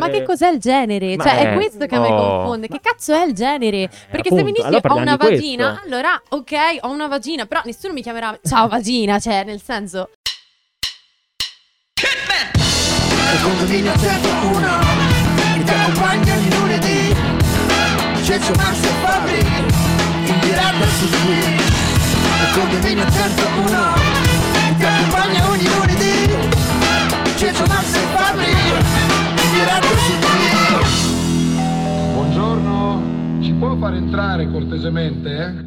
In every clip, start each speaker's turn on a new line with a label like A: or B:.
A: ma che cos'è il genere?
B: Eh, Ma
A: Cioè, è
B: eh,
A: questo che a me
B: oh. Eh,
A: confonde. Che cazzo è il genere? Perché se
B: appunto,
A: mi dici
B: allora
A: ho
B: parliamo
A: una
B: di questo.
A: vagina, allora ok, ho una vagina, però nessuno mi chiamerà ciao vagina, cioè, nel senso
C: Fino a 101 Che ti accompagna il lunedì Censo Max e Fabri In diretta su Twitch Il condominio 101 Che ti accompagna ogni lunedì Censo Max e Fabri In diretta su Twitch
D: Buongiorno, ci può far entrare cortesemente? eh?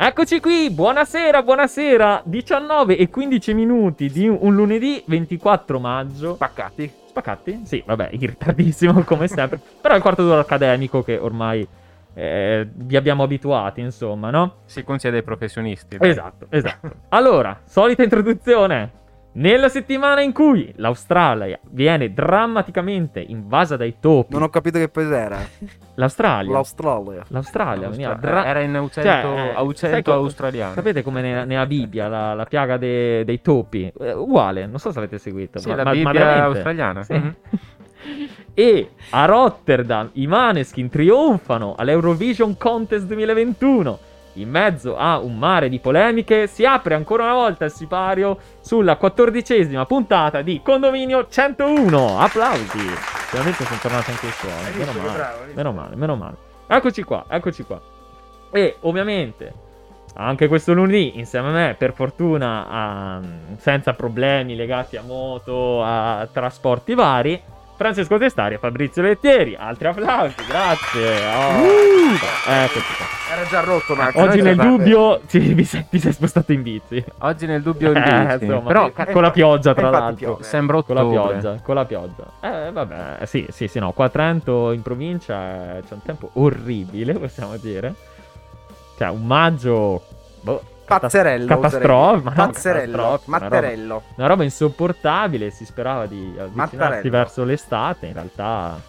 B: Eccoci qui, buonasera, buonasera. 19 e 15 minuti di un lunedì 24 maggio. Spaccati. Spaccati? Sì, vabbè, in ritardissimo come sempre. Però è il quarto d'ora accademico che ormai eh, vi abbiamo abituati, insomma, no?
E: Si consiglia dei professionisti. dai.
B: Esatto, esatto. Allora, solita introduzione. Nella settimana in cui l'Australia viene drammaticamente invasa dai topi,
F: Non ho capito che paese era.
B: l'Australia,
F: L'Australia.
B: l'Australia veniva
E: Austra-
B: dra-
E: Era in
B: Ah, cioè,
E: Aucento,
B: eh,
E: Aucento
B: sai co-
E: australiano.
B: Sapete come ne- nella Bibbia la, la piaga de- dei topi? Eh, uguale, non so se avete seguito.
E: Sì,
B: ma-
E: la
B: ma- ma
E: Bibbia
B: veramente.
E: australiana.
B: Sì.
E: Mhm.
B: E a Rotterdam i Maneskin trionfano all'Eurovision Contest 2021. In mezzo a un mare di polemiche si apre ancora una volta il sipario sulla quattordicesima puntata di Condominio 101. Applausi! Finalmente sono tornati anche i suoni. Meno male, meno male, meno male. Eccoci qua, eccoci qua. E ovviamente anche questo lunedì, insieme a me, per fortuna, a- senza problemi legati a moto, a trasporti vari, Francesco Testari e Fabrizio Lettieri. Altri applausi, grazie. Oh. Eccoci qua.
F: Era già rotto, ma
B: Oggi nel dubbio ci- vi sei- ti sei spostato in bici.
E: Oggi nel dubbio in
B: Eh,
E: bici.
B: insomma,
E: Però
B: ca- con la pioggia, tra
F: infatti
B: l'altro.
F: piove.
E: sembra
B: Con la
E: ottobre.
B: pioggia, con la pioggia. Eh, vabbè, sì, sì, sì, no. Qua a Trento, in provincia, eh, c'è un tempo orribile, possiamo dire. Cioè, un maggio... Boh,
F: Pazzerello.
B: Catastrofe, ma no,
F: Pazzerello.
B: catastrofe, una roba-
F: Matterello.
B: Una roba insopportabile, si sperava di avvicinarsi
F: Mattarello.
B: verso l'estate, in realtà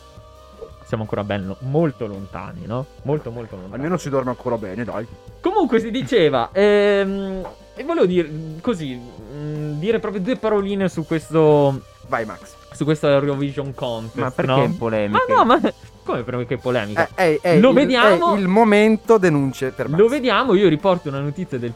B: siamo ancora ben lo- molto lontani, no? Molto molto lontani.
F: Almeno ci dorme ancora bene, dai.
B: Comunque si diceva, ehm, e volevo dire così, mh, dire proprio due paroline su questo,
F: Vai, Max.
B: su questo Eurovision Contest,
E: Ma perché
B: no?
E: in polemica?
B: Ma no, ma come per che polemica?
F: Eh, eh, eh,
B: Lo
F: il-
B: vediamo.
F: eh, il momento denunce per Max.
B: Lo vediamo, io riporto una notizia del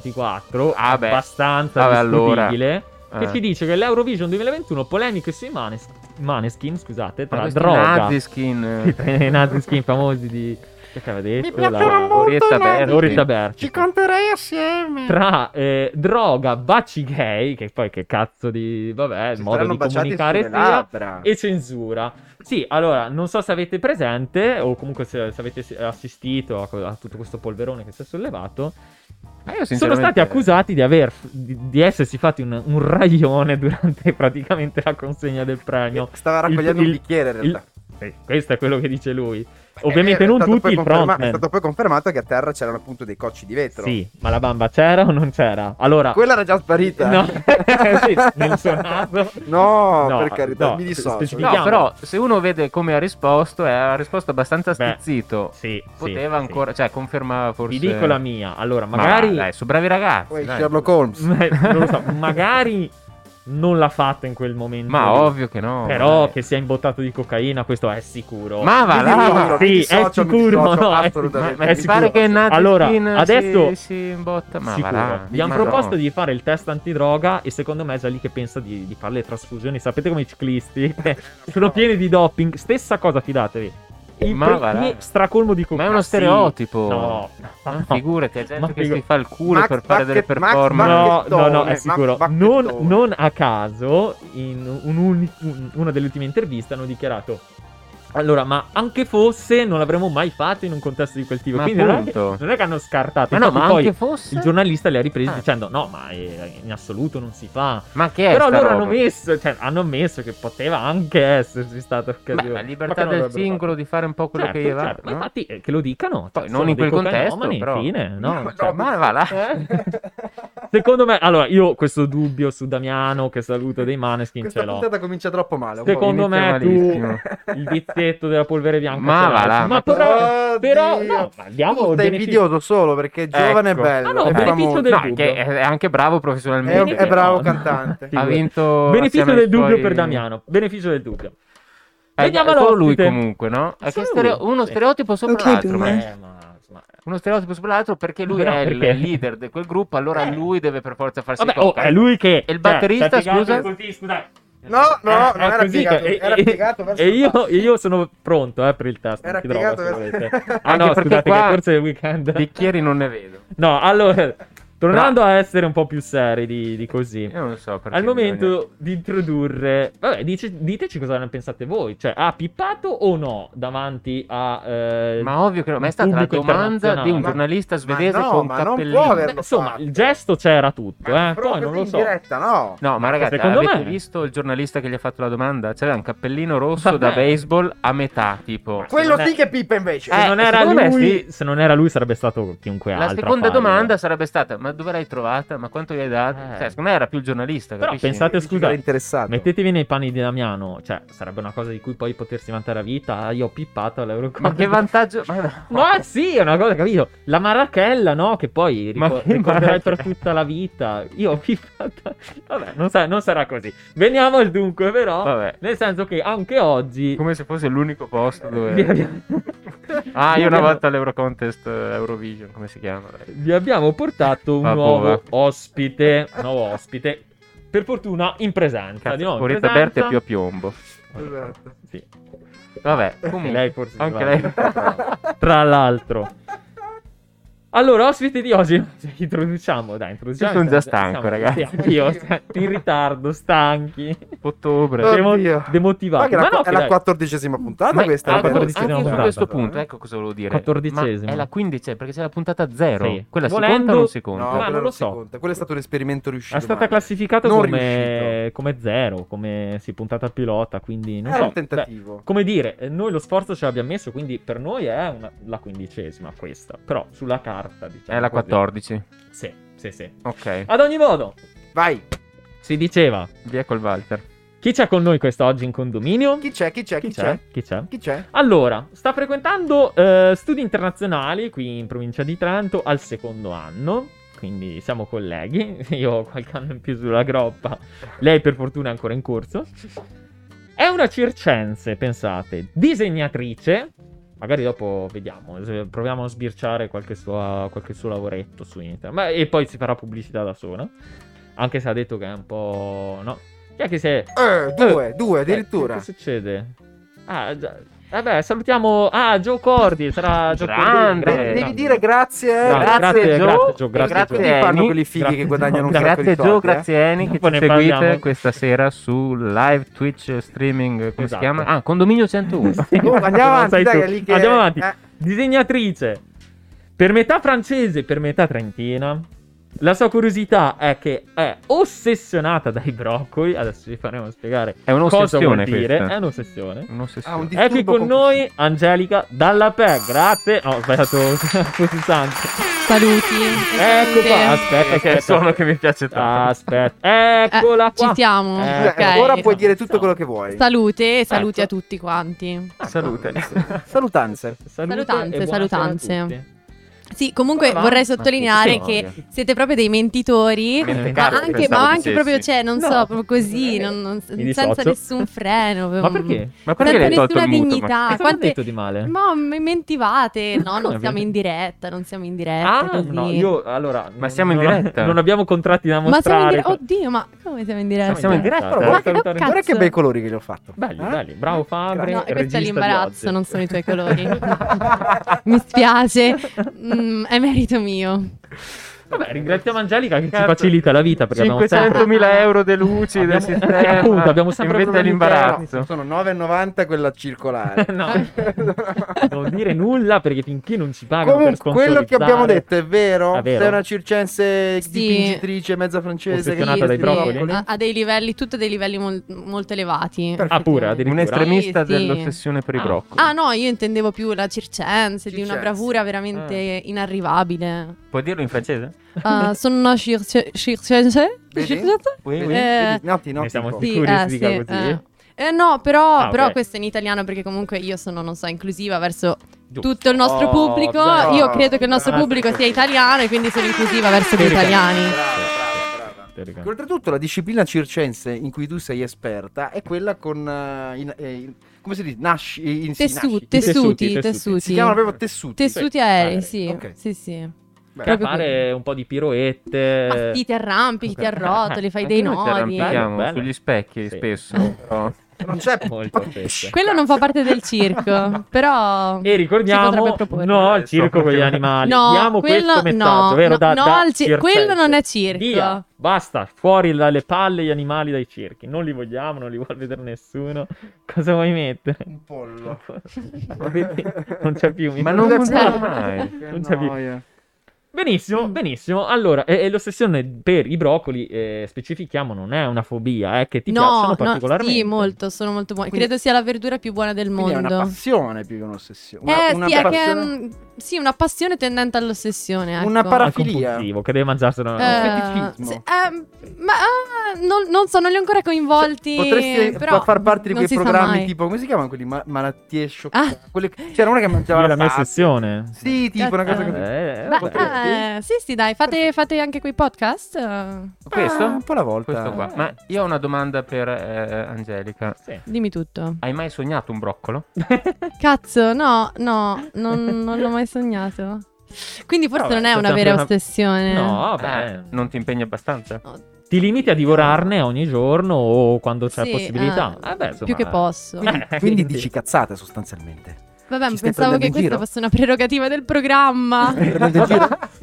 B: TGCom24,
E: Ah, beh.
B: abbastanza
E: Vabbè, allora.
B: discutibile, che
E: Eh.
B: ci dice che l'Eurovision 2021 polemiche sui manes- Maneskin, scusate,
E: Ma
B: tra
E: questi
B: droga,
E: nazi skin, eh.
B: Sì, tra i Naziskin famosi di... Che aveva detto? La-
E: Orietta
B: Eh,
E: Berti.
B: Loretta Berti.
C: canterei assieme
B: Tra eh, droga, baci gay, che poi che cazzo di... vabbè, il
F: Ci
B: modo
F: saranno
B: di
F: baciati
B: comunicare
F: sulle
B: sia,
F: labbra.
B: e censura. Sì, allora, non so se avete presente o comunque se, se avete assistito a, a tutto questo polverone che si è sollevato.
E: Ma
B: Sono
E: io sinceramente-
B: stati accusati di, aver, di, di essersi fatti un, un raglione durante praticamente la consegna del premio.
F: Stava raccogliendo
B: il-
F: un bicchiere, in
B: il-
F: realtà.
B: Eh, questo è quello che dice lui.
F: Eh,
B: Ovviamente
F: è
B: non
F: stato
B: tutti
F: poi
B: il
F: conferma-
B: frontman.
F: È stato poi confermato che a terra c'erano appunto dei cocci di vetro.
B: Sì, ma la bamba c'era o non c'era? Allora...
F: Quella era già sparita.
B: No, sì, nel suo naso.
F: No,
B: No,
F: per carità,
B: no,
F: mi dissocio.
B: specifica-
E: No,
B: Vediamo.
E: però se uno vede come ha risposto, eh, ha risposto abbastanza
B: Beh,
E: stizzito.
B: Sì, sì,
E: Poteva
B: sì.
E: ancora, cioè confermava forse.
B: Vi dico la mia. Allora,
E: Ma
B: magari...
E: dai, su bravi ragazzi.
F: Poi
E: dai.
F: Sherlock Holmes.
B: Eh, non lo so, magari non l'ha fatta in quel momento. lì.
E: Ma ovvio che no.
B: Però
E: dai.
B: che sia imbottato di cocaina, questo è sicuro.
E: Ma va
F: Mi
E: là.
F: dissocio,
B: va.
F: mi
B: Sì, è
F: dissocio, mi
B: sicuro,
F: dissocio,
B: no, è-
F: assolutamente.
E: Ma
B: è
E: ti
B: sicuro.
E: pare che Nazi
B: Allora,
E: Skin
B: adesso-
E: si, si imbotta? Ma va
B: Sicuro.
E: là.
B: Gli hanno
E: Ma
B: proposto
E: no.
B: di fare il test antidroga e secondo me è già lì che pensa di, di fare le trasfusioni. Sapete come i ciclisti? Sono pieni di doping. Stessa cosa, fidatevi. Il
E: Ma
B: pre-
E: va là.
B: stracolmo di cocaina.
E: Ma è uno
B: Sì.
E: stereotipo.
B: No.
E: Ma
B: No.
E: Figurati, c'è gente
B: Ma
E: che
B: figu-
E: si fa il culo
F: Max
E: per fare delle
F: Bacche- Max
E: performance.
F: Bacche-
B: No, no, no,
F: Bacchettone,
B: è sicuro.
F: ma-
B: Non,
F: bacchettone.
B: non a caso, in un- un- un- una delle ultime interviste hanno dichiarato. Allora, ma anche fosse non l'avremmo mai fatto in un contesto di quel tipo.
E: Ma
B: Quindi non è, che,
E: appunto.
B: non è che hanno scartato.
E: Ma no,
B: Infatti
E: ma
B: poi
E: anche fosse.
B: il giornalista le ha riprese
E: Ah.
B: dicendo: No, ma eh, in assoluto non si fa.
E: Ma che è
B: Però
E: sta
B: loro
E: roba?
B: hanno messo, cioè, hanno messo che poteva anche esserci stata occasione.
E: Ma la
B: che
E: libertà
B: non
E: del
B: l'avrebbero
E: singolo di fare un po'
B: fatto.
E: quello che gli
B: Certo,
E: va.
B: certo, ma
E: no?
B: infatti eh, che lo dicano.
E: Poi
B: Cioè,
E: non
B: sono
E: in
B: dei
E: quel contesto,
B: cocainomani,
E: però.
B: Infine, no,
F: No,
B: cioè,
F: no,
E: Ma va là.
F: Eh?
B: Secondo me, allora, io ho questo dubbio su Damiano, che saluto dei Maneskin,
F: Questa
B: ce l'ho.
F: puntata comincia troppo male. un po'.
B: Secondo me
E: Inizia malissimo.
B: tu, il pezzetto della polvere bianca.
E: Ma
B: ce l'hai.
E: va là,
B: ma
E: ma-
B: però,
F: Oddio.
B: però no, ma
F: Oh, Tu
B: andiamo
F: stai
B: benefici-
F: invidioso solo perché è giovane
E: Ecco.
F: e bello.
B: Ah, no,
F: è
B: beneficio
F: famoso.
B: del
E: No,
B: dubbio.
E: che è è anche bravo
F: È, un-
E: professionalmente.
F: è bravo
B: No.
F: cantante.
E: Ha
B: Figurati.
E: vinto.
B: Beneficio
E: assieme
B: del
E: ai
B: dubbio
E: suoi-
B: per Damiano. Beneficio del dubbio.
E: Eh,
B: Veniamo
E: è solo lui
B: all'ospite.
E: comunque, no? È che
B: Solo
E: stereo-
B: lui.
E: uno
B: Sì.
E: stereotipo sopra
G: Ok,
E: l'altro.
G: prima.
E: ma-
B: Eh, ma, insomma,
E: Uno stereotipo sopra l'altro perché lui
B: No,
E: è
B: perché?
E: il leader di quel gruppo, allora
B: Eh.
E: lui deve per forza farsi
B: Vabbè, oh,
E: coccare.
B: è lui che... cioè,
E: E il batterista,
B: ci ha piegato
E: scusa?
B: il coltino, scusa.
F: No, no, non
B: Eh, è
F: era
B: così
F: piegato,
B: che-
F: era
B: e-
F: piegato verso
B: E
F: il
B: io,
F: basso.
B: io sono pronto eh, per il tasto. non
F: Era
B: ti droga,
F: piegato
B: se
F: verso-
B: volete. Ah
E: Anche
B: no,
E: perché
B: scusate,
E: qua-
B: che forse è il weekend.
E: Bicchieri non ne vedo.
B: No, allora, tornando a essere un po' più seri di, di così.
E: Io non so Eh, perché.
B: Al momento
E: bisogna-
B: di introdurre, vabbè, dice- diteci cosa ne pensate voi, cioè ha pippato o no davanti a... eh,
E: Ma ovvio che no, ma è stata la
B: pubblico
E: domanda di un
B: internazionale.
E: giornalista svedese
F: no,
E: con
F: ma non
E: cappellino.
F: può aver-
B: Beh, Insomma,
F: fatto.
B: il gesto c'era tutto,
F: Ma
B: eh.
F: proprio
B: poi non lo
F: in
B: so.
F: diretta, no.
E: No, ma ragazzi,
B: Secondo
E: avete
B: me-
E: visto il giornalista che gli ha fatto la domanda? C'era un cappellino rosso
B: Vabbè.
E: da baseball a metà, tipo.
B: se
F: Quello
B: non è-
F: sì che pippa invece.
B: Se,
E: Eh,
B: non era
E: secondo me
B: lui,
E: sì.
B: se non era lui sarebbe stato chiunque
E: La
B: altro. a
E: seconda
B: farlo.
E: domanda sarebbe stata: ma dove l'hai trovata? Ma quanto gli hai dato?
B: Eh.
E: Cioè, secondo me era più il giornalista.
B: Però
E: capisci?
B: pensate,
F: Dici che era
B: scusa,
F: interessato.
B: mettetevi nei panni di Damiano, cioè sarebbe una cosa di cui poi potersi vantare a vita. Ah, Io ho pippato all'Eurocoppa.
E: Ma che vantaggio! Ma, no.
B: Ma sì, è una cosa, capito? La marachella, no? Che poi
E: Ma
B: ricor-
E: che
B: ricorderai per
E: marachella?
B: tutta la vita. Io ho pippato. Vabbè, non, sa- non sarà così. Veniamo al dunque, però.
E: Vabbè,
B: Nel senso che anche oggi.
E: come se fosse l'unico posto
B: Vi
E: dove.
B: abbiamo-
E: Ah,
B: vi
E: io una
B: abbiamo-
E: volta all'Eurocontest eh, Eurovision, come si chiama? dai.
B: Vi abbiamo portato un
E: Ah,
B: nuovo
E: povero.
B: ospite. Un nuovo ospite. Per fortuna in presenza. di
E: Cazzo,
B: nuovo in
E: Coretta Berti è
B: presenza.
E: più a piombo.
F: Esatto.
B: Sì.
E: Vabbè,
F: Eh,
B: Anche
E: comunque.
B: lei forse.
E: Anche
B: va.
E: lei.
B: Tra l'altro. Allora, ospite di oggi, cioè, introduciamo, dai, introduciamo.
E: Io sono già
B: Siamo-
E: stanco,
B: siamo-
E: ragazzi.
B: siamo Io, in ritardo, stanchi,
E: Ottobre.
F: Oddio.
B: demo-
F: Ma che
B: demotivati.
F: è
B: Ma
F: la,
B: no,
F: è la
B: dai.
F: quattordicesima puntata
E: Ma
F: questa.
B: è la
E: anche, anche
F: ragazzi.
B: quattordicesima
E: su
B: puntata.
E: questo punto,
F: eh.
E: ecco cosa volevo dire.
B: Quattordicesima.
E: Ma è la quindicesima, perché c'è la puntata zero.
B: Sì.
E: Quella si
B: Volendo-
E: conta o non si
F: No,
E: conta?
B: Ma
F: quella
B: non lo
F: si
B: so.
F: conta. Quello è stato un esperimento riuscito.
B: È stata
F: male.
B: classificata
F: Non
B: come,
F: riuscito.
B: come zero, come si puntata pilota, quindi non
F: Era
B: so.
F: un tentativo.
B: Beh, come dire, eh, noi lo sforzo ce l'abbiamo messo, quindi per noi è una- la quindicesima questa, però sulla carta diciamo
E: È la
B: così.
E: 14.
B: Sì, sì, sì.
E: Ok.
B: Ad ogni modo,
F: Vai.
B: si diceva,
E: Via col Walter.
B: chi c'è con noi quest'oggi in condominio?
F: Chi c'è? Chi c'è? Chi, c'è?
B: Chi c'è?
F: Chi c'è?
B: Allora, sta frequentando eh, studi internazionali qui in provincia di Taranto al secondo anno, quindi siamo colleghi, io ho qualche anno in più sulla groppa, lei per fortuna è ancora in corso. È una circense, pensate, disegnatrice, magari dopo vediamo, se- proviamo a sbirciare qualche, sua- qualche suo lavoretto su internet, ma, e poi si farà pubblicità da sola, anche se ha detto che è un po'... no? Chi è che si è...
F: Eh, due, due addirittura.
B: Eh, che succede? Ah, già- Vabbè, salutiamo. Ah, Joe Cordi. Sarà Joe Cordi,
E: Grande.
F: Devi-
E: eh,
F: Devi dire grazie. eh.
B: Grazie,
F: Grazie,
B: grazie,
E: Joe.
B: grazie, Joe, grazie,
E: Grazie,
F: Quindi
B: Joe.
F: fanno
E: Eni.
F: quelli fighi
B: Grazie.
F: che guadagnano un
B: Grazie,
F: sacco di
E: Grazie
F: soldi.
E: Gio,
F: eh.
E: grazie Eni che
B: Dopo
E: ci
B: ne
E: seguite
B: parliamo.
E: questa sera su live Twitch streaming, come
B: Esatto.
E: si chiama? Ah, Condominio 101.
B: Sì,
F: Oh,
B: non
F: andiamo avanti,
B: sei
F: dai,
B: tu.
F: è lì che-
B: Andiamo avanti.
F: eh.
B: Disegnatrice. Per metà francese, per metà trentina. La sua curiosità è che è ossessionata dai broccoli. Adesso vi faremo spiegare cosa
E: È
B: vuol
E: un'ossessione
B: dire. Eh,
E: questa.
B: È un'ossessione.
E: Un'ossessione.
F: Ah, un di-
B: È qui
F: Disturbo
B: con
F: compulsivo.
B: noi Angelica Dalla Pe. Grazie. No, ho sbagliato pulsante.
A: Saluti.
B: Ecco qua.
A: Esatto.
B: Aspetta,
E: Eh, Ah, che è
B: aspetta.
E: il suono che mi piace tanto.
B: Aspetta, eccola
A: Eh,
B: qua.
A: Ci siamo.
B: Eh,
A: ok.
F: Ora
B: Insomma,
F: puoi dire tutto
B: insomma.
F: quello che vuoi.
A: Salute e saluti
B: Ecco.
A: a tutti quanti.
E: Ah, Salute.
F: Salutanze.
B: Salute
A: Salutanze,
B: e buonasera
A: salutanze.
B: a tutti.
A: Sì, comunque
B: Come va?
A: vorrei
B: Ma
A: sottolineare
B: che
A: che
B: storia.
A: siete proprio dei mentitori. Ma
B: Caro,
A: anche,
E: pensavo
A: ma
E: dicessi.
A: anche proprio, cioè, non
B: Ah, No. Eh,
A: so, proprio così, non- non-
B: Mi dissocio.
A: senza nessun freno. mm.
B: Ma perché?
A: Senza
E: Ma perché gli hai tolto
A: nessuna
E: il muto? ma-
A: dignità.
B: Cosa ho
A: Quante...
B: detto di male?
A: Ah, Ma mi mentivate. No,
B: Come
A: non siamo
B: mi-
A: in diretta, non siamo in diretta.
B: Ah,
A: così.
B: no, io allora. non-
E: siamo in
B: non-
E: diretta?
B: Non abbiamo contratti
A: Ma
B: da
A: siamo in
B: mostrare. Cioè,
A: diretta. Oddio, ma come siamo in diretta?
E: Ma siamo in diretta,
B: Però
F: però
B: vuoi
F: guarda-
B: salutare-
A: cazzo.
F: Guarda che bei colori che gli ho fatto.
B: Belli,
F: Eh?
B: belli. Bravo Fabri.
A: No, e questo
B: regista
A: è
B: di
A: l'imbarazzo,
B: oggi.
A: non sono i tuoi colori. Mi spiace, Mm, è merito mio.
B: Vabbè, ringraziamo Angelica che ci
E: Cazzo.
B: facilita la vita perché abbiamo sempre.
E: 500.000 euro di luci
B: Abbiamo-
E: del sistema.
B: Appunto, abbiamo sempre
E: Inventa
B: problemi
E: l'imbarazzo.
F: Sono 9,90 quella circolare.
A: Eh.
B: No, non dire nulla perché finché non ci pagano per
F: Comunque, quello che abbiamo
B: sponsorizzare-
F: detto è vero.
B: È vero.
F: Sei una circense
A: Sì. Ah,
F: dipingitrice mezza francese che
B: Ossessionata dai
A: Sì,
B: broccoli?
A: A, a dei livelli, tutto dei livelli mol- molto elevati.
F: Perfetto.
B: Ah, pure,
E: Un
B: addirittura.
E: estremista
A: Sì, sì.
E: dell'ossessione per i
B: Ah.
E: broccoli.
A: Ah no, io intendevo più la circense, di una
F: Circense.
A: bravura veramente inarrivabile.
E: Puoi dirlo in francese?
A: Ah, sono una circense?
F: Vedi?
A: Circense?
F: Vedi?
A: Eh,
F: Vedi? Noti, noti
B: Ne siamo
F: un po'.
B: sicuri si dica
A: sì,
B: così?
A: Eh, no, però,
B: Ah, ok.
A: però questo è in italiano perché comunque io sono, non so, inclusiva verso
B: Giusto.
A: tutto il nostro
F: Oh,
A: pubblico.
F: brava.
A: Io credo che il nostro
B: Brava.
A: pubblico sia italiano e quindi sono inclusiva verso gli italiani.
F: Brava, brava, brava. Che
B: Teoricamente.
F: Oltretutto la disciplina circense in cui tu sei esperta è quella con... eh, in- eh, in- come si dice? Nasci, eh, in- sì, nasci.
A: Tessuti,
B: tessuti,
A: tessuti,
B: tessuti.
A: tessuti.
F: Si chiamano proprio tessuti.
A: Tessuti
B: Sì,
A: aerei,
B: aerei.
A: sì.
F: Ok.
A: Sì, sì.
F: Beh,
A: proprio
B: Fare un po' di piroette.
A: Ma ti ti arrampichi, ti arrotoli, fai
E: Anche
A: dei
E: noi ci
A: nodi.
B: Bello,
E: arrampichiamo
B: bello.
E: sugli specchi
B: Sì.
E: spesso. però.
F: Non c'è...
B: Molto spesso.
F: Cioè,
A: Quello non fa parte del circo, però...
B: E
A: Si
B: ricordiamo,
A: potrebbe proporre.
B: no al
E: Adesso,
B: circo con gli
E: perché-
B: animali.
A: No,
B: Diamo
A: quello-
B: questo messaggio,
A: no,
B: vero?
A: no,
B: Da,
A: no
B: da
A: al ci-
B: circense.
A: quello non è circo.
B: Via, basta, fuori dalle palle gli animali dai circhi. Non li vogliamo, non li vuole vedere nessuno. Cosa vuoi mettere?
F: Un pollo.
B: Vedi? non c'è più. mi-
E: Ma non
A: funziona
E: mai.
B: Non c'è più. Benissimo, benissimo. Allora, e, e l'ossessione per i broccoli, eh, specifichiamo, non è una fobia, è che ti piacciono
A: no, no,
B: particolarmente.
A: sì, molto, sono molto buoni.
F: Quindi-
A: Credo sia la verdura più buona del
F: Quindi è una
A: mondo.
F: passione più che un'ossessione. Una,
A: Eh,
F: una
A: sì, è che,
F: passione-
A: mm, sì, una passione tendente all'ossessione. Ecco.
F: Una
B: È
F: para-
B: un compulsivo, che deve mangiarselo.
A: Eh,
F: feticismo.
A: sì, eh, ma ah, non, non so, non li ho ancora coinvolti.
F: Cioè, Potresti
A: però
F: fa- far parte di
A: non
F: quei
A: si sa
F: programmi
A: mai. Ah.
F: tipo, come si chiamano quelli? Ma- malattie scioccanti. Quelle- C'era una che mangiava
B: Io
F: la,
B: eh, la mia
F: pasta.
B: ossessione.
F: Sì, tipo una cosa
A: Cazzo.
F: così.
B: Eh,
A: Beh,
B: vabbè.
F: potresti?
A: eh, sì, sì, dai, fate, fate anche quei podcast. eh,
E: Questo?
F: Ah, un po' alla volta.
E: Questo qua. Ma io ho una domanda per eh, Angelica.
B: Sì.
A: Dimmi tutto.
E: Hai mai sognato un broccolo?
A: Cazzo, no, no, non, non l'ho mai sognato. Quindi forse
B: Vabbè,
A: non è
B: c'è
A: una
B: sempre
A: vera
B: una-
A: ossessione.
B: No, vabbè.
E: Eh, non ti impegni abbastanza?
B: Ti limiti a divorarne ogni giorno o quando c'è
A: Sì,
B: possibilità.
A: eh,
B: Eh, beh,
A: più
B: insomma,
A: che posso.
B: eh,
F: Quindi dici cazzate sostanzialmente.
A: Vabbè,
F: Ci stai
A: pensavo
F: prendendo
A: che questa
F: in giro? Eh,
A: fosse una prerogativa del programma.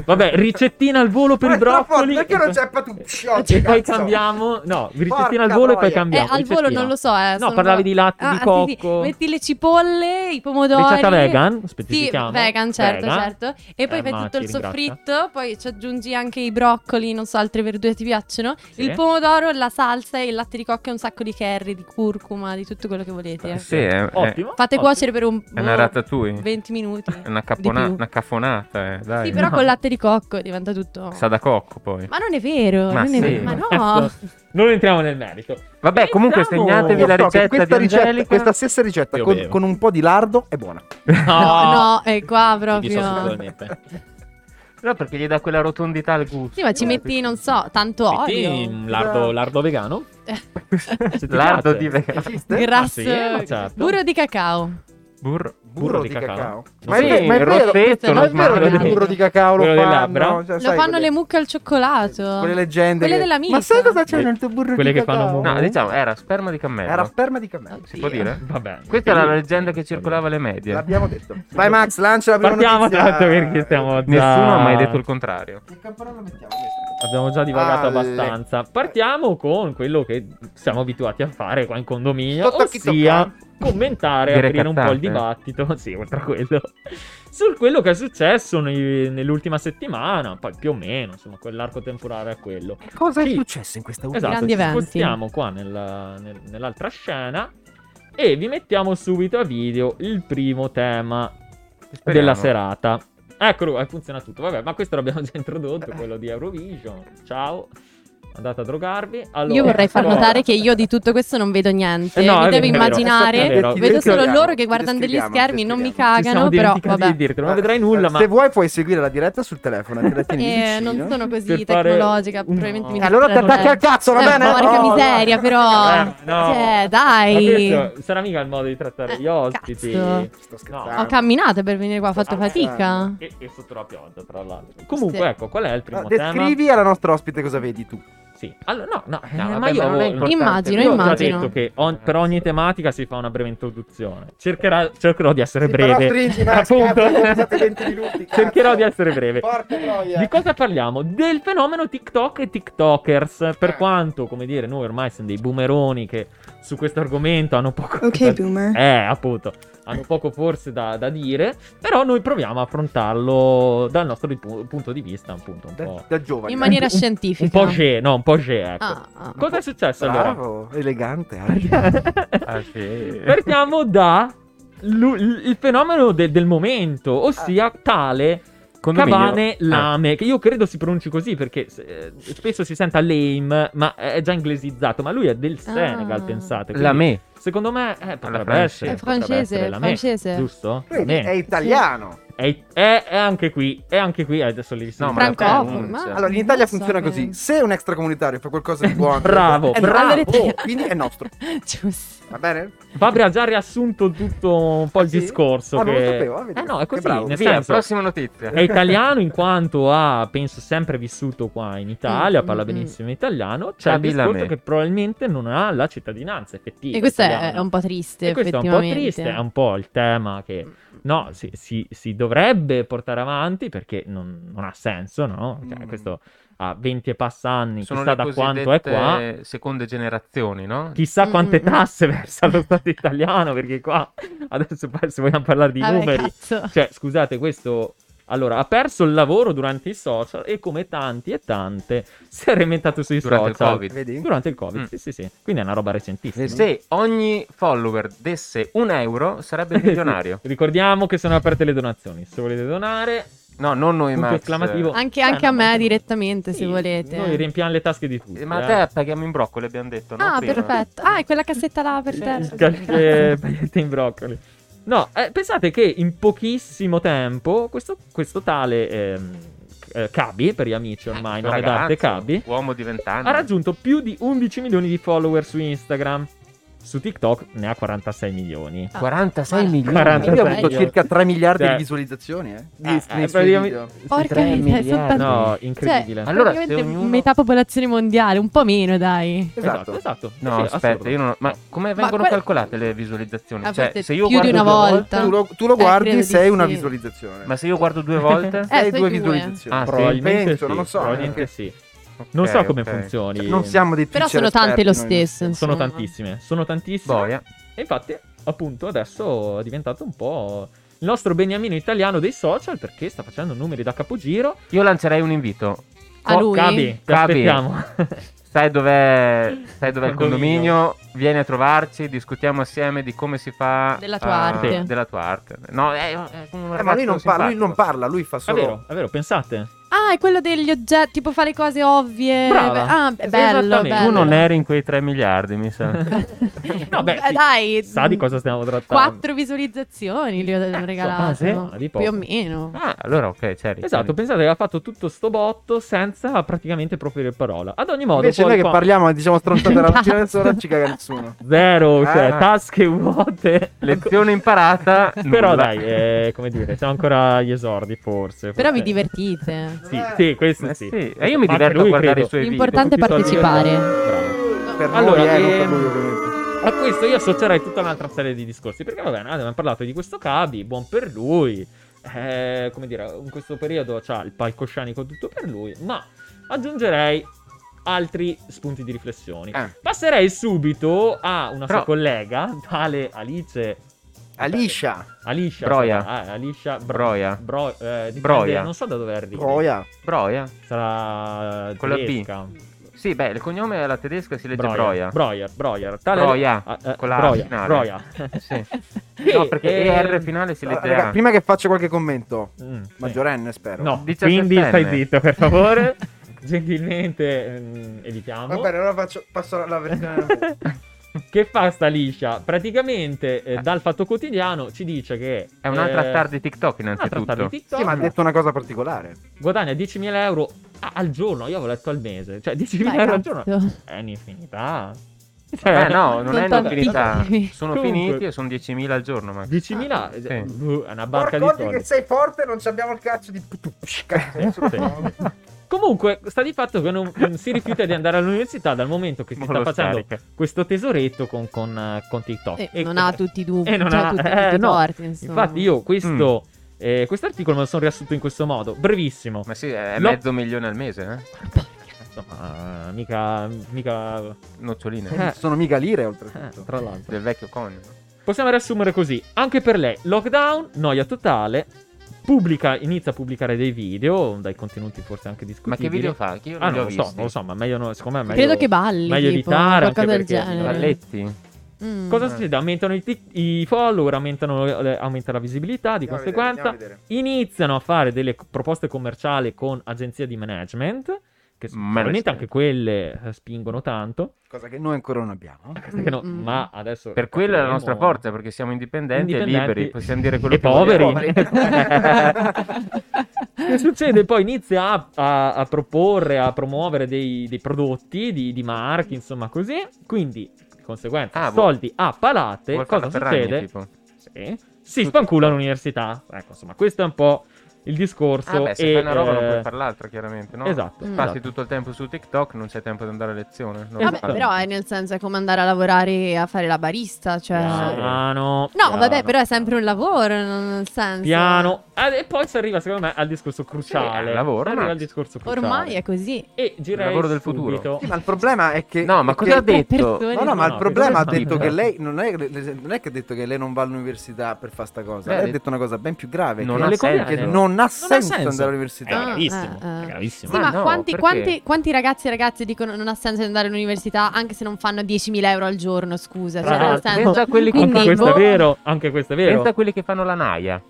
B: Vabbè, ricettina al volo per i broccoli.
F: Perché non c'è Cioè,
B: E poi cambiamo. No, ricettina al volo e poi
F: noia.
A: Eh,
B: cambiamo.
A: al volo
B: ricettina.
A: non lo so, eh.
B: No,
A: sono-
B: parlavi di latte,
A: Ah,
B: di
A: sì, sì,
B: cocco.
A: Metti le cipolle, i pomodori.
B: Ricetta vegan,
A: Sì,
B: specifichiamo.
A: vegan, certo,
B: Vegan.
A: certo. E poi
B: Eh,
A: fai
B: ma
A: tutto
B: ci
A: il
B: ringrazia.
A: soffritto, poi ci aggiungi anche i broccoli, non so, altre verdure ti piacciono.
B: Sì.
A: Il pomodoro, la salsa, il latte di cocco e un sacco di curry, di curcuma, di tutto quello che volete.
E: Sì, è, è-
B: Ottimo.
A: Fate
B: ottimo.
A: cuocere per un
E: è una ratatouille.
A: 20 minuti.
E: È una,
A: di
E: cappona-
A: più.
E: una caffonata, eh, dai.
A: Sì, però
E: No.
A: col latte di cocco diventa tutto.
E: Sa da cocco poi.
A: Ma non è vero,
E: Ma
A: non è
E: sì.
A: vero. ma
B: Ecco.
A: no.
B: Non entriamo nel merito.
E: Vabbè, comunque
B: Iniziamo!
E: segnatevi la
F: Io so che
E: ricetta
F: questa,
E: di
F: ricetta-
E: Angelica.
F: questa stessa ricetta
B: Io
F: con,
B: bevo.
F: con un po' di lardo è buona.
A: No, no, è qua
B: Ti disso
A: proprio.
B: totalmente.
E: No, perché gli dà quella rotondità al gusto.
A: Sì, ma ci metti, non so, tanto
B: Metti
A: olio.
B: un lardo, lardo vegano. Se ti
E: Lardo
B: piace.
E: di vegano.
B: Ah,
A: Grasso.
B: sì, ma certo.
A: Burro di cacao.
E: Burro.
B: burro di cacao.
F: Ma
B: Sì,
F: è, ve- ma è
E: il
F: vero,
E: rossetto,
F: ma
E: lo
F: è vero che
E: smalto.
F: il burro di cacao lo
B: Quello delle labbra?
F: fanno? Cioè,
A: Lo
F: sai,
A: fanno
F: quelle- Eh,
A: le mucche al cioccolato.
F: Quelle leggende.
A: Quelle
F: che-
A: della Milka.
F: Ma sai cosa c'è nel tuo burro
B: Quelle
F: di
B: che fanno
F: cacao?
B: mu- Eh.
E: No, diciamo, era sperma di cammello.
F: Era sperma di cammello.
E: Si può dire?
B: Vabbè.
E: Eh. Questa era la leggenda che circolava alle medie.
F: L'abbiamo detto. Vai Max, lancia la prima
B: Partiamo
F: notizia.
B: tanto perché stiamo già...
E: Nessuno ha mai detto il contrario.
F: Che campanello mettiamo? Questo.
B: Abbiamo già divagato
F: Alle-
B: abbastanza. Partiamo con quello che siamo abituati a fare qua in condominio,
F: Sto tocchi
B: ossia commentare,
E: Dire
B: aprire un po' il
E: cazzate.
B: dibattito, sì, oltre a quello, su quello che è successo nei- nell'ultima settimana, poi più o meno, insomma, quell'arco temporale è quello.
F: Cosa
B: Sì.
F: è successo in questa ultima?
B: Esatto,
A: Grandi
B: ci
A: eventi.
B: spostiamo qua nella- nel- nell'altra scena e vi mettiamo subito a video il primo tema
E: Speriamo.
B: della serata. Eccolo, qua, funziona tutto. Vabbè, ma questo l'abbiamo già introdotto, quello di Eurovision. Ciao. Andate a drogarvi. Allora,
A: Io vorrei far
B: allora-
A: notare che io di tutto questo non vedo niente.
B: Eh no, è
A: mi devo
B: vero, è
A: immaginare.
B: vero.
A: Vedo solo
F: Descriviamo,
A: loro
F: ti
A: che guardano degli
F: descriviamo,
A: schermi,
F: ti
A: non mi
F: descriviamo.
B: Ci siamo
A: cagano, però
B: dimenticati
A: vabbè.
B: di dirtelo, non vedrai nulla, ma
F: Se vuoi puoi seguire la diretta sul telefono, te la tieni
A: Eh,
F: vicino.
A: non sono
B: Per
A: così
B: fare-
A: tecnologica,
B: No.
A: probabilmente mi
F: Eh, allora ti
A: distrarrò.
F: attacchi al cazzo, va
A: Eh,
F: bene?
A: Porca
F: Oh,
A: miseria,
F: no.
A: però.
B: Eh, no.
A: Cioè,
B: Ma
A: dai.
B: questo sarà mica il modo di trattare
A: Eh,
B: gli ospiti.
A: cazzo.
F: Sto
A: Ho
F: scherzando.
A: camminato per venire qua, ho fatto
B: Ah,
A: fatica.
B: E, e sotto la pioggia, tra l'altro. Comunque,
A: Sì.
B: ecco, qual è il primo
F: No,
B: tema?
F: Ah, descrivi alla nostra ospite cosa vedi tu.
B: Sì. Allora, no, no, eh,
E: No, vabbè,
B: ma io
E: non è
B: avevo-
E: importante.
A: Immagino,
B: Io ho già
A: Ah, immagino.
B: detto che on- per ogni tematica si fa una breve introduzione. Cercherà- cercherò di essere
F: Sì, però
B: breve.
F: stringi, Max,
B: Appunto.
F: cazzo, sono stati 20 minuti, cazzo.
B: cercherò di essere breve.
F: Porca troia.
B: Di cosa parliamo? Del fenomeno TikTok e TikTokers. Per
F: Eh.
B: quanto, come dire, noi ormai siamo dei boomeroni che su questo argomento hanno poco.
G: Ok,
B: da-
G: boomer.
B: eh, appunto, hanno poco forse da, da dire. Però noi proviamo a affrontarlo dal nostro pu- punto di vista, appunto, un po'.
F: Da, da giovane.
A: In maniera
B: Un- Un
A: scientifica.
B: po' G, no, un po' G, ecco.
A: Ah, ah.
B: Cosa è successo allora?
F: Bravo, elegante anche.
E: Ah, sì.
F: Ah.
B: Partiamo da lu- il fenomeno del, del momento, ossia tale
G: Condominio.
B: Cavane
G: Ah.
F: Eh.
B: Lame, che io credo si pronunci così perché eh, spesso si senta lame, ma è già inglesizzato. Ma lui è del Senegal,
A: Ah.
B: pensate. quindi
E: La me.
B: Secondo me eh, potrebbe
E: francese.
B: essere.
A: È
B: potrebbe
A: francese,
B: essere
A: è
B: Lame,
A: francese.
B: Giusto?
F: Quindi
B: Lame.
F: è italiano.
B: È, è- è anche qui, è anche qui. eh, Adesso li
E: No, ma la
A: Francofono.
E: pronuncia.
B: Cioè,
A: ma-
F: Allora, in Italia
A: non so Eh,
F: funziona
A: che-
F: così: se un extracomunitario fa qualcosa di buono,
B: Bravo,
F: è
B: bravo.
F: nostro, quindi è nostro.
A: Giusto.
F: Va bene?
B: Fabri ha già riassunto tutto un po' il
F: Sì?
B: discorso.
F: Ah, non
B: che...
F: lo sapevo, ah, vedi.
B: eh no, è
F: Che
B: così.
F: bravo.
B: Nel
E: Via,
B: senso, Eh,
E: prossima notizia.
B: è italiano in quanto ha, penso, sempre vissuto qua in Italia,
A: Mm,
B: parla
A: mm,
B: benissimo italiano. C'è il
E: Abbi la
B: discorso
E: me.
B: che probabilmente non ha la cittadinanza effettiva.
A: E questo è,
B: italiana.
A: è un po' triste,
B: E questo è un po'
A: effettivamente.
B: triste, è un po' il tema che no, si, si- si dovrebbe portare avanti perché non, non ha senso, no? Cioè,
F: Mm.
B: questo ha 20 e passa anni,
E: Sono
B: chissà
E: le
B: da quanto è qua.
E: cosiddette seconde generazioni, no?
B: Chissà
A: Mm,
B: quante
A: mm, mm.
B: tasse versa lo Stato italiano, perché qua adesso poi se vogliamo parlare di
A: Vabbè,
B: numeri,
A: cazzo.
B: cioè, scusate, questo. Allora, ha perso il lavoro durante i social e come tanti e tante si è rimentato sui
E: Durante il
B: social.
E: Covid.
F: Vedi?
B: Durante il Covid,
E: Mm.
B: sì, sì, sì. Quindi è una roba recentissima.
E: Se ogni follower desse un euro sarebbe milionario.
B: Sì. Ricordiamo che sono aperte le donazioni. Se volete donare,
E: No, non noi,
B: punto
E: Max.
B: esclamativo.
A: Anche,
B: Eh,
A: anche a
B: no,
A: me
B: ma-
A: direttamente,
B: Sì,
A: se volete.
B: Noi riempiamo le tasche di tutti.
E: Eh, Ma a
B: eh.
E: te paghiamo in broccoli, abbiamo detto, no?
A: Ah,
E: Prima.
A: perfetto. Ah, è quella cassetta là per te. Cioè,
B: Il caffè pagliette in broccoli. No, eh, pensate che in pochissimo tempo questo, questo tale ehm, eh, Cabi, per gli amici
E: Eh,
B: ormai, nome d'arte
E: Ragazzo,
B: Cabi,
E: uomo di vent'anni.
B: ha raggiunto più di 11 milioni di follower su Instagram. Su TikTok ne ha 46 milioni.
A: Ah.
E: 46
A: Ma-
E: milioni.
B: 46
F: Quindi ha avuto
B: milioni.
F: circa 3 miliardi
B: Cioè-
F: di visualizzazioni, eh?
B: Eh,
F: Di, nei
B: eh,
F: suoi
B: praticamente-
F: video.
A: Porca
E: Tre
A: miseria, sono
E: miliardi.
A: tanti.
B: No,
A: Cioè,
B: incredibile.
E: Allora, se
A: praticamente
E: ognuno-
A: metà popolazione mondiale, un po' meno, dai.
B: esatto, esatto.
E: No,
B: Sì,
E: aspetta,
B: assurdo.
E: io non... ma come vengono
A: que-
E: calcolate le visualizzazioni?
A: A
E: Cioè,
A: volte
E: se io
A: più di
E: guardo
A: Ah, una
E: due volte-
A: volta.
F: Tu lo, tu lo
A: Eh, credo
F: guardi,
A: di
F: sei una
A: sì.
F: visualizzazione.
E: Ma se io guardo due volte...
A: Eh,
F: sei
A: sei
F: due
A: due.
F: visualizzazioni.
E: Ah, sì.
B: Probabilmente
F: Penso,
B: sì,
F: non lo so.
B: probabilmente
F: eh.
B: sì. Non
E: Ok,
B: so come
E: ok.
B: funzioni.
F: Non siamo dei
A: Però
F: teacher
A: sono tante
F: esperti,
A: lo
F: noi non-
A: stesso.
B: Sono
A: insomma.
B: tantissime, sono tantissime.
E: Boia.
B: E infatti, appunto, adesso è diventato un po' il nostro beniamino italiano dei social perché sta facendo numeri da capogiro.
E: Io lancerei un invito.
A: A
B: Co-
A: lui?
B: Cabi, ti
E: Cabi.
B: aspettiamo.
E: Sai dov'è, sai dov'è il
B: Condominio.
E: condominio? Vieni a trovarci, discutiamo assieme di come si fa
A: Della tua
E: eh,
A: arte.
E: della tua arte. No, è, è un
F: Eh, ma lui non,
E: ragazzo
F: parla, lui non
E: simpatico.
F: parla, lui fa
B: È
F: solo...
B: vero, è vero, pensate.
A: Ah, è quello degli oggetti, tipo fa le cose ovvie. Ah,
B: Brava. Esatto,
A: è bello,
B: esattamente.
A: bello.
E: Tu non eri in quei 3 miliardi, mi sa.
B: No, beh,
A: Eh,
B: sì,
A: dai.
B: sa di cosa stiamo trattando.
A: Quattro visualizzazioni gli ho regalato.
B: ah, sì? Ah, di poco.
A: Più o meno.
E: ah, allora ok, c'eri.
B: Esatto, pensate che ha fatto tutto sto botto senza praticamente proferire parola. Ad ogni modo,
F: Invece
B: poi
F: noi che
B: qua-
F: parliamo, diciamo, stronzate la mattina adesso non ci caga nessuno.
B: zero, cioè
E: Ah.
B: tasche vuote.
E: Lezione imparata.
B: Però
E: nulla.
B: dai, eh, come dire, siamo ancora agli esordi forse.
A: Però vi
B: forse.
A: divertite.
B: Sì, sì, questo
E: Eh
B: sì.
E: sì, e io mi
B: Ma anche
E: diverto a
B: lui,
E: guardare
B: credo.
E: i suoi video.
A: L'importante è partecipare.
B: Bravo.
F: Per
B: Allora,
F: noi, eh, non
B: ehm,
F: per lui, ovviamente.
B: A questo io associerei tutta un'altra serie di discorsi. Perché, va bene, abbiamo parlato di questo Cabi, buon per lui. eh, come dire, in questo periodo c'ha il palcoscenico tutto per lui. Ma aggiungerei altri spunti di riflessione.
F: Ah.
B: Passerei subito a una sua
E: Però-
B: collega, tale Alice.
F: Alicia,
B: Alicia.
E: Broia.
B: Ah, Alicia Bro-
E: Broia.
B: Bro- eh, dipende-
E: Broia.
B: Non so da dove arrivi.
F: Troia,
E: Broia.
B: Sarà
E: Con la B.
B: tedesca.
E: Sì, beh, il cognome alla tedesca si legge
B: Broia.
E: Broia.
B: Broia, Broia. Tale-
E: Broia,
B: Ah, eh,
E: con la A
B: Broia,
E: finale.
B: Broia.
E: Sì.
B: Sì,
E: No, perché
B: ehm,
E: ER finale si legge
F: Raga,
E: A.
F: prima che faccio qualche commento,
B: Mm, sì.
F: maggiorenne spero.
B: No,
E: 17enne.
B: quindi stai zitto, per favore. Gentilmente ehm, evitiamo.
F: Va bene, allora faccio, passo alla versione...
B: che fa sta liscia? Praticamente eh, dal fatto quotidiano ci dice che
E: È un'altra
B: eh,
E: star di TikTok
B: un'altra star
E: innanzitutto.
B: di TikTok
F: Sì, ma ha detto una cosa particolare.
B: guadagna 10.000 euro a- al giorno. Io avevo letto al mese, cioè 10.000
A: Dai,
B: euro al
A: cazzo.
B: giorno Eh, è un'infinità. Cioè,
E: Beh, Eh, no, non è
A: Sono
E: un'infinità.
A: tantissimi.
E: Sono
B: Comunque.
E: finiti e sono 10.000 al giorno, ma
B: 10.000 eh,
E: Sì.
B: buh, è una barca di soldi.
F: sei forte, non abbiamo il cazzo di...
B: Eh, Sì. Comunque, sta di fatto che non, non si rifiuta di andare all'università dal momento che si
E: Ma
B: sta
E: lo
B: facendo
E: scarica.
B: questo tesoretto con, con, eh, con TikTok.
A: Eh,
B: E-
A: non ha tutti i dubbi.
B: e non
A: cioè,
B: ha-
A: tutti,
B: eh,
A: tutti i
B: no.
A: torti, insomma.
B: Infatti, io questo eh, quest'articolo me lo sono riassunto in questo modo, brevissimo.
E: Mm. Ma sì, è
B: No.
E: mezzo milione al mese, eh?
B: Insomma, eh, mica. mica
E: Noccioline.
B: Eh.
F: Sono mica lire,
B: eh,
F: oltretutto.
B: tra l'altro.
E: Del vecchio coniuge.
B: Possiamo riassumere così: anche per lei, lockdown, noia totale. Pubblica, inizia a pubblicare dei video, dai contenuti forse anche
E: Ma
B: discutibili.
E: che video fa? Che io non
B: Ah,
E: li
B: non lo
E: ho
B: so,
E: visti.
B: non lo so, ma meglio, no- secondo me è meglio.
A: Credo che balli.
B: meglio
A: tipo,
B: evitare, anche
A: qualcosa del
B: perché-
A: genere.
E: Balletti?
A: Mm.
B: Cosa
E: Eh.
B: succede? Aumentano i, tic- i follower, aumentano, eh, aumenta la visibilità, di
G: Andiamo a vedere,
B: conseguenza
G: andiamo a vedere.
B: iniziano a fare delle co- proposte commerciali con agenzie di management, che s-
E: Mm, Management.
B: probabilmente anche quelle eh, spingono tanto,
F: Cosa che noi ancora non abbiamo.
B: che no-
A: Mm-mm.
B: ma adesso...
E: Per quella è la nostra
B: capiremo- eh.
E: forza, perché siamo indipendenti, e
B: Indipendenti
E: liberi, possiamo dire quello
B: e
E: che vogliamo.
B: poveri. Che succede? Poi inizia a, a- a proporre, a promuovere dei, dei prodotti di, di marchi, insomma così. Quindi, di conseguenza,
E: Ah, boh.
B: soldi a palate.
E: Vuol
B: Cosa
E: farla per anni,
B: succede?
E: tipo.
B: Sì. Si spancula l'università. Ecco, insomma, questo è un po' il discorso.
E: Ah, beh, se
B: e,
E: fai una roba non
B: eh,
E: puoi fare l'altra, chiaramente, no? Cioè,
B: Esatto.
A: Mm.
E: Passi
B: esatto.
E: tutto il tempo su TikTok, non c'è tempo di andare a lezione. non lo
A: Vabbè,
E: fai.
A: Eh,
B: Esatto.
A: però è nel senso è come andare a lavorare e a fare la barista, cioè...
B: Piano.
A: No,
B: piano,
A: vabbè, però è sempre un lavoro, non- nel senso...
B: Piano. Ah, E poi si arriva, secondo me, al discorso cruciale.
E: al lavoro,
B: Si arriva
E: Max.
B: al discorso cruciale.
A: Ormai è così.
B: E girei
E: Il lavoro del
B: subito.
E: futuro.
F: Sì, ma il problema è che...
E: No, ma
F: è
E: cosa ha
F: che-
E: detto?
A: persone-
F: No, no, ma
B: No,
F: il problema ha
B: perché-
F: detto che lei non è, non è che ha detto che lei non va all'università per fare sta cosa.
E: Beh,
F: lei
E: ha
F: ha detto una cosa ben più grave.
E: Non
F: che,
E: ha
F: che
E: senso.
F: non,
E: Non
F: ha senso,
B: senso.
F: andare
B: È
F: all'università.
B: gravissimo,
A: Ah, eh,
B: è
A: eh.
B: gravissimo.
A: Sì,
E: Ma
A: ma,
E: no,
A: quanti,
E: perché?
A: quanti- quanti ragazzi e ragazze dicono non ha senso andare all'università anche se non fanno 10.000 euro al giorno, scusa.
B: Tra
A: Cioè, nel
B: l'altro,
A: senso...
E: pensa a quelli che
A: Quindi,
B: anche
E: fanno
B: questo
A: boh.
B: è vero, anche questo è vero.
E: Pensa a quelli che fanno la naia.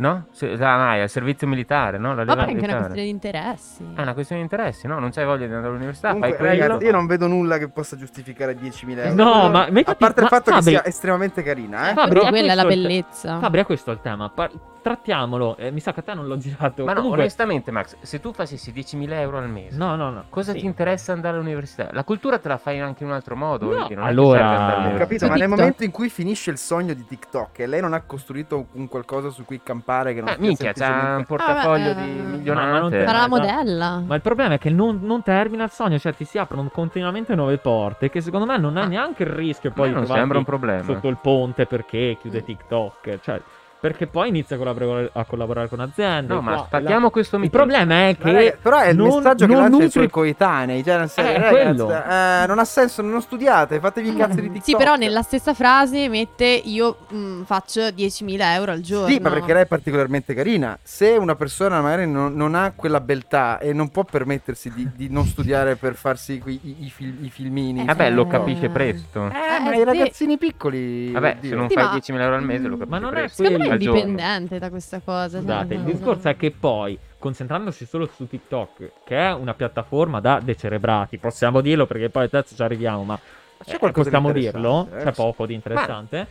E: No? Se- La naia, il servizio militare, no? La
A: Ma
E: leva
A: poi è anche una
E: militare.
A: questione di interessi.
E: Ah, È una questione di interessi, no? Non c'hai voglia di andare all'università,
G: Comunque,
E: Ah, fai quello.
G: ragazzi, io non vedo nulla che possa giustificare 10.000 euro.
B: No, ma- ma infatti-
G: a parte il
B: ma-
E: Ah,
G: fatto che
B: Fabri-
G: sia estremamente carina, eh?
B: Fabri,
A: Infatti
B: a
A: quella è la
B: questo-
A: bellezza.
B: Fabri, a questo è il tema. Par- trattiamolo. Eh, mi sa che a te non l'ho girato.
E: Ma no,
B: Comunque-
E: onestamente, Max, se tu facessi 10.000 euro al mese,
B: no, no, no.
E: cosa
B: Sì.
E: ti interessa andare all'università? La cultura te la fai anche in un altro modo.
B: No,
E: voglio dire, non è che
B: allora-
E: serve andare
G: Ho
E: all'università.
G: capito,
A: Su
G: ma nel
A: TikTok.
G: momento in cui finisce il sogno di TikTok e lei non ha costruito un qualcosa su cui campare che non
E: Eh,
G: sia
E: minchia, c'ha un
G: semplicemente-
E: portafoglio
A: Ah, beh,
E: di
A: eh,
E: milionari.
B: Ma- ma non te-
A: Sarà
B: eh,
A: la
B: ma-
A: modella.
B: Ma il problema è che non, non termina il sogno, cioè ti si aprono continuamente nuove porte che secondo me non
E: Ah.
B: hai neanche il rischio
E: Poi
B: poi
E: non
B: di
E: sembra un
B: trovarti
E: problema.
B: sotto il ponte perché chiude
A: Mm.
B: TikTok, cioè perché poi inizia a collaborare, a collaborare con aziende.
E: No, ma
B: qua e là.
E: spartiamo questo
B: Il
E: mito.
B: problema è
F: Ma
B: che
F: raga, però è il
B: non-
F: messaggio che
B: non
F: lancia i
B: nutri-
F: suoi coetanei. Cioè, nel senso,
B: Eh,
F: ragazzi,
B: quello.
F: eh, non ha senso, non studiate, fatevi i cazzi di TikTok.
A: Mm. Sì, però nella stessa frase mette io mm, faccio 10.000 euro al giorno.
F: Sì, ma perché lei è particolarmente carina. Se una persona magari non, non ha quella beltà e non può permettersi di, di non studiare per farsi qui- i, i fil- i filmini,
A: Eh,
E: Vabbè, lo
A: Eh.
E: capisce presto.
F: Eh, ma
A: Eh,
F: i
A: sì.
F: ragazzini piccoli.
E: Vabbè,
F: oddio.
E: se non
A: Eh, Sì,
E: fai
A: ma-
E: 10.000 euro al mese, lo
A: Mm,
E: capisci
B: ma non è
E: presto.
A: Secondo me è
E: Al giorno.
A: dipendente da questa cosa.
B: Scusate,
A: cioè,
B: il
A: no,
B: discorso
A: no.
B: è che poi, concentrandosi solo su TikTok, che è una piattaforma da decerebrati, possiamo dirlo perché poi adesso ci arriviamo, ma
F: c'è
B: eh,
F: qualcosa di
B: possiamo
F: interessante,
B: dirlo,
F: eh?
B: c'è poco di interessante.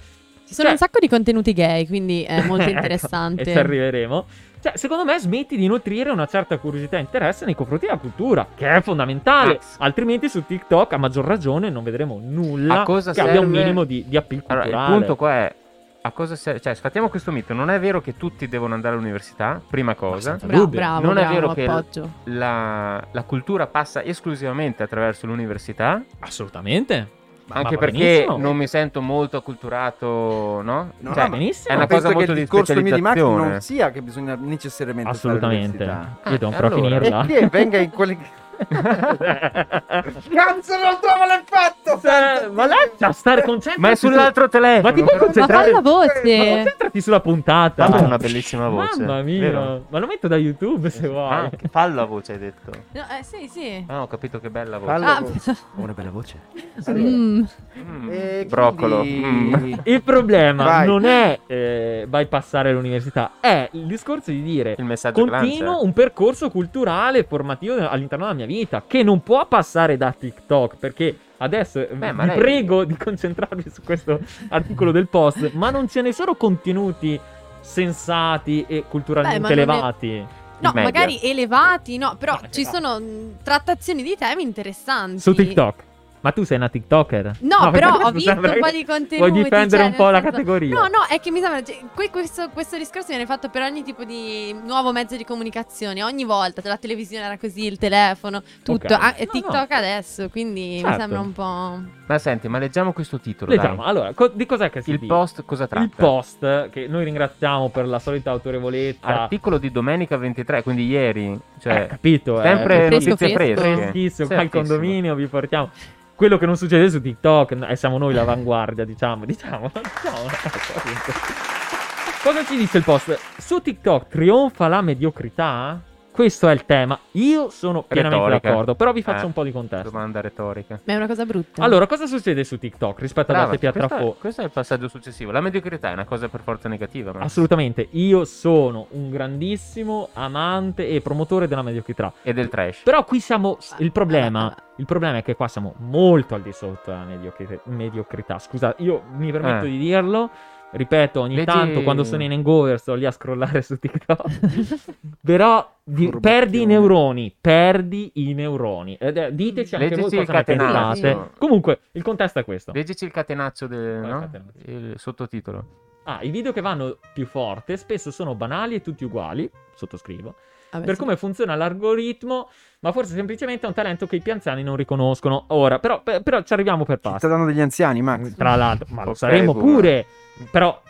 A: Ci sono
B: Cioè-
A: un sacco di contenuti gay, quindi è molto
B: Ecco,
A: interessante.
B: e ci arriveremo. Cioè, secondo me smetti di nutrire una certa curiosità e interesse nei confronti della cultura, che è fondamentale.
E: Max.
B: Altrimenti su TikTok, a maggior ragione, non vedremo nulla
E: A cosa
B: che abbia un
E: serve-
B: minimo di, di appeal
E: Allora,
B: culturale.
E: il punto qua è. A cosa serve? Cioè, sfattiamo questo mito. Non è vero che tutti devono andare all'università, prima cosa.
B: senza
A: Bra-
B: Dubbio.
A: bravo,
E: Non è
A: bravo,
E: vero che-
A: appoggio.
E: La, la cultura passa esclusivamente attraverso l'università.
B: Assolutamente. Ma- ma
E: anche
B: va
E: perché
B: benissimo.
E: non mi sento molto acculturato, no?
F: No,
E: Cioè,
F: no, ma-
B: Benissimo.
E: è una
F: penso
E: cosa molto
F: che il
E: di
F: discorso mio di Max
E: specializzazione.
F: non sia che bisogna necessariamente fare
B: Assolutamente.
F: l'università.
E: Ah,
B: Io devo
E: e
B: però
E: allora?
B: finirla.
F: E che venga in quelli Cazzo, non trovo l'effetto!
B: Eh, ma lascia stare concentrati.
E: Ma è sull'altro telefono.
B: Ma ti puoi
E: però-
A: Ma fai
B: concentrare?
A: la
B: Ma
A: voce!
B: concentrati sulla puntata.
H: Tanto è una bellissima voce.
B: Mamma mia.
H: vero?
B: Ma lo metto da YouTube se
E: Ah,
B: vuoi.
E: ok.
H: Fallo a voce, hai detto.
A: No, eh, sì, sì.
E: Ah, ho capito che bella voce.
F: Fallo.
A: Ah,
H: Ho una bella voce.
A: mm.
E: Mm,
F: E
E: Broccolo.
F: quindi-
E: Mm.
B: Il problema
F: Vai.
B: non è eh, bypassare l'università, è il discorso di dire
E: Il messaggio che
B: continuo
E: lancia.
B: un percorso culturale e formativo all'interno della mia vita che non può passare da TikTok perché adesso eh,
E: Beh, ma
B: vi
E: lei-
B: prego di concentrarvi su questo articolo del post, ma non ce ne sono contenuti sensati e
A: Beh, ma
B: culturalmente
A: non è-
B: elevati.
A: No,
E: media.
A: magari elevati, no, però
B: No,
A: ci
B: elevati.
A: sono mh, trattazioni di temi interessanti.
B: Esatto. Su TikTok. Ma tu sei una TikToker?
A: No, però
B: perché
A: ho
B: tu
A: visto
B: sembra
A: un po'
B: che
A: di contenuti.
B: Vuoi difendere
A: cioè,
B: un po'
A: nel
B: la
A: senso-
B: categoria?
A: No, no, è che mi sembra. cioè, que- questo, questo discorso viene fatto per ogni tipo di nuovo mezzo di comunicazione. Ogni volta, cioè, la televisione era così, il telefono, tutto.
B: Ok.
A: Ah, e
B: No,
A: TikTok
B: no.
A: adesso, quindi mi
B: Certo.
A: sembra un po'.
E: Ma senti, ma leggiamo questo titolo. dai.
B: Leggiamo, allora, co- di cos'è che si
E: Il
B: dice?
E: post cosa tratta?
B: Il post che noi ringraziamo per la solita autorevolezza.
E: Articolo di domenica 23, quindi ieri.
B: ah. Eh,
E: Cioè,
B: capito? eh.
E: sempre
A: Fresco,
E: notizie
A: fresco.
E: fresche.
B: freschissimo, qua al
E: Freschissimo.
B: condominio vi portiamo. Quello che non succede su TikTok, no, eh, siamo noi l'avanguardia, diciamo, diciamo. diciamo. Cosa ci dice il post? Su TikTok trionfa la mediocrità? Questo è il tema. Io sono pienamente
E: Retorica.
B: d'accordo, però vi faccio
E: Eh,
B: un po' di contesto.
E: Domanda retorica.
A: Ma è una cosa brutta.
B: Allora, cosa succede su TikTok rispetto ad
E: Brava,
B: altre
E: questo,
B: piattaforme?
E: è- questo è il passaggio successivo. La mediocrità è una cosa per forza negativa. Ma...
B: Assolutamente, io sono un grandissimo amante e promotore della mediocrità.
E: E del trash.
B: Però qui siamo. Il
A: Ah,
B: problema,
A: ah,
B: il problema è che qua siamo molto al di sotto della mediocri- mediocrità. Scusa, io mi permetto
E: Eh.
B: di dirlo. Ripeto, ogni
E: Leggi-
B: tanto quando sono in hangover sto lì a scrollare su TikTok. Però di- perdi i neuroni, perdi i neuroni. Ed è- diteci anche
E: Leggici
B: voi
E: il
B: cosa ne
E: catenaccio.
B: pensate. Comunque, il contesto è questo.
E: Leggici il catenaccio del
B: Quale
E: no?
B: catenaccio?
E: Il sottotitolo.
B: Ah, i video che vanno più forte spesso sono banali e tutti uguali, sottoscrivo,
A: vabbè,
B: per
A: sì.
B: come funziona l'algoritmo, ma forse semplicemente è un talento che i pianzani non riconoscono. Ora, però, per- però ci arriviamo per
F: Ci
B: passo.
F: sta boh. dando degli anziani, Max.
B: Tra l'altro, ma lo
H: Ok,
B: saremo
H: boomer.
B: pure. Però,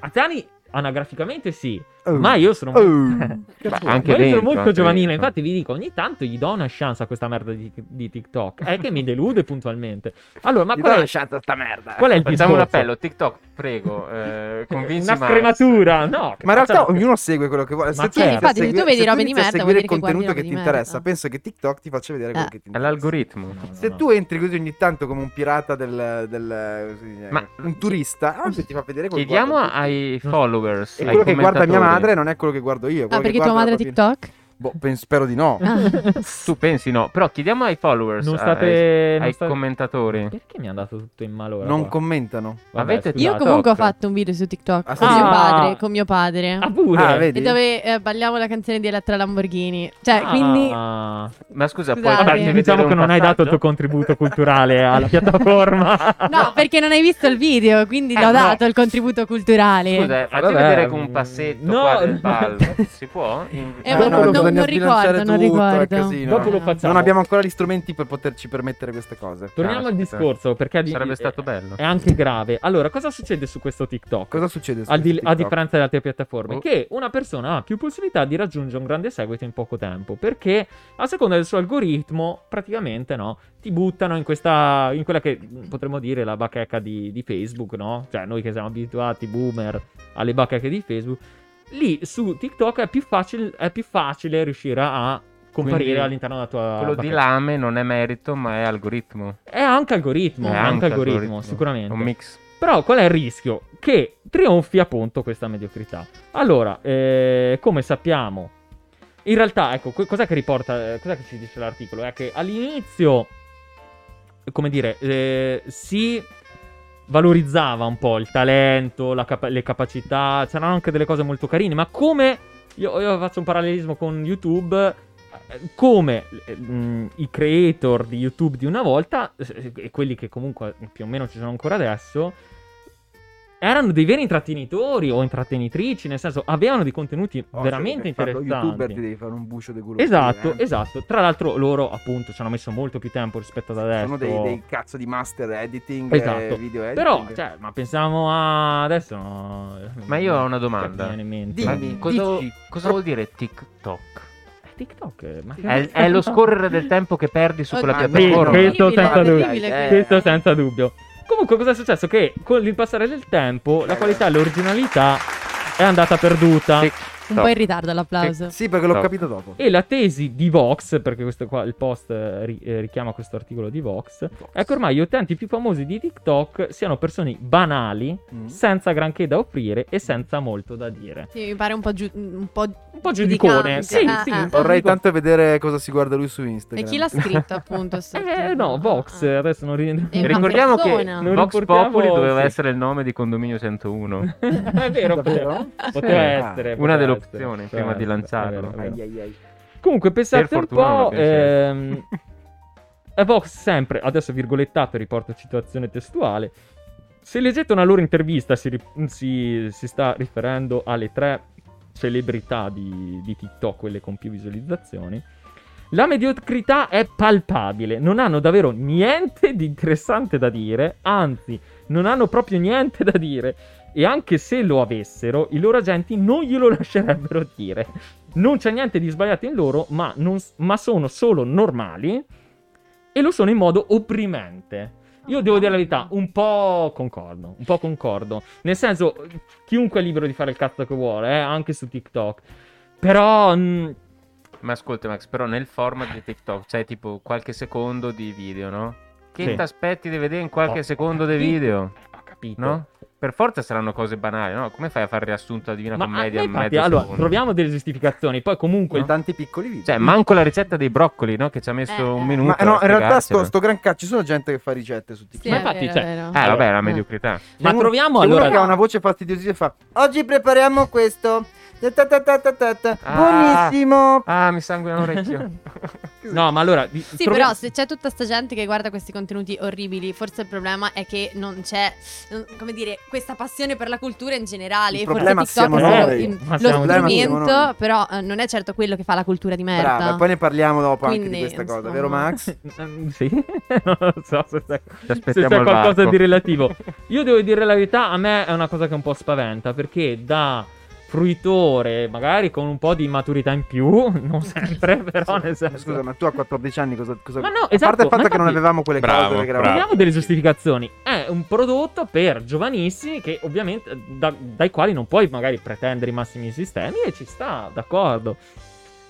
B: Atani anagraficamente sì,
F: Oh.
B: ma io sono...
F: Oh.
E: Ma
B: Io
E: anche
B: sono
E: dentro,
B: molto
E: anche
B: giovanile,
E: dentro.
B: infatti vi dico, ogni tanto gli do una chance a questa merda di, di TikTok. È che mi delude puntualmente. Allora, ma
F: Gli
B: qual
F: do
B: è,
F: una chance a sta merda.
B: qual è il
E: Facciamo un
B: discorso?
E: appello. TikTok, prego. Eh, convinci
B: una
E: Max.
B: scrematura, no.
F: Ma in realtà
B: ognuno
F: ognuno segue quello che vuole.
B: Ma
F: Se tu
B: certo.
F: inizi a
A: Infatti, se tu
F: seguire-
A: vedi
F: se
A: robe di
F: inizi a
A: merda,
F: seguire
A: vuol
F: il
A: dire che guardi
F: contenuto che
A: robe
F: ti
A: di merda.
F: interessa, penso che TikTok ti faccia vedere quello
A: Eh.
F: che ti
E: È
F: interessa.
E: l'algoritmo.
F: Se tu entri così ogni tanto come un pirata del, del-
E: Ma-
F: un turista, ah, se ti fa vedere quello che
E: Chiediamo
F: guarda tu.
E: ai followers.
F: E
E: ai
F: quello che guarda mia
E: commentatori.
F: madre non è quello che guardo io.
A: Ah,
F: quello che
A: perché tua
F: guarda
A: madre
F: la
A: ha
F: propria-
A: TikTok? Ah.
F: Boh, pen- spero di no.
E: Tu pensi no, però chiediamo ai followers,
B: Non
E: a-
B: state-
E: ai,
B: non
E: ai
B: state-
E: commentatori.
B: Perché mi è andato tutto in malora?
F: non
B: qua?
F: commentano.
B: Vabbè,
E: Avete-
B: scusate.
A: Io
E: TikTok.
A: comunque ho fatto un video su TikTok
F: Ah,
A: con mio
B: sì?
A: padre,
B: Esatto, Ah.
A: con mio padre.
B: Ah, pure?
F: Ah, vedi?
A: E dove eh, balliamo la canzone di Elettra Lamborghini. Cioè,
B: Ah.
A: quindi
E: Ma scusa, puoi
A: Scusate.
E: farmi
B: Vabbè,
A: Devi
E: vedere
B: diciamo
E: un
B: che non hai dato il tuo
E: passaggio?
B: contributo culturale alla piattaforma.
A: No, perché non hai visto il video, quindi
E: Eh,
A: l'ho
E: no.
A: dato il contributo culturale.
E: Scusa, eh, facci
B: Vabbè,
E: vedere con
B: mm,
E: un passetto
B: no,
E: qua del
B: no.
E: ballo. Si può? In- Ah,
A: Eh, ma
F: no,
A: non-
F: bisogna
A: non
F: sbilanciare
A: ricordo, non
F: tutto, è
A: ricordo.
F: casino.
B: Dopo lo
A: No.
B: facciamo.
F: Non abbiamo ancora gli strumenti per poterci permettere queste cose.
B: Torniamo al
E: Caspita.
B: discorso, perché di-
E: Sarebbe
B: è-
E: stato bello.
B: È anche grave. Allora, cosa succede su questo TikTok?
F: Cosa succede? su
B: Al di-
F: questo
B: a
F: TikTok?
B: differenza delle altre piattaforme,
E: Oh.
B: che una persona ha più possibilità di raggiungere un grande seguito in poco tempo, perché a seconda del suo algoritmo, praticamente no, ti buttano in questa, in quella che mh, potremmo dire la bacheca di, di Facebook, no? Cioè noi che siamo abituati, boomer, alle bacheche di Facebook, lì su TikTok è più, facile- è più facile riuscire a comparire
E: Quindi,
B: all'interno della tua...
E: Quello di
B: bacheca.
E: lame non è merito, ma è algoritmo.
B: È anche algoritmo,
E: È
B: è anche algoritmo,
E: algoritmo.
B: sicuramente.
E: Un mix.
B: Però qual è il rischio? Che trionfi appunto questa mediocrità. Allora, eh, come sappiamo, in realtà, ecco, que- cos'è che riporta, eh, cos'è che ci dice l'articolo? È che all'inizio, come dire, eh, si valorizzava un po' il talento, la capa- le capacità, c'erano anche delle cose molto carine, ma come, io, io faccio un parallelismo con YouTube, eh, come eh, mh, i creator di YouTube di una volta, eh, e quelli che comunque più o meno ci sono ancora adesso, erano dei veri intrattenitori o intrattenitrici, nel senso avevano dei contenuti
F: Oh,
B: veramente
F: se per farlo youtuber ti
B: interessanti.
F: devi fare un bucio di culo.
B: Esatto,
F: Eh.
B: esatto. Tra l'altro loro appunto ci hanno messo molto più tempo rispetto ad adesso.
F: Sono dei, dei cazzo di master editing,
B: Esatto.
F: eh, video editing.
B: Però, cioè, ma pensiamo a adesso no.
E: Ma io ho una
B: Cioè,
E: domanda.
B: mi viene in mente.
E: Ma
F: Dimmi,
E: cosa,
F: dici.
E: cosa vuol dire TikTok?
B: Eh, TikTok, ma che
E: È, è lo scorrere del tempo che perdi su quella
A: Oddio,
B: Sì,
E: piattaforma.
A: terribile,
B: questo senza dubbio.
A: terribile,
F: Dai,
A: questo.
B: Questo senza dubbio. Comunque, cosa è successo? Che con il passare del tempo la qualità e l'originalità è andata perduta.
A: Un po' in ritardo l'applauso.
F: Sì, perché l'ho
E: No.
F: capito dopo.
B: E la tesi di Vox, perché questo qua, il post eh, ri- eh, richiama questo articolo di Vox, è che ormai gli utenti più famosi di TikTok siano persone banali,
F: Mm.
B: senza granché da offrire e senza molto da dire.
A: Sì, mi pare un po', giu- un po'
B: Un po' giudicone.
A: Giudicante.
B: Sì,
A: Ah,
B: sì,
A: ah.
B: un po'
F: Vorrei
B: giudicone.
F: tanto vedere cosa si guarda lui su
A: E
F: Instagram.
A: chi l'ha scritto, appunto? sto-
B: Eh, no, Vox,
A: Ah, ah.
B: adesso non rientro.
E: Eh,
A: È una
E: Ricordiamo che
A: persona.
B: Non
E: Vox
B: riportiamo-
E: Populi doveva
B: sì.
E: essere il nome di condominio 101.
B: è vero, poteva,
F: Davvero?
B: poteva
E: Sì.
B: essere.
E: Una
B: poteva
E: delle
B: essere,
E: opzioni
B: poteva
E: prima di
B: essere,
E: lanciarlo.
B: è vero, è vero.
F: Ai, ai, ai.
B: Comunque, pensate
E: Per
B: un
E: fortuna non
B: po'.
E: lo pensi.
B: ehm, e Vox sempre, adesso virgolettato, riporto citazione testuale. Se leggete una loro intervista, si, ri- si- si sta riferendo alle tre celebrità di, di TikTok, quelle con più visualizzazioni. La mediocrità è palpabile, non hanno davvero niente di interessante da dire, anzi, non hanno proprio niente da dire. E anche se lo avessero, i loro agenti non glielo lascerebbero dire. Non c'è niente di sbagliato in loro, ma, non- ma sono solo normali e lo sono in modo opprimente. Io devo dire la verità, un po' concordo, un po' concordo. Nel senso, chiunque è libero di fare il cazzo che vuole, eh, anche su TikTok. Però mh,
E: Ma ascolta Max, però nel format di TikTok c'è tipo qualche secondo di video, no? Che
B: Sì.
E: ti aspetti di vedere in qualche
B: Ho
E: secondo di
B: capito.
E: video?
B: Ho capito.
E: No? Per forza saranno cose banali, no? Come fai a fare riassunto alla Divina
B: Ma
E: Commedia
B: ah,
E: in
B: infatti,
E: mezzo
B: allora,
E: secondo?
B: troviamo delle giustificazioni. Poi comunque...
F: Con tanti piccoli video.
E: Cioè, manco la ricetta dei broccoli, no? Che ci ha messo
A: Eh, eh.
E: un minuto
F: ma
E: a
F: no, in realtà sto,
E: spiegarcela.
F: sto gran cazzo, ci sono gente che fa ricette su TikTok.
A: Sì,
B: Ma
A: è
B: infatti,
A: vero,
B: cioè,
A: è vero.
E: Eh, vabbè, la
A: Eh.
E: mediocrità.
B: Ma
F: C'è uno-
B: troviamo
F: c'è uno
B: allora...
F: che ha una voce fastidiosa e fa Oggi prepariamo questo. Ta ta ta ta ta ta.
E: Ah.
F: Buonissimo.
E: Ah, mi sanguina l'orecchio.
B: No, ma allora... di-
A: Sì,
B: trovi-
A: però se c'è tutta sta gente che guarda questi contenuti orribili, forse il problema è che non c'è, eh, come dire, questa passione per la cultura in generale.
F: Il
A: Forse
F: problema
A: TikTok
F: siamo
A: è solo
B: noi.
A: il- lo
B: Ma siamo- il
F: problema siamo
A: strumento,
F: noi.
A: però eh, non è certo quello che fa la cultura di merda.
F: Brava, e poi ne parliamo dopo anche
A: Quindi,
F: di questa cosa,
A: insomma.
F: vero Max?
B: Mm, Sì, non lo so se c'è, se
E: aspettiamo
B: c'è
E: al
B: qualcosa
E: varco.
B: di relativo. Io devo dire la verità, a me è una cosa che un po' spaventa perché da fruitore, magari con un po' di maturità in più, non sempre, però nel senso...
F: Scusa, ma tu a 14 anni cosa... cosa...
B: Ma no,
F: a parte
B: esatto,
F: il fatto
B: ma
F: che non
B: infatti-
F: avevamo quelle
E: Bravo,
F: cose che
E: bravo.
F: eravamo...
B: Abbiamo delle giustificazioni. È un prodotto per giovanissimi che ovviamente da- dai quali non puoi magari pretendere i massimi sistemi e ci sta, d'accordo.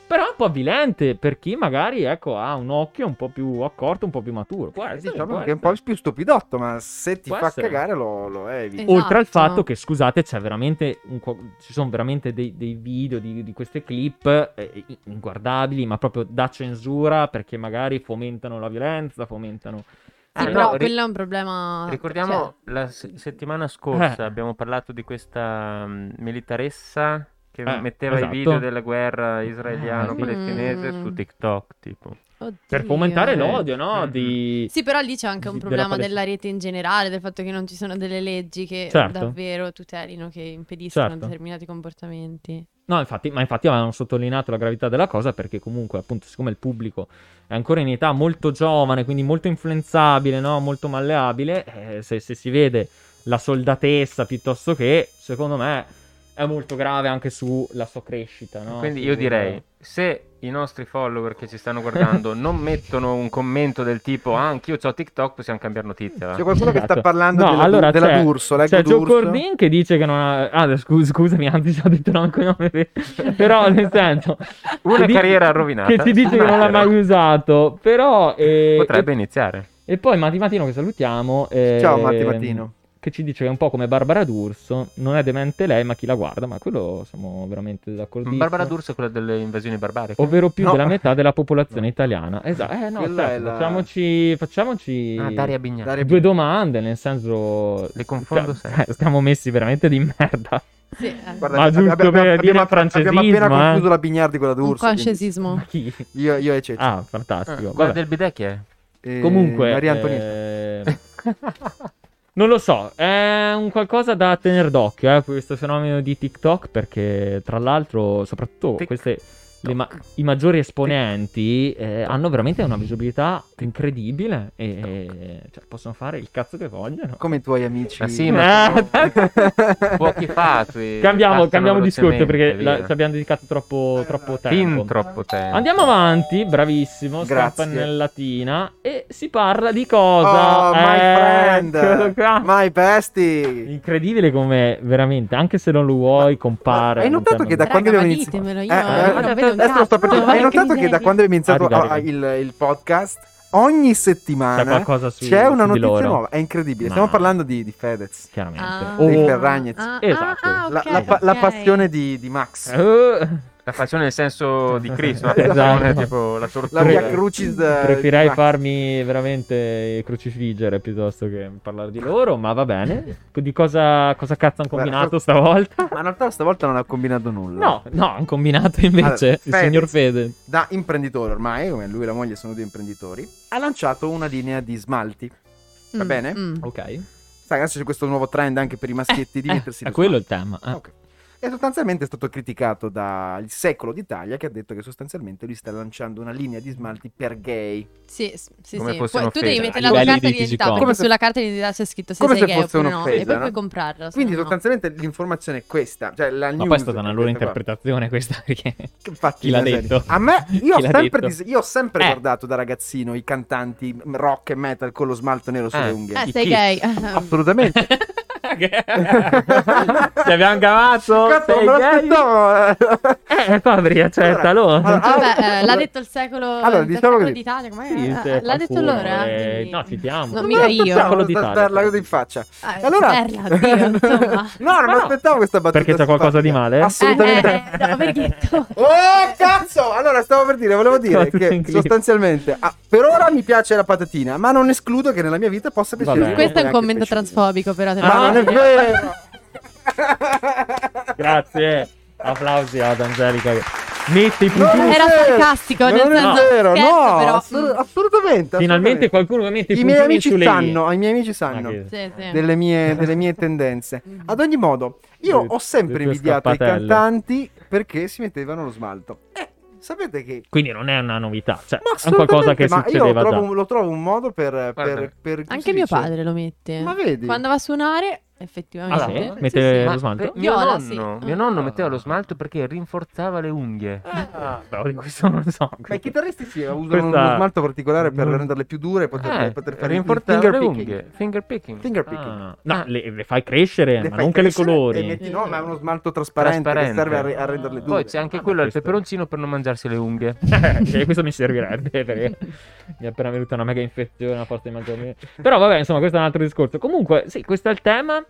B: Però è un po' avvilente per chi magari ecco, ha un occhio un po' più accorto, un po' più maturo. Può
F: Eh,
B: essere,
F: diciamo
B: può
F: che è un po'
B: essere.
F: più stupidotto, ma se ti
B: Può
F: fa
B: essere.
F: cagare lo, lo eviti.
A: Eh,
B: Oltre al
A: Esatto.
B: fatto che, scusate, c'è veramente un co- ci sono veramente dei, dei video di, di queste clip eh, inguardabili, ma proprio da censura perché magari fomentano la violenza, fomentano...
A: Sì,
E: Ah,
A: però
E: no, ri-
A: quello è un problema.
E: Ricordiamo
A: cioè,
E: la se- settimana scorsa
B: Eh.
E: abbiamo parlato di questa mm, militaressa che
B: Eh,
E: metteva
B: esatto.
E: i video della guerra
B: Ah, sì.
E: israeliano-palestinese
A: Mm.
E: su TikTok, tipo.
A: cioè, oddio.
B: Per
F: Eh.
B: fomentare l'odio, no?
E: Mhm.
B: Di...
A: eh, Sì, però lì c'è anche un
B: di-
A: problema
B: palestra.
A: della rete in generale, del fatto che non ci sono delle leggi che
B: Certo.
A: davvero tutelino, che impediscono
B: Certo.
A: determinati comportamenti.
B: No, infatti, ma infatti avevano sottolineato la gravità della cosa perché comunque, appunto, siccome il pubblico è ancora in età molto giovane, quindi molto influenzabile, no? molto malleabile, eh, se, se si vede la soldatessa piuttosto che, secondo me, è molto grave anche sulla sua crescita. no?
E: Quindi
B: Su-
E: io direi, se i nostri follower che ci stanno guardando non mettono un commento del tipo ah, anch'io ho TikTok, possiamo cambiare notizia. va?"
F: C'è qualcuno che
B: Esatto.
F: sta parlando
B: No,
F: della,
B: allora
F: della
B: c'è-
F: D'Urso, leggo
B: C'è Cioè, Joe
F: D'Urso.
B: Cordin che dice che non ha... Ah, scu- scusami, anzi, ci ho detto un cognome. Però, nel senso...
E: Una
B: che di-
E: carriera rovinata.
B: Che ci dice che non l'ha mai usato. Però... eh,
E: Potrebbe iniziare.
B: E poi Matti Matino che salutiamo. eh,
F: Ciao, Matti Matino.
B: Che ci dice che è un po' come Barbara D'Urso. Non è demente lei, ma chi la guarda? Ma quello siamo veramente d'accordissimo.
E: Barbara D'Urso è quella delle invasioni barbariche.
B: Ovvero più
F: No.
B: della metà della popolazione italiana. Esatto. Eh no,
F: Quella
B: certo,
F: è la-
B: facciamoci... facciamoci...
E: Ah, Daria Bignami.
F: Daria-
B: Due domande, nel senso...
E: Le confondo
B: Cioè,
E: sempre.
B: Stiamo messi veramente di merda.
A: Sì, eh.
F: Guarda,
B: Ma
F: abbi-
B: giusto
F: abbiamo,
B: per dire
F: abbiamo- abbiamo appena
B: francesismo, eh.
F: concluso la bignardi con la
A: un
F: D'Urso. quindi
A: qualsiasismo.
B: Chi?
F: Io, io e Ceci.
B: Ah,
E: Ah,
B: fantastico.
E: quella
B: Vabbè.
E: del bidè chi è?
F: Eh,
B: Comunque,
F: Maria Antonietta.
B: eh, non lo so, è un qualcosa da tener d'occhio eh, questo fenomeno di TikTok perché tra l'altro, soprattutto
E: Tic-
B: queste le ma- i maggiori esponenti eh, hanno veramente una visibilità incredibile e e- cioè, possono fare il cazzo che vogliono.
F: Come i tuoi amici.
E: Ma sì, ma-
B: Eh,
E: Fuochi
F: eh,
E: fatui.
B: cambiamo
E: passano
B: cambiamo discorso perché
E: velocemente,
B: la-
E: via.
B: ci abbiamo dedicato troppo, troppo tempo.
E: Fin troppo tempo.
B: Andiamo avanti, bravissimo,
F: Grazie.
B: scampannellatina e si parla di cosa?
F: Oh, my
B: Eh, eccolo
F: friend.
B: qua.
F: My bestie.
B: Incredibile come veramente, anche se non lo vuoi, compare.
F: Hai notato che da
A: Raga,
F: quando
A: ma
F: abbiamo iniziato...
A: ditemelo, io
F: Eh,
A: non
B: eh,
A: vedo un
F: Adesso lo sto per
A: cazzo.
F: dire. Hai
A: Porca
F: notato che da
A: miseria.
F: quando abbiamo iniziato
B: Arriva,
F: ah, il,
B: arriva.
F: il podcast, ogni
B: c'è
F: settimana
B: qualcosa su
F: c'è una
B: su di
F: notizia
B: loro.
F: nuova. È incredibile.
B: Ma-
F: Stiamo parlando di, di Fedez.
B: Chiaramente.
A: Ah,
B: Oh.
F: Dei
B: O-
F: Ferragnez.
A: ah, ah,
B: Esatto.
A: ah,
F: La,
A: ok,
F: la pa- la
A: ok.
F: passione di, di Max.
B: Eh,
E: La passione nel senso di Cristo, la
B: Esatto.
E: passione tipo la
F: La
E: tortura.
F: via Crucis. eh,
B: Preferirei
F: di Max.
B: farmi veramente crucifiggere piuttosto che parlare di loro, ma va bene. Di cosa, cosa cazzo hanno
F: Guarda,
B: combinato stavolta?
F: Ma in realtà stavolta non ha combinato nulla.
B: No, no, hanno combinato invece
F: Allora,
B: il
F: Fedez.
B: signor Fede.
F: da imprenditore ormai, come lui e la moglie sono due imprenditori, ha lanciato una linea di smalti. Va
A: Mm,
F: bene?
A: mm.
B: Ok.
F: Sai, adesso c'è questo nuovo trend anche per i maschietti di
B: Eh,
F: mettersi
B: è
F: lo
B: quello il tema. eh.
A: Ah.
F: smalto. Ok. E sostanzialmente è stato criticato dal Secolo d'Italia che ha detto che sostanzialmente lui sta lanciando una linea di smalti per gay.
A: Sì, s- sì,
E: Come
A: sì.
E: fosse
A: Poi tu
E: un'offesa.
A: devi
E: A
A: mettere la tua
B: livelli
A: carta
B: di
A: d'identità,
B: fisico.
A: perché
F: Come se-
A: sulla carta d'identità c'è scritto se
F: come
A: sei
F: se
A: gay
F: fosse
A: oppure no,
F: un'offesa,
A: e poi
F: no?
A: puoi comprarla. se
F: Quindi
A: no no.
F: sostanzialmente l'informazione è questa, cioè la
B: Ma
F: news
B: poi è stata una loro
F: è questa qua.
B: interpretazione questa perché...
F: Che infatti,
B: Chi l'ha
F: nella serie.
B: detto?
F: A me,
B: Chi
F: io ho
B: l'ha
F: sempre,
B: detto?
F: dis- io ho sempre
B: Eh.
F: guardato da ragazzino i cantanti rock e metal con lo smalto nero sulle
B: Ah.
E: Eh.
F: unghie.
A: Eh,
E: I
A: sei
E: kiss.
A: gay.
F: Assolutamente.
B: che... Ci abbiamo cavato.
F: Cazzo,
B: sei
F: non me
B: gay?
F: l'aspettavo.
B: Eh, Fabri, accettalo.
F: allora,
A: Vabbè, eh, l'ha detto il secolo,
F: Ah, Allora,
A: il
F: diciamo
A: secolo
F: che-
A: d'Italia. com'è?
B: Sì,
A: Eh,
B: se-
A: l'ha detto
B: qualcuno,
A: allora.
B: eh,
A: quindi-
B: no, citiamo.
A: Non
B: No,
A: mica
F: Non
A: io.
F: aspettavo
B: Quello
F: da-
B: d'Italia.
F: darla così in faccia.
A: Eh,
F: Allora-
A: Perla, oddio, insomma. Eh,
F: No, non
B: Ma
F: mi
B: no.
F: aspettavo questa battuta.
B: Perché c'è qualcosa di
F: simpatica.
B: male?
F: Assolutamente.
A: Eh, eh, no, perché tu-
F: Oh cazzo! Allora stavo per dire, volevo
B: Sono
F: dire
B: tutto in
F: che
B: clip.
F: sostanzialmente ah, per ora mi piace la patatina, ma non escludo che nella mia vita possa piacere.
B: Vabbè.
A: Questo è un
F: anche
A: commento
F: il pesce.
A: transfobico, però. te lo
F: Ma
A: dico.
F: non è vero.
B: Grazie. Applausi ad Angelica. Metti i
F: Non è
B: puntini.
A: Era
F: vero.
A: sarcastico, nel
F: non
A: senso-
F: è vero,
A: scherzo,
F: no,
A: però.
F: assol-
B: Finalmente
F: assolutamente. assolutamente.
B: qualcuno che mette i
F: i miei
B: puntini
F: amici
B: sulle i.
F: sanno, i miei amici sanno.
B: Ma Ah, che-
A: Sì, sì.
F: delle mie, delle mie tendenze. Ad ogni modo, io
B: Le-
F: ho sempre
B: le tue
F: invidiato i
B: scappatelle.
F: cantanti perché si mettevano lo smalto. Eh, sapete che...
B: Quindi non è una novità, cioè
F: Ma
B: è un qualcosa che
F: assolutamente, ma
B: succedeva
F: io lo
B: già.
F: trovo, lo trovo un modo per... per-
E: Guarda,
F: per- come si
A: Anche mio
F: dice?
A: padre lo mette.
F: Ma vedi?
A: Quando va a suonare,
B: Ah,
A: effettivamente.
B: sì?
A: Sì,
B: Mette
E: Eh,
A: sì.
B: lo smalto?
E: Pe- mio,
A: Viola,
E: nonno,
A: sì.
E: mio nonno metteva lo smalto perché rinforzava le unghie.
F: Ah,
B: Però di questo non so.
F: Ma i chitarristi sì, usano
B: Questa-
F: uno smalto particolare per
B: Mm.
F: renderle più dure e poter,
E: Eh,
F: poter fare il
E: rinforzava le
F: picking.
E: unghie. Finger picking.
F: Finger picking.
B: Ah, no, le, le fai crescere,
F: Le
B: Eh, ma
F: fai
B: non che le
F: crescere
B: colori.
F: e metti- no, ma è uno smalto trasparente,
E: Trasparente.
F: che serve a, re- a renderle dure.
E: Poi c'è anche
B: Ah,
E: quello
B: ma
E: al
B: questo-
E: peperoncino per non mangiarsi le unghie.
B: Eh, questo mi servirebbe perché mi è appena venuta una mega infezione a forza di mangiarmi. Però vabbè, insomma, questo è un altro discorso. Comunque, sì, questo è il tema.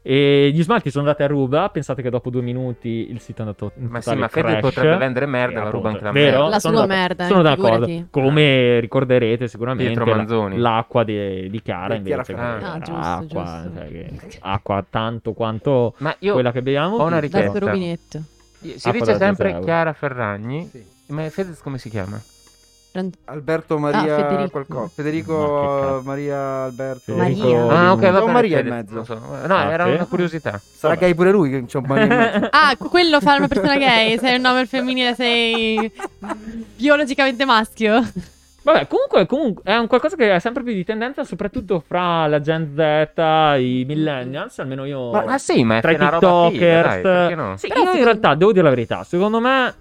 B: E gli smalti sono andati a ruba. Pensate che dopo due minuti il sito è andato in
E: Ma sì,
B: totale
E: ma Fede
B: crash.
E: potrebbe vendere merda,
B: Eh,
E: la ruba anche la
B: appunto, vero?
E: merda.
A: La
B: Sono
A: sua
B: d'accordo-
A: merda,
B: Sono
A: eh,
B: d'accordo.
A: figurati.
B: Come ricorderete sicuramente
E: Pietro
B: la-
E: Manzoni.
B: l'acqua di, di Chiara
F: Di
B: invece.
F: Chiara
E: Ferragni.
B: che
A: Ah, giusto,
B: era acqua,
A: giusto.
B: cioè che- acqua tanto quanto
E: Ma io
B: quella che beviamo. Ecco.
E: ho una
A: Dal
E: richiesta.
A: suo rubinetto.
E: si
B: Ah,
E: dice
B: però,
E: sempre
B: senza-
E: Chiara Ferragni, ma Fede come si chiama?
F: Alberto Maria
A: Federico.
F: qualcosa.
B: Ma che
F: Federico
B: cazzo.
F: Maria Alberto.
B: Federico-
A: Maria.
E: Ah, ok, va
F: C'è un
E: bene.
F: Maria in
E: Fede,
F: mezzo.
E: non so. No,
B: Ah,
E: era
B: sì?
E: una curiosità.
F: Sarà gay pure lui che c'è un Maria in mezzo.
A: Ah, cu- quello fa una persona gay. Sei un nome femminile, sei biologicamente maschio.
B: Vabbè, comunque, comunque è un qualcosa che è sempre più di tendenza, soprattutto fra la Gen Z, i millennials, almeno io...
E: Ma, ma Ah, sì, ma è
B: tra i
E: una roba figa,
B: tiktokers...
E: dai, perché no?
B: Sì, io in realtà devo dire la verità, secondo me,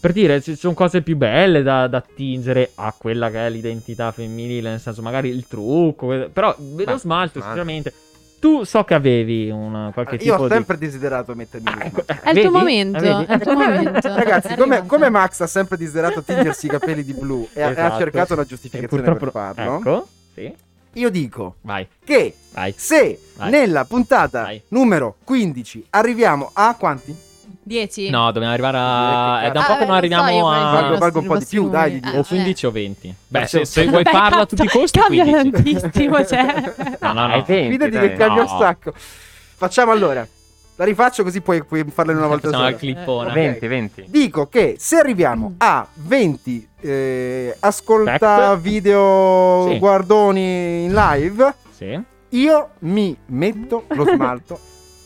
B: per dire, ci sono cose più belle da, da attingere a quella che è l'identità femminile, nel senso magari il trucco, que- però vedo
E: Ma-
B: smalto,
E: smalto.
B: sinceramente. Tu so che avevi una, qualche tipo
F: Io ho
B: di... Ah, ecco, eh,
F: sempre desiderato mettermi lo smalto.
A: È il
B: Vedi?
A: tuo momento.
B: Vedi?
A: È il tuo momento.
F: Ragazzi,
A: Arriva.
F: come, come Max ha sempre desiderato tingersi i capelli di blu e ha- e ha
B: Esatto.
F: cercato una
B: E
F: giustificazione
B: purtroppo...
F: per farlo,
B: Ecco, sì,
F: io dico
B: vai,
F: che
B: vai.
F: se
B: Vai.
F: nella puntata
B: Vai.
F: numero 15 arriviamo a quanti?
A: 10.
B: No, dobbiamo arrivare a...
F: Eh, che
B: È da un
A: Ah,
B: po' che
A: vabbè, lo
B: non
A: so
B: arriviamo
A: io quali sono i
B: a...
F: Valgo- valgo un po' di
A: nostri
F: più, dai,
A: prossimi.
F: gli
A: Ah,
B: o su
A: vabbè.
B: 15 o 20. Beh,
F: Facciamo-
B: se, se vuoi
A: Vabbè,
B: farlo a
A: cazzo,
B: tutti i costi,
A: cambia
B: 15.
A: tantissimo, cioè.
B: No, no, no.
E: Ai tempi,
F: Fidati
E: dai.
F: che cambia
B: No.
F: un sacco. Facciamo allora. La rifaccio così puoi, puoi farla in una volta
B: Facciamo
F: sola.
B: la clippona.
F: Eh,
E: 20, 20.
F: Dico che se arriviamo a 20 eh, ascolta
B: Fact.
F: video
B: Sì.
F: guardoni in live,
B: Sì.
F: io mi metto lo smalto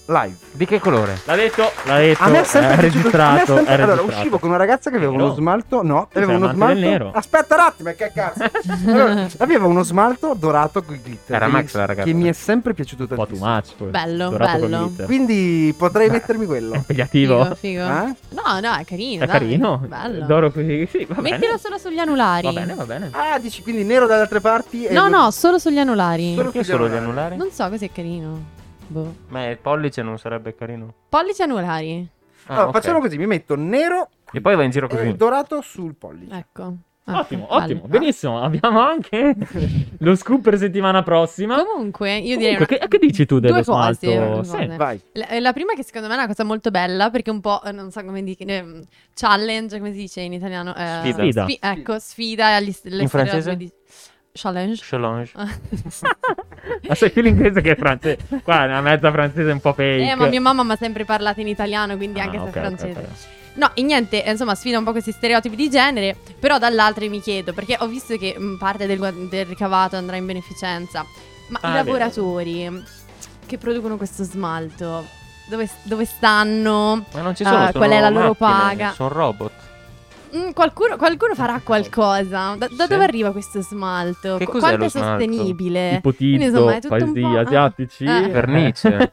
F: live.
E: Di che colore?
B: L'ha detto, l'ha detto. Eh,
F: A me è sempre
B: è
F: piaciuto- a me è
B: registrato.
F: sempre-
B: è
F: Allora,
B: registrato.
F: uscivo con una ragazza che aveva
B: Nero.
F: uno smalto. No,
B: Tu
F: aveva
B: sei amante
F: uno
B: del
F: smalto.
B: nero.
F: Aspetta un attimo, eh, che cazzo. Allora, aveva uno smalto dorato con glitter.
E: Era
F: che
E: Max
F: mi-
E: la ragazza.
F: Che mi è sempre piaciuto
B: Un po' too
F: tantissimo.
B: much. poi.
A: Bello,
B: Dorato col
A: bello.
B: glitter.
F: Quindi potrei mettermi quello.
B: È impegnativo.
A: Figo, figo.
F: Eh?
A: No, no, è carino.
B: È
A: dai.
B: carino.
A: Bello.
B: D'oro così. Sì, va bene.
A: Mettilo solo sugli anulari.
B: Va bene, va bene.
F: Ah, dici quindi nero dalle altre parti? e
A: No,
F: lo-
A: no, solo sugli anulari.
F: Solo
E: Perché solo di anulare?
A: Non so cos'è carino. Boh.
E: Ma il pollice non sarebbe carino.
A: Pollici anulari.
E: Ah,
F: Allora,
E: ok.
F: facciamo Eh, così: mi metto nero
E: E poi va in giro
F: e
E: così.
F: dorato sul pollice.
A: Ecco. Ah,
B: Ottimo,
A: bello.
B: ottimo. Benissimo. Abbiamo anche lo scoop per settimana prossima.
A: Comunque, io direi.
B: Comunque,
A: una-
B: che, che dici tu dello
A: Due cose,
B: smalto?
A: due
B: Sì.
A: cose.
F: Vai.
A: La, la prima, che secondo me è una cosa molto bella, perché un po', eh, non so come dire, eh, challenge, come si dice in italiano? Eh,
E: Sfida.
B: Sfida.
A: sfi- ecco, sfida agli st- alle
E: In francese?
A: stereotipi di- Challenge.
E: Solange.
A: Ah.
B: Ma sei più l'inglese che il francese. Qua è una mezza francese un po' fake.
A: Eh, ma mia mamma mi ha sempre parlato in italiano, quindi
B: Ah,
A: anche se
B: ok,
A: è
B: ok,
A: francese.
B: ok.
A: No, e niente, eh, insomma, sfida un po' questi stereotipi di genere, però dall'altra mi chiedo, perché ho visto che mh, parte del, guad- del ricavato andrà in beneficenza, ma
B: Ah,
A: i
B: è vero.
A: lavoratori che producono questo smalto, dove, dove stanno?
E: Ma non ci sono,
A: Ah,
E: sono
A: qual è la loro
E: macchine,
A: paga?
E: Sono robot.
A: Mm, qualcuno, qualcuno
B: Eh,
A: farà qualcosa, da, da
E: Sì.
A: dove arriva questo smalto?
E: Che
A: Qu-
E: cos'è
A: Quanto
E: lo
A: è
E: smalto?
A: sostenibile? Eh, Quindi,
B: ipotizzo
A: insomma, è tutto un
B: paesi
A: po', ah.
B: asiatici
A: Eh.
E: Vernice.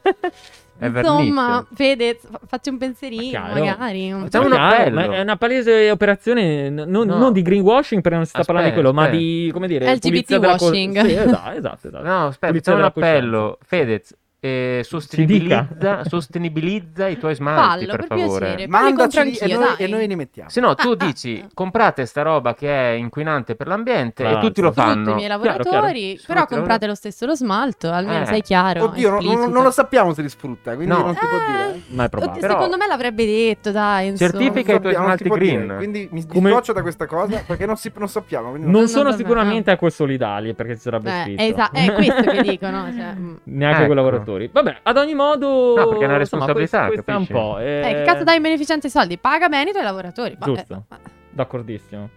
E: È
A: Insomma,
E: vernice.
A: Fede, fa- facci un pensierino,
B: Ma chiaro.
A: magari.
E: Facciamo un
B: Ma chiaro,
E: appello.
B: ma è una palese operazione n- non,
E: No.
B: non di greenwashing perché non si sta
E: Aspetta,
B: parlando di quello ma
E: aspetta.
B: di come dire
A: LGBT
B: pulizia della cos-
A: washing.
B: sì, esatto esatto, esatto.
E: No, aspetta,
B: Pulizia
E: facciamo un
B: della
E: appello. Fedez, eh,
B: Ci
E: sostenibilizza, sostenibilizza i tuoi smalti,
A: Fallo,
E: per
A: per
E: favore.
A: piacere. E poi li
F: Mandaci
A: compro
F: lì e
A: anch'io,
F: noi,
A: dai.
F: e noi li mettiamo.
E: Se no, tu
A: Ah,
E: dici
A: ah.
E: comprate sta roba che è inquinante per l'ambiente
B: Tra
E: e tutti
B: l'altro.
E: lo
A: Tutti i
E: fanno.
A: miei
B: Chiaro,
A: lavoratori,
E: chiaro.
A: però
E: Sfruttano.
A: comprate lo stesso lo smalto, almeno
E: Eh.
A: sei chiaro.
F: Oddio, non- non,
A: esplicito.
F: non lo sappiamo se li sfrutta, quindi
E: No.
F: non ti può dire.
A: Eh,
B: Ma è
A: oddio,
B: probabile.
E: Però-
A: Secondo me l'avrebbe detto, dai. insomma. Eh,
E: Certifica- i tuoi
F: Sappiamo, non
E: smalti
F: ti può dire,
E: green.
F: Quindi mi
B: Come-
F: dissocio da questa cosa perché non, si- non sappiamo. quindi non-
B: Non
A: No,
B: sono
A: no, no,
B: sicuramente ecosolidali perché ci sarebbe
A: Eh,
B: scritto.
A: esa- è questo che dicono. Cioè, mm.
B: Neanche
E: Ecco.
B: con i lavoratori. Vabbè, ad ogni modo.
E: No, perché è una
B: insomma, que-
E: responsabilità,
B: questa è un
E: capisci?
B: po'.
A: Eh,
B: eh,
A: che cazzo dai in beneficenza i soldi? Paga bene i tuoi lavoratori. Ma-
B: Giusto.
A: eh, ma-
B: D'accordissimo.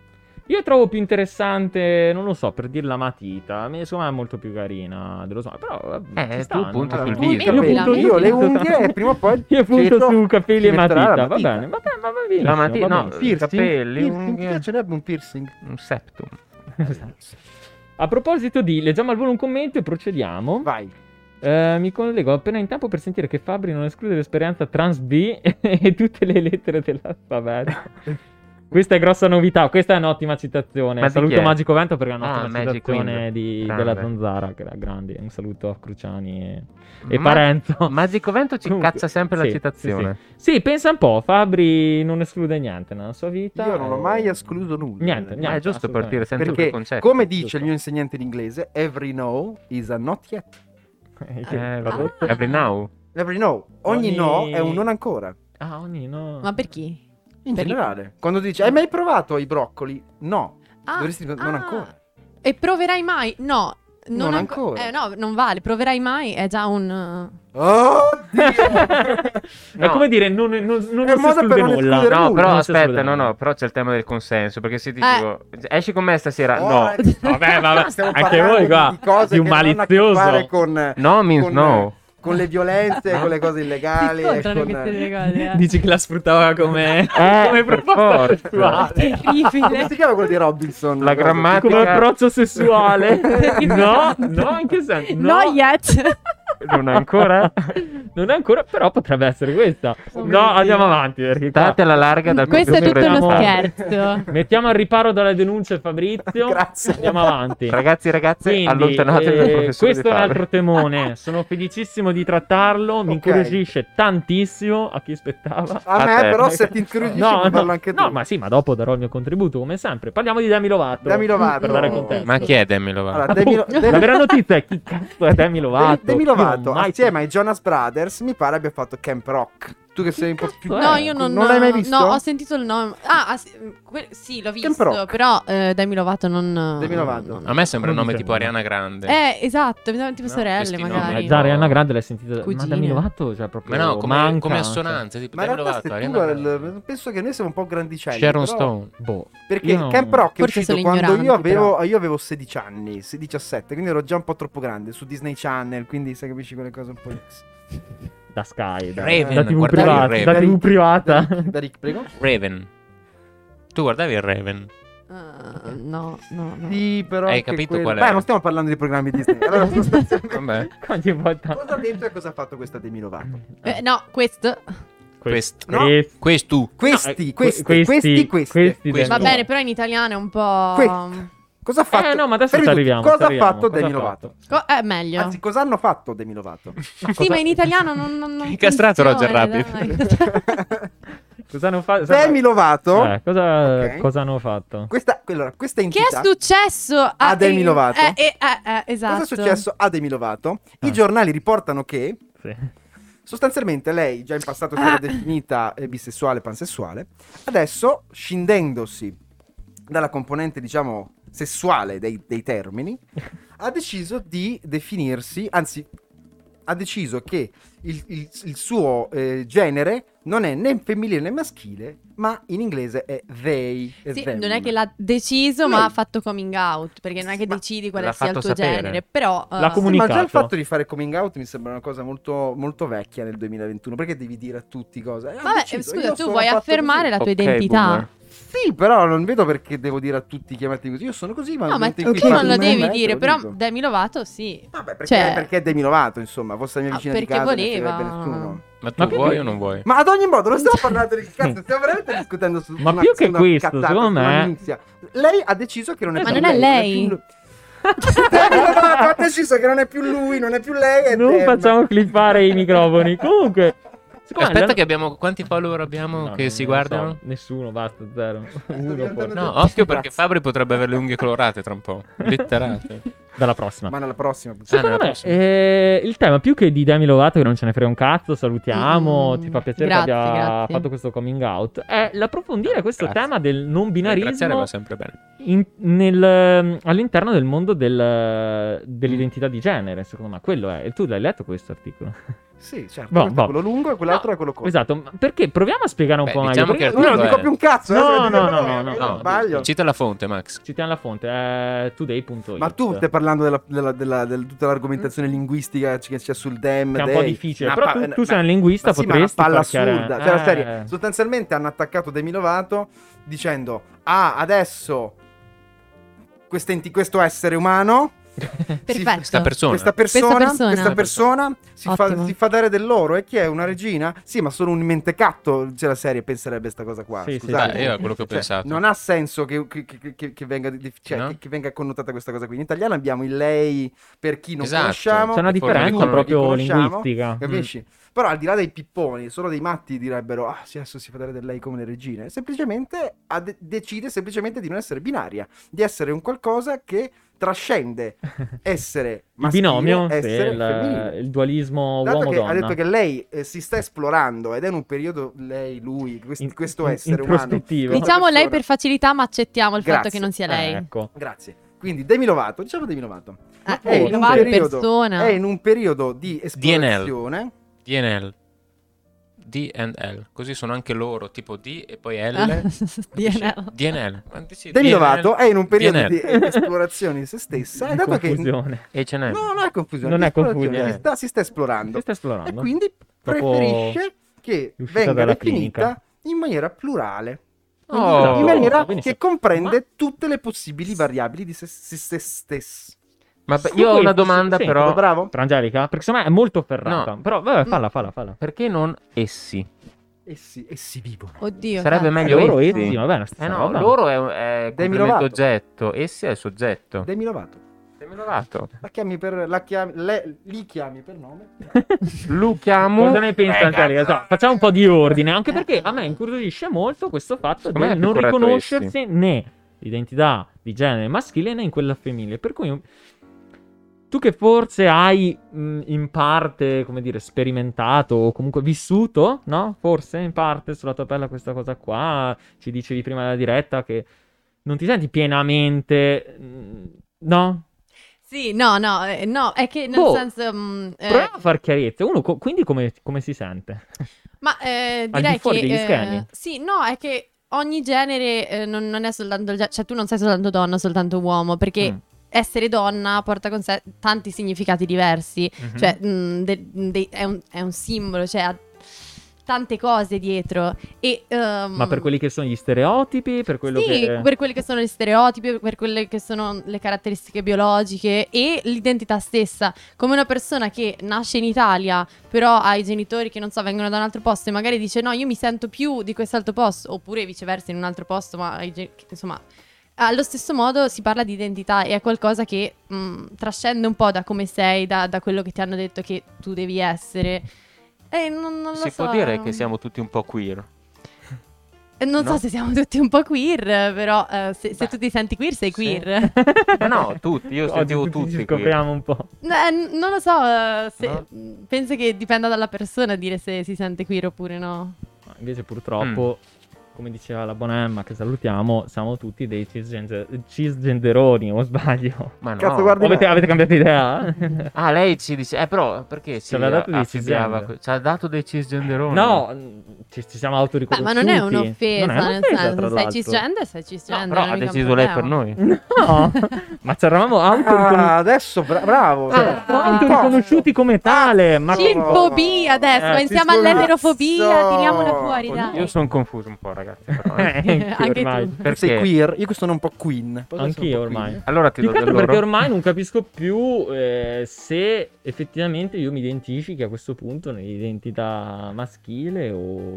B: Io trovo più interessante, non lo so, per dirla matita. Mi- Secondo me è molto più carina dello smalto. Però
E: Eh,
B: ci
E: tu
B: stanno.
E: punta
B: Allora, tu-
E: sul viso.
B: Io
A: Capelli.
B: punto
A: Io
B: sul
A: le
B: viso.
F: unghie e prima o poi
B: Io punto
F: Ceto
B: su capelli
F: ci
B: e
F: metterà la
B: matita. Va
F: matita.
B: bene, va bene, va bene.
E: La matita,
B: va
E: no,
B: bene.
E: i capelli,
F: Piercing? Ti
E: unghie.
F: piacerebbe un piercing?
E: Un septum.
B: A proposito di, leggiamo al volo un commento e procediamo.
F: Vai.
B: Eh, mi collego appena in tempo per sentire che Fabri non esclude l'esperienza trans B e tutte le lettere dell'alfabeto. questa è grossa novità, questa è un'ottima citazione.
E: Ma di chi
B: saluto
E: è?
B: Magico Vento perché è
E: Ah,
B: un'ottima
E: Magic
B: citazione
E: Queen.
B: di-
E: Grande.
B: della Zanzara, che era grande. Un saluto a Cruciani e, e
E: Ma-
B: Parenzo.
E: Magico Vento ci
B: Comunque,
E: caccia sempre
B: sì,
E: la citazione.
B: Sì, sì. Sì, pensa un po', Fabri non esclude niente nella sua vita. Eh,
F: Io non l'ho
B: e-
F: mai escluso nulla.
B: Niente, niente.
E: Ma è giusto
B: assolutamente.
E: partire sempre
F: Perché,
E: dal concetto.
F: come
B: giusto.
F: dice il mio insegnante di inglese, every no is a not yet.
B: Eh, che-
E: Eh,
A: Ah.
E: vabbè. Every now.
F: Every no. Ogni,
B: Ogni-
F: no è un non ancora.
B: Ah, ogni no.
A: Ma per chi?
F: In
A: Per-
F: generale. Quando dici, hai mai provato i broccoli? No.
A: Ah,
F: Dovresti dire, non
A: ah.
F: ancora.
A: E proverai mai? No. Non,
F: Non
A: anco-
F: ancora.
A: Eh, no, non vale. Proverai mai? È già un. eh,
B: È
E: No.
B: come dire, non, non, non
F: È un
B: si
F: modo per
B: esclude
F: non
B: nulla.
F: escludere
E: No,
F: nulla,
E: però
B: non si
E: aspetta,
B: esclude
E: no,
B: nulla.
E: no, però c'è il tema del consenso, perché se ti
A: Eh.
E: dico esci con me stasera,
F: Oh,
E: no.
B: Vabbè, vabbè,
F: Stiamo
B: anche
F: parlando
B: voi
F: di-
B: qua,
F: di cose
B: di un
F: che non hanno a che fare
B: malizioso.
F: con,
E: No means
F: con-
E: no.
F: con le violenze, con le cose illegali.
A: si
F: e
A: scontrano
F: con-
A: queste due cose. eh.
I: Dici che la sfruttava come,
E: Eh,
I: come
E: per
I: proposta
E: forza.
I: sessuale.
F: Come si chiama quello di Robinson?
E: La grammatica-
B: Come approccio sessuale. no, no, in che senso?
A: No, yet.
E: Non ancora?
B: Non è ancora, però potrebbe essere questa.
A: Oh mio
B: no, andiamo avanti. Perché qua-
E: State alla larga dal
A: Questo è tutto
E: computer
A: uno
B: Siamo-
A: scherzo.
B: Mettiamo al riparo dalle denunce Fabrizio.
F: Grazie.
B: Andiamo avanti.
E: Ragazzi, ragazze,
B: Quindi,
E: allontanatevi dal
B: eh,
E: professore
B: questo è un
E: De Fabri.
B: altro temone. Sono felicissimo di trattarlo. Mi
F: Ok. Ah,
B: incuriosisce tantissimo. A chi aspettava?
F: A
E: A
F: me,
E: te.
F: però, se ti incuriosisci,
B: No,
F: puoi
B: no,
F: farlo anche tu.
B: no, ma sì, ma dopo darò il mio contributo come sempre. Parliamo di Demi Lovato. mm,
F: Demi Lovato.
B: Per dare contesto.
I: Ma chi è Demi Lovato?
F: Allora, Demi, Lo-
B: Appunto,
F: Demi-
B: La vera notizia è chi cazzo è Demi Lovato.
F: Demi
B: Io non
F: Lovato,
B: mai-
F: assieme ai Jonas Brothers, mi pare abbia fatto Camp Rock. Tu che sei un po' più...
B: cazzo è?
A: No, io non,
F: Eh, Non l'hai mai visto?
A: No, ho sentito il nome. Ah, ah, sì, que- sì, l'ho visto.
F: Camp Rock.
A: Però eh, Demi Lovato non.
F: Demi Lovato.
I: A me sembra un
B: Non
I: nome
B: mi
I: tipo
B: sembra.
I: Ariana Grande.
A: Eh, esatto, mi sembra tipo
I: No,
A: sorelle
I: questi
A: magari.
I: nomi.
B: Eh, già Ariana Grande l'hai sentita.
A: Cugine.
B: Ma Demi Lovato, cioè, proprio.
I: Ma no, come,
B: manca,
I: come
B: cioè.
I: assonanza, tipo
F: Ma in
I: Demi
F: realtà
I: Lovato,
F: se tu
I: Ariana Grande.
F: al- penso che noi siamo un po' grandicelli.
I: Sharon
F: però-
I: Stone.
B: Boh.
F: Perché
B: Io no.
F: Camp Rock è
A: Forse
F: uscito
A: sono
F: quando io
A: ignoranti,
F: avevo, io avevo 16 anni, 17, quindi ero già un po' troppo grande su Disney Channel, quindi sai capisci quelle cose un po'...
B: cioè, Da Sky. Da,
I: Raven,
B: da TV,
I: guardavi
B: privata,
I: Raven.
B: da TV privata.
F: Da Rick, da Rick, prego.
I: Raven. Tu guardavi il Raven.
A: Eh, no, no, no.
F: Sì, però...
I: Hai
F: anche
I: capito
F: quello-
I: qual è?
F: Beh, non stiamo parlando di programmi Disney. Allora, sostanzialmente,
I: Vabbè.
B: Ogni volta.
F: cosa ha detto e cosa ha fatto questa Demi Lovato?
A: Eh, no, questo.
I: Quest-
F: No.
B: Questi.
I: Questo.
F: Questi,
B: eh,
F: questi,
B: que-
F: questi, questi,
B: questi
I: Questi.
A: Va
B: Demi
A: bene,
B: Lovato.
A: però in italiano è un po'.
F: Questo. Cosa ha fatto?
B: Eh no, ma adesso
F: Fermi
B: ci
F: tutti,
B: arriviamo.
F: Cosa
B: ci
F: ha
B: arriviamo.
F: fatto
B: Cosa
F: Demi
B: ha
F: Lovato?
A: Co- è meglio.
F: Anzi, cosa hanno fatto Demi Lovato?
A: sì,
B: cosa-
A: ma in italiano non. non, non
I: Incastrato Roger
A: funziona,
I: Rabbit.
A: dai.
B: Cosa hanno fatto?
F: Demi Lovato?
B: Eh, cosa,
F: Ok.
B: cosa hanno fatto?
F: Questa, allora, questa
A: che è
F: entità.
A: successo a,
F: A Demi
A: eh,
F: Lovato?
A: Eh, eh, eh, eh, esatto.
F: Cosa è successo a Demi Lovato? I
B: Ah.
F: giornali riportano che
B: Sì.
F: sostanzialmente lei, già in passato si era
A: Ah.
F: definita eh, bisessuale, pansessuale, adesso scindendosi dalla componente, diciamo, sessuale dei, dei termini, ha deciso di definirsi, anzi, ha deciso che il, il- il suo eh, genere non è né femminile né maschile, ma in inglese è they. e
A: Sì,
F: them.
A: non è che l'ha deciso,
F: Lei-
A: ma ha fatto coming out. Perché non è che
F: Ma
A: decidi quale
E: l'ha
A: sia il
E: fatto
A: tuo
E: sapere.
A: genere. Però.
B: La
A: eh,
B: comu-
F: Sì, ma già
B: comunicato.
F: il fatto di fare coming out mi sembra una cosa molto, molto vecchia nel 2021, perché devi dire a tutti cosa. Eh, ho
A: Vabbè,
F: deciso, io
A: scusa, tu
F: sono
A: vuoi
F: fatto
A: affermare
F: così.
A: la tua
E: Ok,
A: identità?
E: boomer.
F: Sì, però non vedo perché devo dire a tutti chiamati così. Io sono così, ma...
A: No, ma
F: nel momento in cui
A: tu non
F: parlo
A: lo
F: con me,
A: devi
F: te
A: dire,
F: lo
A: però
F: dico.
A: Demi Lovato sì.
F: Vabbè, perché,
A: cioè-
F: perché è Demi Lovato, insomma, fosse la mia
A: Ah,
F: vicina
A: perché
F: di casa,
A: voleva.
F: non fregherebbe nessuno.
I: Ma tu
B: Ma
I: vuoi
B: più-
I: o non vuoi?
F: Ma ad ogni modo, non stiamo parlando di cazzo, stiamo veramente discutendo su
B: Ma
F: una,
B: più
F: su
B: che
F: una
B: questo,
F: cazzata,
B: secondo
F: su una
B: me-
F: minuzia. Lei ha deciso che non è
B: Ma
F: più
A: non è lei?
F: non è più- Demi Lovato ha deciso che non è più lui, non è più lei. È
B: Non
F: Demi.
B: facciamo clippare i microfoni. Comunque. siccome
I: Aspetta,
B: la-
I: che abbiamo. Quanti follower abbiamo
B: No,
I: che
B: non
I: si
B: lo
I: guardano?
B: so. Nessuno, basta, zero. Uno forse.
I: No, occhio perché Fabri potrebbe avere le unghie colorate tra un po'. Letterate.
B: Dalla prossima.
F: Ma nella prossima.
I: Ah,
B: Secondo
I: nella
B: me
I: prossima.
B: eh, il tema più che di Demi Lovato, che non ce ne frega un cazzo, salutiamo,
A: Mm,
B: ti fa piacere
A: grazie,
B: che abbia
A: grazie.
B: fatto questo coming out, è l'approfondire questo
I: Grazie. Eh,
B: tema del non
I: Ringraziare
B: binarismo
I: va sempre bene.
B: in- nel- mm, all'interno del mondo del- dell'identità di genere, secondo me. Quello è. E tu l'hai letto questo articolo?
F: Sì, certo.
B: Boh,
F: questo
B: boh.
F: è quello lungo e quell'altro
B: No,
F: è quello corto.
B: Esatto, ma perché proviamo a spiegare un
I: Beh,
B: po' meglio.
I: diciamo
B: perché-
I: che-
F: Io non dico
I: Eh.
F: più un cazzo. eh,
B: No,
F: se lo dico
B: no, no,
F: io,
B: no,
F: io
B: no,
I: No,
F: Sbaglio.
I: cita la fonte, Max.
B: Citiamo la fonte, eh, today.it.
F: Ma tu stai parlando della, della- della- del- tutta l'argomentazione linguistica c- che c'è sul DEM.
B: Che è un
F: dei-
B: po' difficile,
F: Una
B: però tu- tu sei un linguista,
F: ma sì, ma una
B: potresti
F: palla
B: far chiarare-
F: assurda. Cioè, la serie,
B: Eh.
F: sostanzialmente hanno attaccato Demi Lovato dicendo, ah, adesso quest'enti- questo essere umano,
A: Perfetto.
I: Questa persona.
F: questa persona,
A: Questa
F: questa
A: persona.
F: persona, si, fa,
A: Ottimo.
F: si fa dare dell'oro e chi è una regina? Sì, ma solo un mentecatto, c'è la serie, penserebbe questa cosa qua.
B: Sì, sì,
F: Scusate.
I: Beh, io è quello che ho
F: Cioè,
I: pensato.
F: Non ha senso che, che- che- che- che venga, di- cioè,
I: No?
F: che- che venga connotata questa cosa qui. In italiano abbiamo il lei per chi non
I: Esatto.
F: conosciamo.
B: C'è una
I: Forma di
B: differenza
I: colore.
B: proprio
F: Riconosciamo.
B: linguistica.
F: Capisci? Però al di là dei pipponi, solo dei matti direbbero: Ah, sì, adesso si fa dare del lei come le regine. Semplicemente ha de- decide semplicemente di non essere binaria, di essere un qualcosa che trascende essere
B: il
F: maschile,
B: binomio, sì,
F: essere
B: il,
F: femminile.
B: il dualismo
F: Dato che ha
B: uomo-donna.
F: detto che lei eh, si sta esplorando ed è in un periodo lei, lui, quest-
B: In-
F: questo
B: in-
F: essere umano.
B: introspettivo.
F: questa
A: Diciamo lei
F: persona.
A: per facilità, ma accettiamo il fatto
F: Grazie.
A: che non sia
B: Eh,
A: lei.
B: ecco.
F: Grazie. Quindi Demi Lovato, diciamo Demi Lovato,
A: Eh,
F: è, in
B: Lovato
F: un
A: va,
F: periodo,
A: persona.
F: è in un periodo di esplorazione.
I: DNL. D and L. Così sono anche loro, tipo D e poi L.
B: Ah,
I: Capisci?
A: DNL.
I: DNL. Ma dici
F: Demi
I: DNL?
F: Lovato è in un periodo
I: DNL.
F: di esplorazione di se stessa e
B: Di
F: dato che no,
B: confusione.
I: E ce n'è.
F: non è confusione,
B: Non
F: di
B: è
F: esplorazione,
B: confusione.
F: si sta, si sta esplorando
B: Si sta esplorando.
F: e quindi
B: Dopo
F: preferisce che
B: è uscita
F: venga
B: dalla
F: definita
B: clinica.
F: in maniera plurale,
I: Oh.
F: in maniera
B: Benissimo.
F: che comprende tutte le possibili variabili di se, se- se stessa.
I: Ma beh, io ho una domanda
B: Sì,
E: Oh.
I: però.
F: Bravo?
B: Tra Angelica? Perché secondo me è molto ferrata.
I: No.
B: Però vabbè, falla, falla, falla.
I: Perché non essi?
F: Essi, essi vivono.
A: Oddio.
I: Sarebbe
A: cazzo.
I: meglio
B: Loro
I: essi.
B: e sì, vabbè, è la stessa
I: Eh no,
B: roba.
I: loro è, è
F: Demi
I: complemento
F: Lovato.
I: oggetto, essi è il soggetto.
F: Demi Lovato.
I: Demi Lovato.
F: La chiami per, la chiami, le- li chiami per nome?
B: Eh
I: Lu chiamo.
B: Cosa ne pensa
I: Eh,
B: Angelica?
I: cazzo.
B: So, facciamo un po' di ordine, anche perché a me incuriosisce molto questo fatto
I: Secondo
B: di
I: me è più
B: non
I: corretto
B: riconoscersi né l'identità di genere maschile né in quella femminile. Per cui tu che forse hai mh, in parte, come dire, sperimentato o comunque vissuto, no? Forse in parte sulla tua pelle questa cosa qua, ci dicevi prima della diretta che non ti senti pienamente mh, no?
A: Sì, no, no, eh, no, è che nel
B: Boh.
A: senso... mh, eh,
B: Proviamo a far chiarezza. Uno co- quindi come, come si sente?
A: Ma eh,
B: Al
A: direi
B: di fuori
A: che,
B: degli
A: eh,
B: schemi?
A: sì, no, è che ogni genere eh, non, non è soltanto il ge- cioè tu non sei soltanto donna, soltanto uomo, perché
B: Mm.
A: essere donna porta con sé tanti significati diversi,
B: Mm-hmm.
A: cioè mh, de- de- è, un, è un simbolo, cioè ha tante cose dietro e ehm,
B: Ma per quelli che sono gli stereotipi, per quello
A: sì,
B: che...
A: per quelli che sono gli stereotipi, per quelle che sono le caratteristiche biologiche e l'identità stessa. Come una persona che nasce in Italia, però ha i genitori che non so, vengono da un altro posto e magari dice no, io mi sento più di quest'altro posto, oppure viceversa in un altro posto, ma ha i gen- insomma. Allo stesso modo si parla di identità e è qualcosa che mh, trascende un po' da come sei, da, da quello che ti hanno detto che tu devi essere. E non, non lo
I: Si
A: so.
I: può dire che siamo tutti un po' queer.
A: Eh, Non so
I: No?
A: se siamo tutti un po' queer, però eh, se, se
I: Beh.
A: tu ti senti queer sei
I: Sì.
A: queer.
I: Ma no, tutti, io
B: Oggi
I: sentivo
B: tutti ci
I: tutti queer.
B: scopriamo un po'.
A: Eh, n- non lo so, eh, se-
I: No?
A: mh, penso che dipenda dalla persona dire se si sente queer oppure no.
B: Ma Invece purtroppo,
I: Mm.
B: come diceva la buona Emma, che salutiamo, siamo tutti dei cisgender- cisgenderoni, o sbaglio.
I: Ma no.
F: Cazzo, guarda-
B: O avete, avete cambiato idea?
I: Ah, lei ci dice, eh però perché ci
B: Ce l'ha dato dei
I: affibbiava
B: cisgender.
I: que- Ci ha dato dei cisgenderoni.
B: no, ci, ci siamo
A: Beh, ma
B: autoriconosciuti.
A: non è un'offesa,
B: Non è un'offesa,
A: nel
B: tra
A: senso, sei
B: l'altro.
A: cisgender, sei
I: No,
A: cisgender.
I: però ha
A: Cioè, non è mica un
I: deciso lei per
A: problema.
I: noi.
B: No, ma ci eravamo autoriconosciuti.
F: Ah, adesso bra- bravo. cioè,
I: Ah,
B: Ah. autoriconosciuti come tale, ma
A: Cinfobia adesso,
B: Eh,
A: ma insieme
F: cisfobia.
A: all'eterofobia, tiriamola fuori,
F: Oddio,
A: dai.
E: Io sono confuso un po', ragazzi. però, eh.
B: Eh, anche
A: Anche
B: ormai.
A: tu.
F: Tu
I: Perché?
F: sei queer, io sono un po' queen. Poi adesso
B: Anch'io
F: un po' queen.
B: ormai.
E: Allora ti
B: Più
E: do
B: che
E: del
B: altro
E: loro.
B: perché ormai non capisco più eh, se effettivamente io mi identifichi a questo punto nell'identità maschile o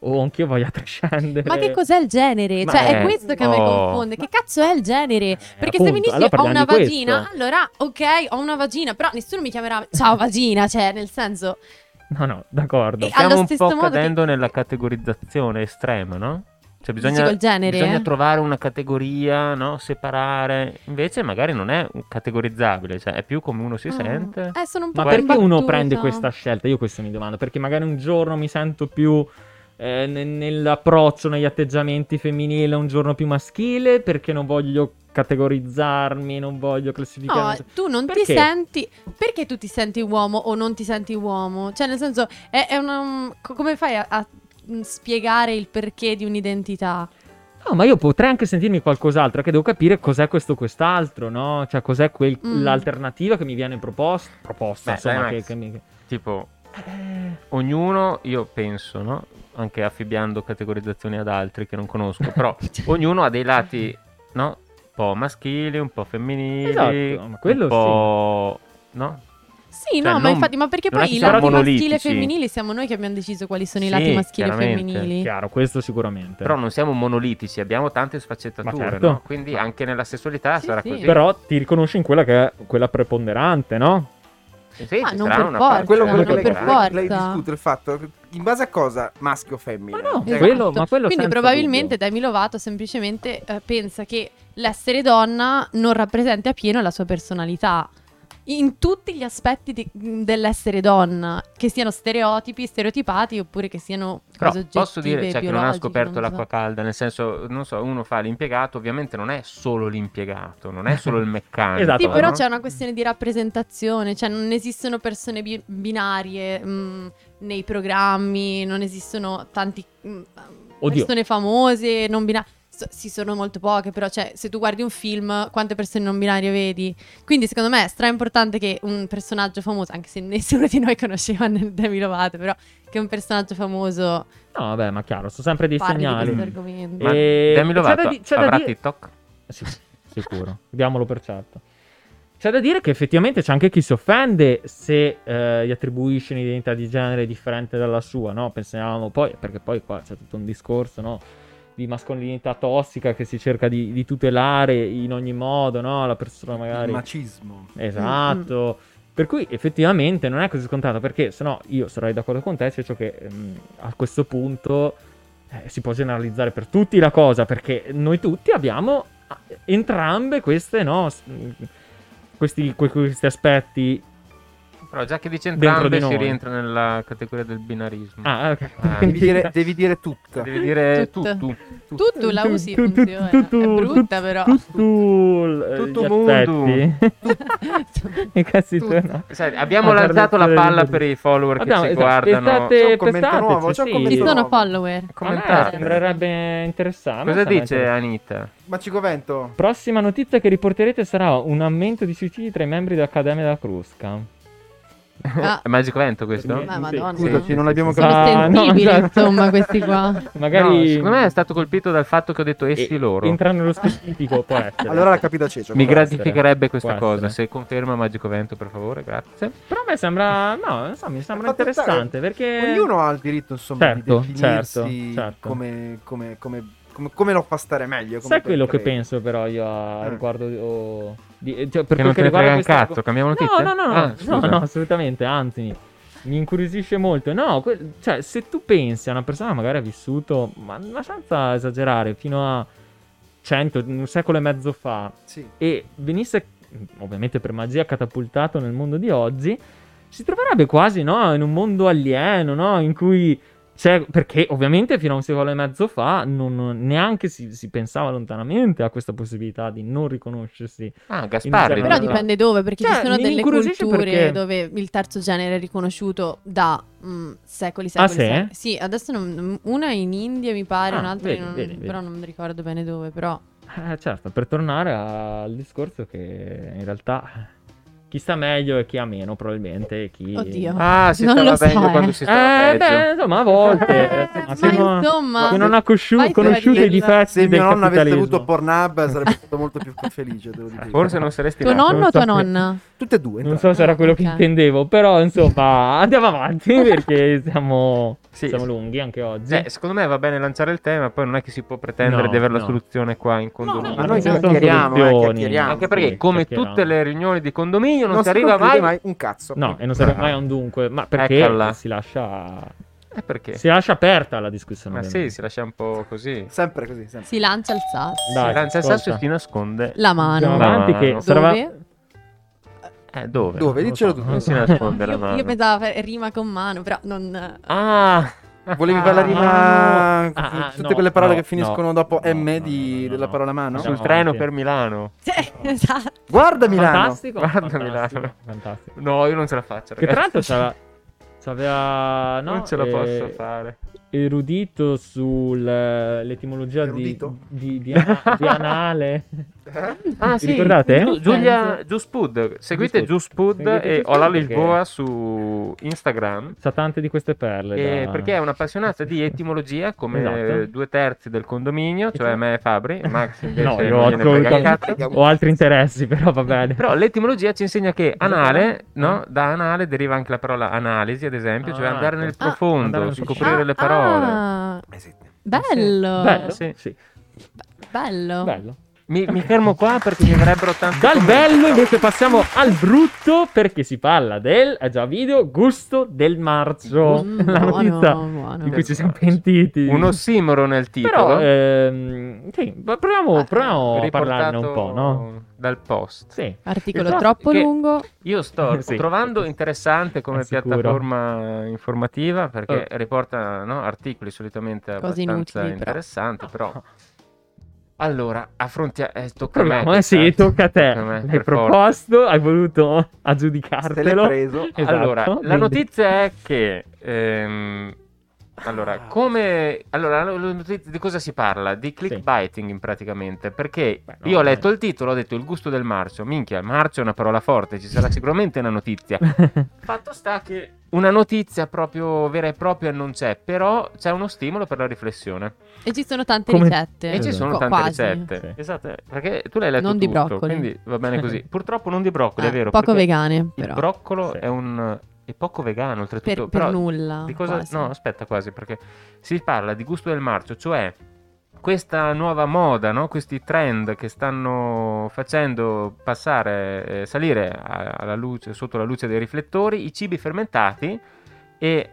B: o anch'io voglia trascendere.
A: Ma che cos'è il genere?
B: Ma
A: cioè, è
B: eh,
A: questo che a me
E: oh.
A: confonde. Che cazzo è il genere? Perché
B: appunto,
A: se mi dici
B: allora
A: ho
B: parliamo
A: una
B: di questo.
A: vagina, allora ok, ho una vagina, però nessuno mi chiamerà ciao vagina, cioè nel senso
B: No, no, d'accordo.
A: E-
E: Stiamo
A: allo
E: un
A: stesso
E: po'
A: modo che-
E: cadendo nella categorizzazione estrema, no? Cioè bisogna,
A: col genere,
E: bisogna
A: eh?
E: trovare una categoria, no? Separare. Invece magari non è un- categorizzabile, cioè è più come uno si
A: ah,
E: sente.
A: Eh, sono un po'
B: Ma perché uno
A: combattuta.
B: prende questa scelta? Io questo mi domando. Perché magari un giorno mi sento più eh, ne- nell'approccio, negli atteggiamenti femminile, un giorno più maschile, perché non voglio categorizzarmi, non voglio
A: No,
B: classificare.
A: eh, tu non ti
B: Perché?
A: senti. Perché tu ti senti uomo o non ti senti uomo? Cioè, nel senso, è, è una- co- come fai a, a, mm, spiegare il perché di un'identità?
B: No, ma io potrei anche sentirmi qualcos'altro, è che devo capire cos'è questo quest'altro, no? Cioè cos'è quel-
A: Mm.
B: l'alternativa che mi viene proposta, proposta
E: Beh,
B: insomma,
E: dai,
B: che,
E: Max.
B: che mi-
E: Tipo, ognuno, io penso, no? Anche affibbiando categorizzazioni ad altri che non conosco, però ognuno ha dei lati, no? Un po' maschili, un po' femminili,
B: Esatto, ma quello
E: un po'... no?
A: Sì, no,
E: Cioè,
A: ma
E: non-
A: infatti, ma perché
E: non è
A: poi
E: che
A: i
E: siamo
A: lati maschili e
E: monolitici.
A: femminili siamo noi che abbiamo deciso quali sono i
E: Sì,
A: lati maschili e
E: chiaramente,
A: femminili.
B: Chiaro, questo sicuramente.
E: Però non siamo monolitici, abbiamo tante sfaccettature,
B: Ma certo.
E: no? Quindi anche nella sessualità
A: Sì,
E: sarà
A: sì.
E: così.
B: Però ti riconosci in quella che è quella preponderante, no?
E: Sì,
A: Ma
E: ci
A: Ah, non
E: sarà
A: per
E: una
A: forza,
E: parte
F: quello
A: Eh,
F: quello che
A: non
F: lei,
A: per
F: lei-
A: forza.
F: lei discute il fatto in base a cosa maschio o femmina
B: Ma no,
F: Cioè,
B: quello- ma quello
A: Esatto. Quindi
B: senza
A: probabilmente
B: dubbio.
A: Demi Lovato semplicemente eh, pensa che l'essere donna non rappresenti appieno la sua personalità. In tutti gli aspetti di- dell'essere donna, che siano stereotipi, stereotipati oppure che siano
E: Però
A: cose oggettive,
E: posso dire cioè, che non ha
A: biologiche, non
E: scoperto
A: so.
E: l'acqua calda, nel senso, non so, uno fa l'impiegato, ovviamente non è solo l'impiegato, non è solo il meccanico.
B: Esatto.
A: Sì, però
E: no?
A: c'è una questione di rappresentazione, cioè non esistono persone bi- binarie mh, nei programmi, non esistono tanti mh,
B: Oddio.
A: persone famose, non binarie. Sì, sono molto poche, però cioè, se tu guardi un film, quante persone non binarie vedi? Quindi, secondo me, è stra importante che un personaggio famoso, anche se nessuno di noi conosceva nel Demi Lovato, però che un personaggio famoso
B: No, vabbè, ma chiaro, sono sempre dei
A: parli di
B: segnali. Mm.
A: questo argomento.
E: Ma
B: E-
E: Demi Lovato
B: c'è da di- c'è da
E: avrà
B: dire-
E: TikTok?
B: Sì, sicuro. Diamolo per certo. C'è da dire che effettivamente c'è anche chi si offende se eh, gli attribuisce un'identità di genere differente dalla sua, no? Pensiamo poi, perché poi qua c'è tutto un discorso, no? Di mascolinità tossica che si cerca di, di tutelare in ogni modo, no? La persona
F: il
B: magari...
F: macismo
B: Esatto.
A: Mm,
B: Per cui effettivamente non è così scontato, perché sennò io sarei d'accordo con te, nel senso che ehm, a questo punto eh, si può generalizzare per tutti la cosa, perché noi tutti abbiamo ah, entrambe queste, no, s- mh, questi, que- questi aspetti.
E: Però già che dice
B: Dentro
E: entrambe
B: di noi.
E: si rientra nella categoria del binarismo.
B: Ah, ok.
E: Ah.
F: devi dire, devi dire tutta
E: Devi dire
A: Tutto.
E: tutto.
A: Tu, tu la usi,
B: Tu- tu-
A: funziona.
B: tu- tu-
A: è brutta,
B: tu-
A: però.
B: Tutto, l- eh,
E: Tutto
B: gli
E: mondo.
B: aspetti. Che cazzo di
F: Tutto.
B: torna?
E: Sai, abbiamo
B: Ah,
E: lanciato la
B: guardate-
E: palla per i follower
B: Abbiamo-
E: che ci
B: esatto,
E: guardano.
B: pestate-
F: C'è un commento
B: pestateci,
F: nuovo, c'è un
B: sì.
F: commento
A: Ci
F: Io-
A: sono follower.
B: Ah,
E: Commentate.
B: sembrerebbe interessante.
E: Cosa
B: sarebbe
E: dice Anita?
F: ma ci covento
B: Prossima notizia che riporterete sarà un aumento di suicidi tra i membri dell'Accademia della Crusca.
A: Ah,
E: È Magic Vento questo?
A: Ma madonna.
F: scusaci non abbiamo
B: Sono
F: capito
A: sono
B: Ah,
A: sensibili,
B: no, esatto.
A: insomma, questi qua.
E: No,
B: Magari
E: secondo me è stato colpito dal fatto che ho detto essi
B: Eh,
E: loro.
B: Entra nello specifico, può essere.
F: allora l'ha capito Cecio
E: Mi
B: può essere,
E: gratificherebbe questa
B: può
E: cosa.
B: essere.
E: Se conferma Magico Vento, per favore, grazie.
B: Però a me sembra. No, non so, mi sembra
F: Ma tutta-
B: interessante perché.
F: ognuno ha il diritto insomma
B: Certo,
F: di definirsi
B: certo, certo.
F: Come, come, come, come, come lo fa stare meglio come
B: Sai quello che
F: crede.
B: penso, però, io a
F: Eh.
B: riguardo. o- di- cioè, per
E: Che
B: quel
E: non
B: che
E: te ne frega
B: riguarda
E: un
B: questo
E: cazzo. Cambiamo notizia.
B: No, no, no,
E: Ah,
B: no,
E: scusa.
B: no, assolutamente, anzi, mi incuriosisce molto. No, que- cioè, se tu pensi a una persona che magari ha vissuto, ma, ma senza esagerare, fino a 100, un secolo e mezzo fa,
F: sì.
B: e venisse, ovviamente per magia, catapultato nel mondo di oggi, si troverebbe quasi, no, in un mondo alieno, no, in cui... c'è- perché ovviamente fino a un secolo e mezzo fa non- non- neanche si, si pensava lontanamente a questa possibilità di non riconoscersi
E: Ah, Gasparri.
A: Però
B: Allora.
A: dipende dove, perché
B: Cioè,
A: ci sono
B: mi
A: delle
B: incuriosisce
A: culture
B: perché-
A: dove il terzo genere è riconosciuto da mm, secoli, secoli.
B: Ah, sì?
A: secoli. Sì, adesso non- una è in India, mi pare,
B: Ah,
A: un'altra
B: vedi,
A: in-
B: vedi, vedi.
A: però non ricordo bene dove, però.
B: Eh, certo, per tornare al discorso che in realtà chi sta meglio e chi ha meno, probabilmente. e Chi...
A: Oddio.
E: Ah, si
A: Non
E: stava
A: lo so,
E: meglio
A: eh.
E: quando si stava
B: Eh, beh,
E: peggio.
B: insomma, a volte.
A: Eh,
B: eh,
A: ma
B: se non-
A: insomma,
B: se non ha cosciu-
A: vai tu a
B: conosciuto
A: dirlo.
B: i difetti
F: Se
B: del
F: mio nonno avesse
B: capitalismo.
F: avuto Pornhub sarebbe stato molto più felice, devo dire.
E: Forse non saresti
A: Tuo
E: nato.
A: nonno
B: non
A: o tua
B: so se-
A: nonna?
F: Tutte e due.
B: Non
F: entrambe.
B: so se era quello che
A: Ok.
B: intendevo, però insomma, andiamo avanti perché siamo,
E: Sì.
B: siamo lunghi anche oggi.
E: Eh, secondo me va bene lanciare il tema, poi non è che si può pretendere
B: No,
E: di avere
B: no.
E: la soluzione qua in condominio.
A: no,
B: Ma noi
A: Sì,
B: sono
F: chiacchieriamo, eh,
B: soluzioni.
F: chiacchieriamo.
E: Anche perché,
B: Sì,
E: come
B: chiacchieriamo.
E: tutte le riunioni di condominio, non, si arriva
F: conclude
E: mai.
F: un cazzo.
B: No, e non serve mai a un dunque, ma perché
E: Eccola.
B: si lascia...
E: Eh, perché?
B: si lascia aperta la discussione.
E: Ma sì,
B: ovviamente.
E: si lascia un po' così.
F: Sempre così, sempre.
A: Si lancia il sasso.
B: Dai,
E: Lancia il
B: ascolta.
E: sasso e ti nasconde.
A: La mano.
B: Andiamo
E: No,
B: avanti
E: no,
B: che
E: no.
B: sarà-
A: Dove?
E: Eh, dove?
F: Dove?
B: lo
F: Dicelo
B: so,
F: tu.
B: non
E: Non si
B: so.
E: nasconde la
A: Io,
E: mano.
A: io pensavo per- rima con mano, però non...
E: Ah,
F: Volevi
E: Ah,
F: fare la rima
B: no. Ah, ah,
F: tutte
B: no,
F: quelle parole
B: no,
F: che finiscono
B: no,
F: dopo
B: no,
F: M
B: no,
F: di,
B: no, no,
F: della
B: no.
F: parola mano?
B: No.
E: sul
B: Andiamo
E: treno
B: avanti.
E: per Milano.
A: Sì, esatto.
F: Guarda Milano!
B: Fantastico,
E: Guarda
B: fantastico,
E: Milano.
B: fantastico. Eh,
E: No, io non ce la faccio.
B: Che tra
E: Ragazzi.
B: l'altro c'era... c'aveva... No,
E: non ce la
B: eh,
E: posso fare.
B: Erudito sull'etimologia di,
F: Erudito?
B: di, di ana- di anale.
E: Ah,
B: Vi ricordate?
E: Giu- Giulia Giuspud. Seguite Giuspud
B: Seguite
E: e
B: Giuspud
E: Ola
B: perché-
E: Lisboa su Instagram.
B: Sa tante di queste perle.
E: Eh,
B: da-
E: perché è un'appassionata di etimologia come
B: Esatto.
E: eh, due terzi del condominio, cioè
B: Esatto.
E: me e Fabri, Max invece
B: No, io
E: non gliene frega
B: ascolto.
E: un cazzo.
B: Ho altri interessi, però va bene.
E: Però l'etimologia ci insegna che
B: Esatto.
E: anale, no? da anale deriva anche la parola analisi, ad esempio, cioè
B: Eh. Ah,
E: andare nel
B: ecco.
E: profondo,
B: Andare nel
E: scoprire
B: profondo. Ah.
E: le parole.
A: Ah,
F: Eh sì.
A: bello.
B: Bello,
E: sì.
B: sì,
A: Bello.
B: bello.
E: Mi, mi fermo qua perché mi avrebbero tanto...
B: Dal
E: commento.
B: bello invece passiamo al brutto perché si parla del, è già video, gusto del marcio.
A: Mm,
B: la
A: buono,
B: notizia
A: buono.
B: in cui ci siamo pentiti.
E: Un ossimoro nel titolo.
B: Però, eh, ehm, sì, ma proviamo, proviamo a parlarne un po', no?
E: riportato Dal post.
B: Sì.
A: Articolo
E: Esatto,
A: troppo
E: che-
A: lungo.
E: Io sto
B: Sì.
E: trovando interessante come
B: È sicuro.
E: piattaforma informativa perché
B: Eh.
E: riporta no, articoli solitamente
A: Cose
E: abbastanza
A: inutili, però.
E: interessanti, però. Allora, affrontiamo. Eh, tocca a me.
B: Proviamo, eh sì,
E: questa.
B: tocca a te.
E: Tocca a me,
B: L'hai
E: per forza.
B: proposto, hai voluto
F: Te l'hai
B: aggiudicartelo.
F: preso.
B: Esatto,
E: Allora, la
B: quindi-
E: notizia è che. ehm,
B: Ah.
E: allora, come. Allora, la- la notizia- di cosa si parla? Di clickbiting, in praticamente. Perché
B: Beh, no,
E: io ho
B: eh.
E: letto il titolo, ho detto il gusto del marcio. Minchia, marcio è una parola forte, ci sarà sicuramente una notizia. Fatto sta che una notizia proprio vera e propria non c'è, però c'è uno stimolo per la riflessione.
A: E ci sono tante
B: Come-
A: ricette.
E: E ci sono
A: Qua-
E: tante
A: Esatto. quasi.
E: ricette.
B: Sì.
E: Esatto, perché tu l'hai letto
A: Non di
E: tutto,
A: broccoli.
E: quindi va bene così. Purtroppo non di broccoli,
A: Eh,
E: è vero.
A: poco
E: perché
A: vegane,
E: Il
A: però.
E: broccolo
B: Sì.
E: è un è poco vegano,
A: per,
E: oltretutto,
A: per
E: però
A: nulla.
E: di cosa-
A: quasi.
E: No, aspetta quasi, perché si parla di gusto del marcio, cioè questa nuova moda, no? questi trend che stanno facendo passare, eh, salire a- alla luce, sotto la luce dei riflettori, i cibi fermentati e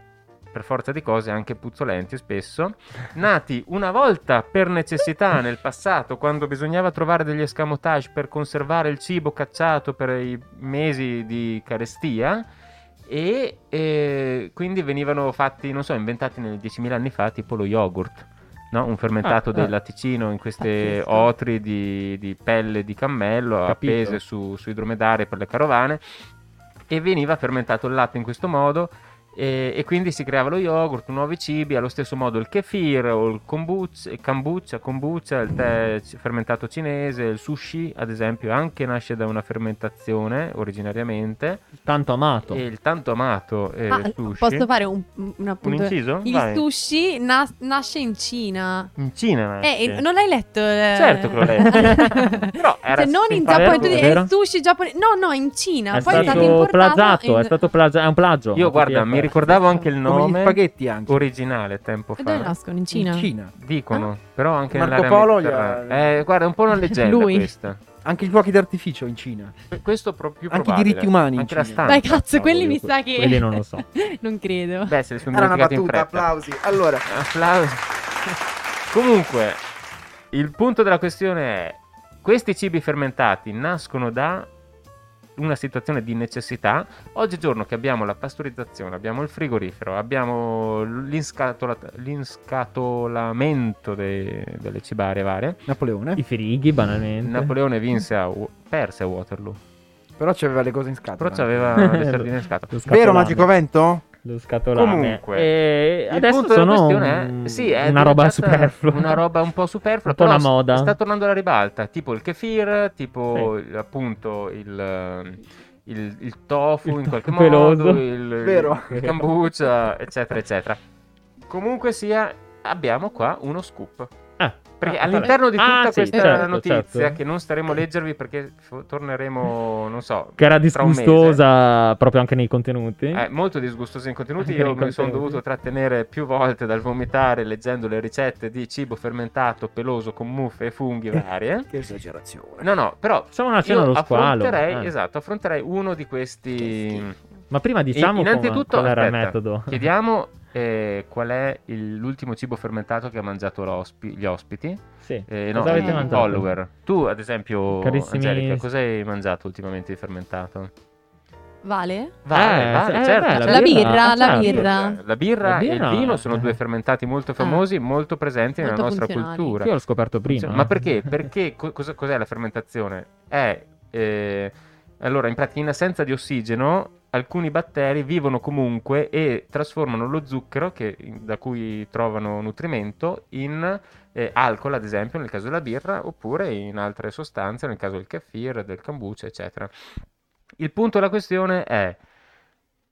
E: per forza di cose anche puzzolenti spesso, nati una volta per necessità nel passato, quando bisognava trovare degli escamotage per conservare il cibo cacciato per i mesi di carestia, e eh, quindi venivano fatti, non so, inventati nel 10.000 anni fa, tipo lo yogurt, no? un fermentato
B: Ah,
E: del
B: eh.
E: latticino in queste
A: Pazzesco.
E: otri di, di pelle di cammello
B: Capito.
E: appese su- sui dromedari per le carovane e veniva fermentato il latte in questo modo e, e quindi si creava lo yogurt, nuovi cibi, allo stesso modo il kefir o il kombucha, kombucha, kombucha, il tè c- fermentato cinese, il sushi ad esempio anche nasce da una fermentazione originariamente
B: Tanto amato.
E: e il tanto amato eh,
A: Ah,
E: sushi.
A: posso fare un, un
E: un
A: appunto?
E: inciso?
A: il
E: Vai.
A: sushi na- nasce in Cina.
E: In Cina nasce.
A: Eh, eh, non l'hai letto? eh?
E: Ah, Certo che l'ho letto. Però era
A: Se non in
E: simpatico,
A: Giappone, tu dici
B: vero?
A: "Eh, il sushi giapponese. No, no, in Cina.
B: È
A: Poi è stato
B: stato
A: importato.
B: plagiato,
A: in-
B: è stato plagia- è un plagio.
A: eh.
E: Io guarda, mi ricordavo anche il
F: Come gli
E: nome
F: spaghetti anche.
E: originale tempo
A: E dove
E: fa.
A: nascono? In Cina?
F: In Cina.
E: Dicono, però anche
F: Marco
E: nell'area
F: Polo
E: mediterranea.
F: gli ha-
E: Eh, guarda, è un po' una leggenda
A: Lui.
E: questa.
F: Anche i fuochi d'artificio in Cina.
E: Questo pro- più
F: Anche i
E: probabile.
F: diritti umani in
E: Anche la
F: Cina.
E: stampa.
A: Beh, cazzo, quelli mi
B: io
A: sa
B: que- quelli
A: che.
B: non lo so.
A: non credo.
E: Beh, se li sono
F: Era una
E: dimenticati in
F: battuta,
E: fretta.
F: applausi. Allora,
E: Applausi. Comunque, il punto della questione è: questi cibi fermentati nascono da una situazione di necessità. Oggigiorno che abbiamo la pastorizzazione, abbiamo il frigorifero, abbiamo l'inscatola- l'inscatolamento de- delle cibarie varie.
F: Napoleone.
B: I frighi, banalmente.
E: Napoleone vinse a, Wa- perse a Waterloo,
F: Però c'aveva le cose in
E: però
F: scatola.
B: Ah.
E: c'aveva le sardine in scatola.
B: Lo
F: Vero
B: scatolame.
F: Magico Vento?
B: Lo scatolame.
E: Comunque,
B: E
E: Il
B: adesso
E: punto della
B: sono
E: questione
B: un-
E: è, sì, è
B: una roba
E: diventata
B: superflua.
E: Una roba un po' superflua.
B: Un po' una
E: però s-
B: moda.
E: Sta tornando alla ribalta, tipo il kefir, tipo il- appunto il, il, il tofu
B: Il
E: in
B: tofu
E: qualche
B: peloso.
E: modo, il,
F: Vero.
E: il kombucha, eccetera, eccetera. Comunque sia, abbiamo qua uno scoop.
B: Ah,
E: Perché
B: ah,
E: all'interno di tutta
B: ah, sì,
E: questa
B: certo,
E: notizia,
B: certo.
E: che non staremo a leggervi perché fo- torneremo, non so,
B: che era
E: tra un mese.
B: disgustosa proprio anche nei contenuti.
E: Eh, molto disgustoso in contenuti.
B: Anche nei
E: Io mi sono
B: contenuti.
E: dovuto trattenere più volte dal vomitare leggendo le ricette di cibo fermentato, peloso con muffe e funghi
B: Eh.
E: varie.
F: Che esagerazione.
E: No, no, però
B: Facciamo una cena
E: io
B: allo squalo.
E: affronterei,
B: eh.
E: esatto, affronterei uno di questi.
B: Ma prima diciamo
E: In-
B: com-
E: innanzitutto,
B: qual era il
E: aspetta,
B: metodo.
E: Chiediamo eh, qual è il- l'ultimo cibo fermentato che ha mangiato l'ospi- gli ospiti.
B: Sì.
E: Eh, no,
B: Cosa avete
E: i
B: mangiato?
E: follower. Tu, ad esempio,
B: Carissimi-
E: Angelica, cosa hai mangiato ultimamente di fermentato?
A: Vale?
E: Vale,
B: Eh,
E: vale,
B: eh,
E: certo,
B: beh,
E: certo.
A: La birra,
B: ah,
A: la
B: certo.
A: birra. Eh.
E: La birra,
B: La birra- eh.
E: e il vino sono due fermentati molto famosi, molto presenti
A: Molto
E: nella nostra
A: funzionali.
E: cultura.
B: Io eh. l'ho scoperto prima.
E: Ma perché? Perché co- cosa- cos'è la fermentazione? È eh, allora, in pratica, in assenza di ossigeno, alcuni batteri vivono comunque e trasformano lo zucchero, che- da cui trovano nutrimento, in eh, alcol, ad esempio, nel caso della birra, oppure in altre sostanze, nel caso del kefir, del kombucha, eccetera. Il punto della questione è.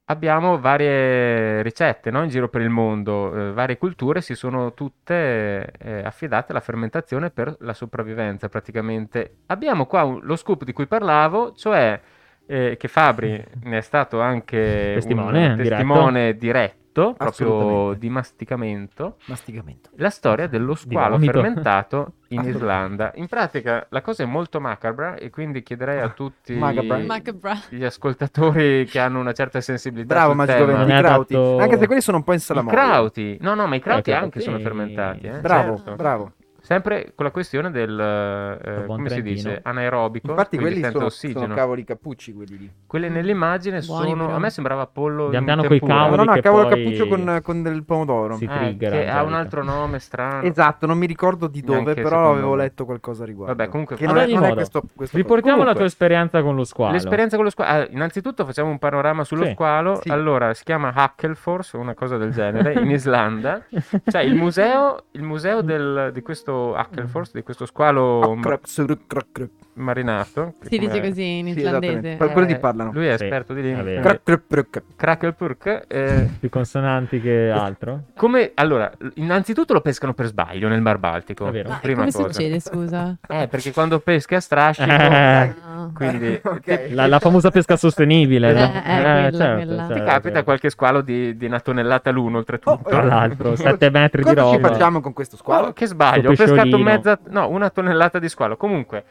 E: Abbiamo varie ricette no? in giro per il mondo, eh, varie culture si sono tutte eh, affidate alla fermentazione per la sopravvivenza praticamente. Abbiamo qua un- lo scoop di cui parlavo, cioè eh, che Fabri ne è stato anche
B: Testimone, eh,
E: un
B: diretto.
E: testimone diretto, proprio
F: Assolutamente.
E: di masticamento
F: Mastigamento.
E: la storia dello squalo
B: vomito.
E: fermentato in
F: Assolutamente.
E: Islanda. In pratica la cosa è molto macabra e quindi chiederei a tutti
F: Macabra.
A: Macabra.
E: gli ascoltatori che hanno una certa sensibilità
F: Bravo
E: sul
F: Magico
E: tema.
B: Non
F: Venti,
B: è
F: Crauti.
B: adatto-
F: Anche se quelli sono un po' in
E: I
F: salamoria.
E: crauti, no, no, ma i crauti
B: crauti,
E: anche sono
B: sì.
E: fermentati. eh,
F: Bravo,
E: certo.
F: bravo.
E: Sempre con la questione del eh,
B: buon
E: come si
B: trentino.
E: dice anaerobico,
F: Infatti
E: quindi
F: quelli
E: senza
F: sono,
E: ossigeno.
F: sono cavoli cappucci quelli lì.
E: Quelle nell'immagine
A: Buoni
E: sono.
A: però.
E: A me sembrava Apollo.
B: Pian
E: in
B: piano coi
E: tempura.
B: cavoli
F: No, no,
B: che
F: cavolo
B: poi
F: cappuccio con, con del pomodoro.
B: si
E: Eh,
B: trigger.
E: che ha un
B: Angelica.
E: altro nome strano.
F: Esatto, non mi ricordo di dove,
E: Neanche
F: però
E: secondo
F: avevo
E: me.
F: letto qualcosa a riguardo.
E: Vabbè, comunque-
F: Che
E: Ad
F: non è,
B: ogni
F: non è
B: modo,
F: questo, questo
B: Riportiamo la
E: Comunque,
B: tua esperienza con lo squalo.
E: L'esperienza con lo squalo. ah, innanzitutto facciamo un panorama sullo
B: Sì.
E: squalo.
F: Sì.
E: Allora, si chiama Hackelfors, una cosa del genere, in Islanda. Cioè, il museo, il museo del- di questo Hackelfors, di questo squalo
F: Oh,
E: ma-
F: crap, sur- crap, crap.
E: marinato. che
A: Si dice
E: come-
A: così in
F: Sì,
A: islandese.
F: esattamente. Per quello
E: Eh,
F: ti parlano.
E: Lui è
B: Sì,
E: esperto di
B: è vero.
E: lingua.
F: Crap, crap, crap, crap.
E: Crackelpurk. Eh,
B: Più consonanti che altro.
E: come, allora, innanzitutto lo pescano per sbaglio nel Mar Baltico.
B: È vero.
A: Ma
E: Prima
A: come
E: cosa.
A: succede, scusa?
E: Eh, perché quando pesca a strascico...
B: Eh,
A: Ah.
E: Quindi
F: Ok.
B: la, la famosa pesca sostenibile.
A: Eh,
B: no?
A: eh, quella, quella.
E: ti
B: certo.
E: capita qualche squalo di, di una tonnellata l'uno, oltretutto.
F: Oh,
B: Tra
F: eh,
B: l'altro, 7 metri di
F: Cosa ci
B: roba.
F: facciamo con questo squalo?
E: Oh, che sbaglio,
B: Sto
E: ho pescato
B: pesciolino.
E: mezza, no, una tonnellata di squalo. Comunque,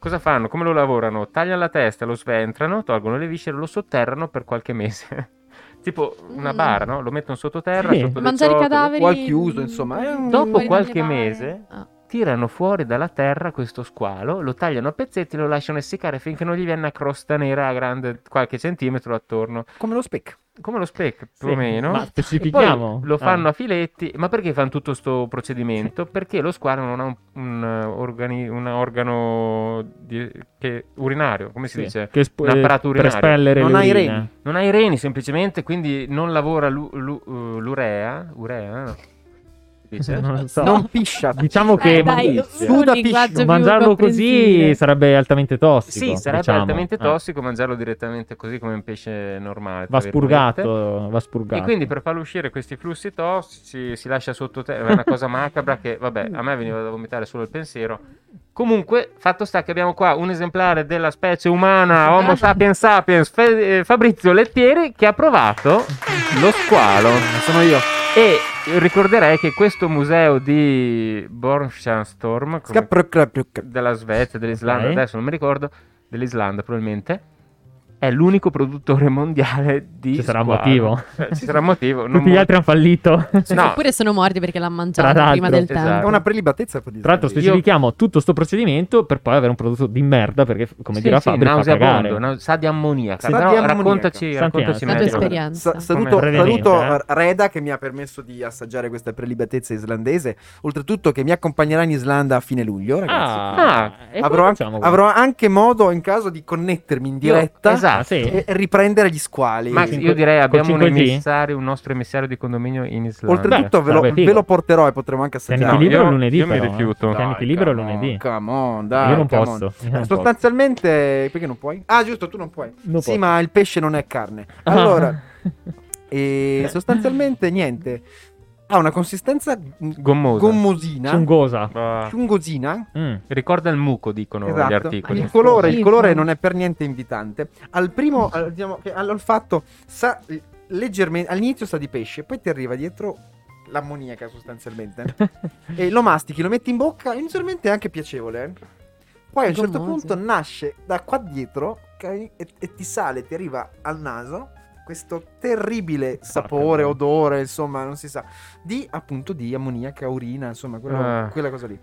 E: cosa fanno? Come lo lavorano? Tagliano la testa, lo sventrano, tolgono le viscere, lo sotterrano per qualche mese. tipo una
A: Mm.
E: bara, no? Lo mettono sottoterra,
B: Sì.
E: sotto le
A: Mangiare i
E: ciotole,
A: cadaveri.
F: o al chiuso, insomma, è un-
E: Dopo
A: Fuori
E: qualche
A: dalle mare.
E: mese-
A: Ah.
E: Tirano fuori dalla terra questo squalo, lo tagliano a pezzetti e lo lasciano essiccare finché non gli viene una crosta nera grande qualche centimetro attorno.
F: Come lo spec.
E: Come lo spec,
B: Sì,
E: più o meno.
B: Ma
E: E poi
B: specifichiamo.
E: lo fanno
B: Ah,
E: a filetti. Ma perché fanno tutto questo procedimento? Perché lo squalo non ha un, un, eh, organi- un organo di- che- urinario, come si
B: sì,
E: dice?
B: che sp-
E: un apparato
B: eh, per
E: urinario.
B: spellere
F: Non ha i
B: l'urina.
F: reni.
E: Non ha i reni semplicemente, quindi non lavora lu- lu- eh, l'urea. Urea? No. Si Dice?
B: Non lo so.
F: Non piscia.
B: Diciamo che
A: Eh, dai,
B: man-
A: su un
F: Suda
A: linguaggio
F: piscio.
A: più
B: mangiarlo così
A: comprensibile.
B: sarebbe altamente tossico.
E: Sì, sarebbe
B: diciamo.
E: altamente
B: Ah,
E: tossico mangiarlo direttamente così come un pesce normale.
B: Va
E: tra virgolette.
B: spurgato, va spurgato.
E: E quindi per farlo uscire questi flussi tossici si lascia sottoterra, è una cosa macabra che vabbè, a me veniva da vomitare solo il pensiero. Comunque, fatto sta che abbiamo qua un esemplare della specie umana Homo sapiens sapiens, Fe- eh, Fabrizio Lettieri, che ha provato lo squalo.
F: Sono io.
E: E ricorderei che questo museo di Bornstjärnstorm, come-
F: Scap- crap, crap, crap.
E: della Svezia, dell'Islanda,
B: Ok.
E: adesso non mi ricordo, dell'Islanda probabilmente, è l'unico produttore mondiale di
B: Ci sarà un
E: squalo.
B: motivo.
E: Eh, Ci sarà un motivo. non
B: Tutti gli
E: mo-
B: altri hanno fallito.
A: Cioè,
E: No.
A: Oppure sono morti perché l'hanno
B: Tra
A: mangiato prima del
B: l'altro,
A: tempo.
F: È
E: esatto.
F: una prelibatezza. per
B: Tra l'altro
F: dire.
B: specifichiamo tutto questo procedimento per poi avere un prodotto di merda perché, come
E: Sì,
B: dirà
E: sì,
B: Fabio, fa
E: nauseabondo,
B: cagare.
E: nau- sa di ammoniaca.
F: Sa
E: Però
F: di ammoniaca.
E: raccontaci,
B: Santiago,
E: raccontaci
B: la
A: La tua
B: Meglio.
E: meglio.
A: esperienza.
F: Sa- saluto,
B: Come- eh.
F: saluto
B: Brevemente,
F: Reda che mi ha permesso di assaggiare questa prelibatezza islandese. Oltretutto che mi accompagnerà in Islanda a fine luglio, ragazzi.
B: Ah,
E: Ah,
B: e come
F: avrò, anche,
B: facciamo?
F: avrò anche modo in caso di connettermi in diretta
E: Io- Esatto.
B: Ah, sì.
F: E- e riprendere gli squali.
E: Max,
B: Cinque-
E: io direi
B: col
E: abbiamo un
B: 5G?
E: emissario, un nostro emissario di condominio in Islanda.
F: Oltretutto,
B: Beh,
F: ve, lo,
B: sarebbe figo.
F: ve lo porterò e potremo anche Ah, assaggiare.
B: Tieniti
E: No,
B: libero
E: io-
B: lunedì.
E: io mi
B: però, eh.
E: rifiuto.
B: Tieniti
F: Dai,
B: libero
F: come on,
B: lunedì.
F: Come on, dai.
B: Io non
F: come
B: posso,
F: on.
B: io non
F: Sostanzialmente, perché non puoi? Ah, giusto, tu non puoi.
B: Non posso.
F: sì,
B: Ah.
F: ma il pesce non è carne. Allora, e
B: Eh.
F: sostanzialmente niente. Ha una consistenza
E: Gommosa.
F: gommosina,
B: Sungosa.
E: Ah,
F: ciungosina.
B: Mm.
E: eh, Ricorda il muco, dicono gli
F: Esatto.
E: articoli.
F: Il colore, il
A: Schifo.
F: colore non è per niente invitante. Al primo, al- diciamo che all'olfatto sa leggermente all'inizio sa di pesce, poi ti arriva dietro l'ammoniaca sostanzialmente. e lo mastichi, lo metti in bocca, inizialmente è anche piacevole. eh. Poi a un certo
A: Gommoso.
F: punto nasce da qua dietro ok, e, e ti sale, ti arriva al naso questo
E: Ah,
F: terribile sapore,
B: miseria.
F: odore, insomma, non si sa, di appunto di ammoniaca, urina, insomma, quello-
E: Ah.
F: quella cosa lì.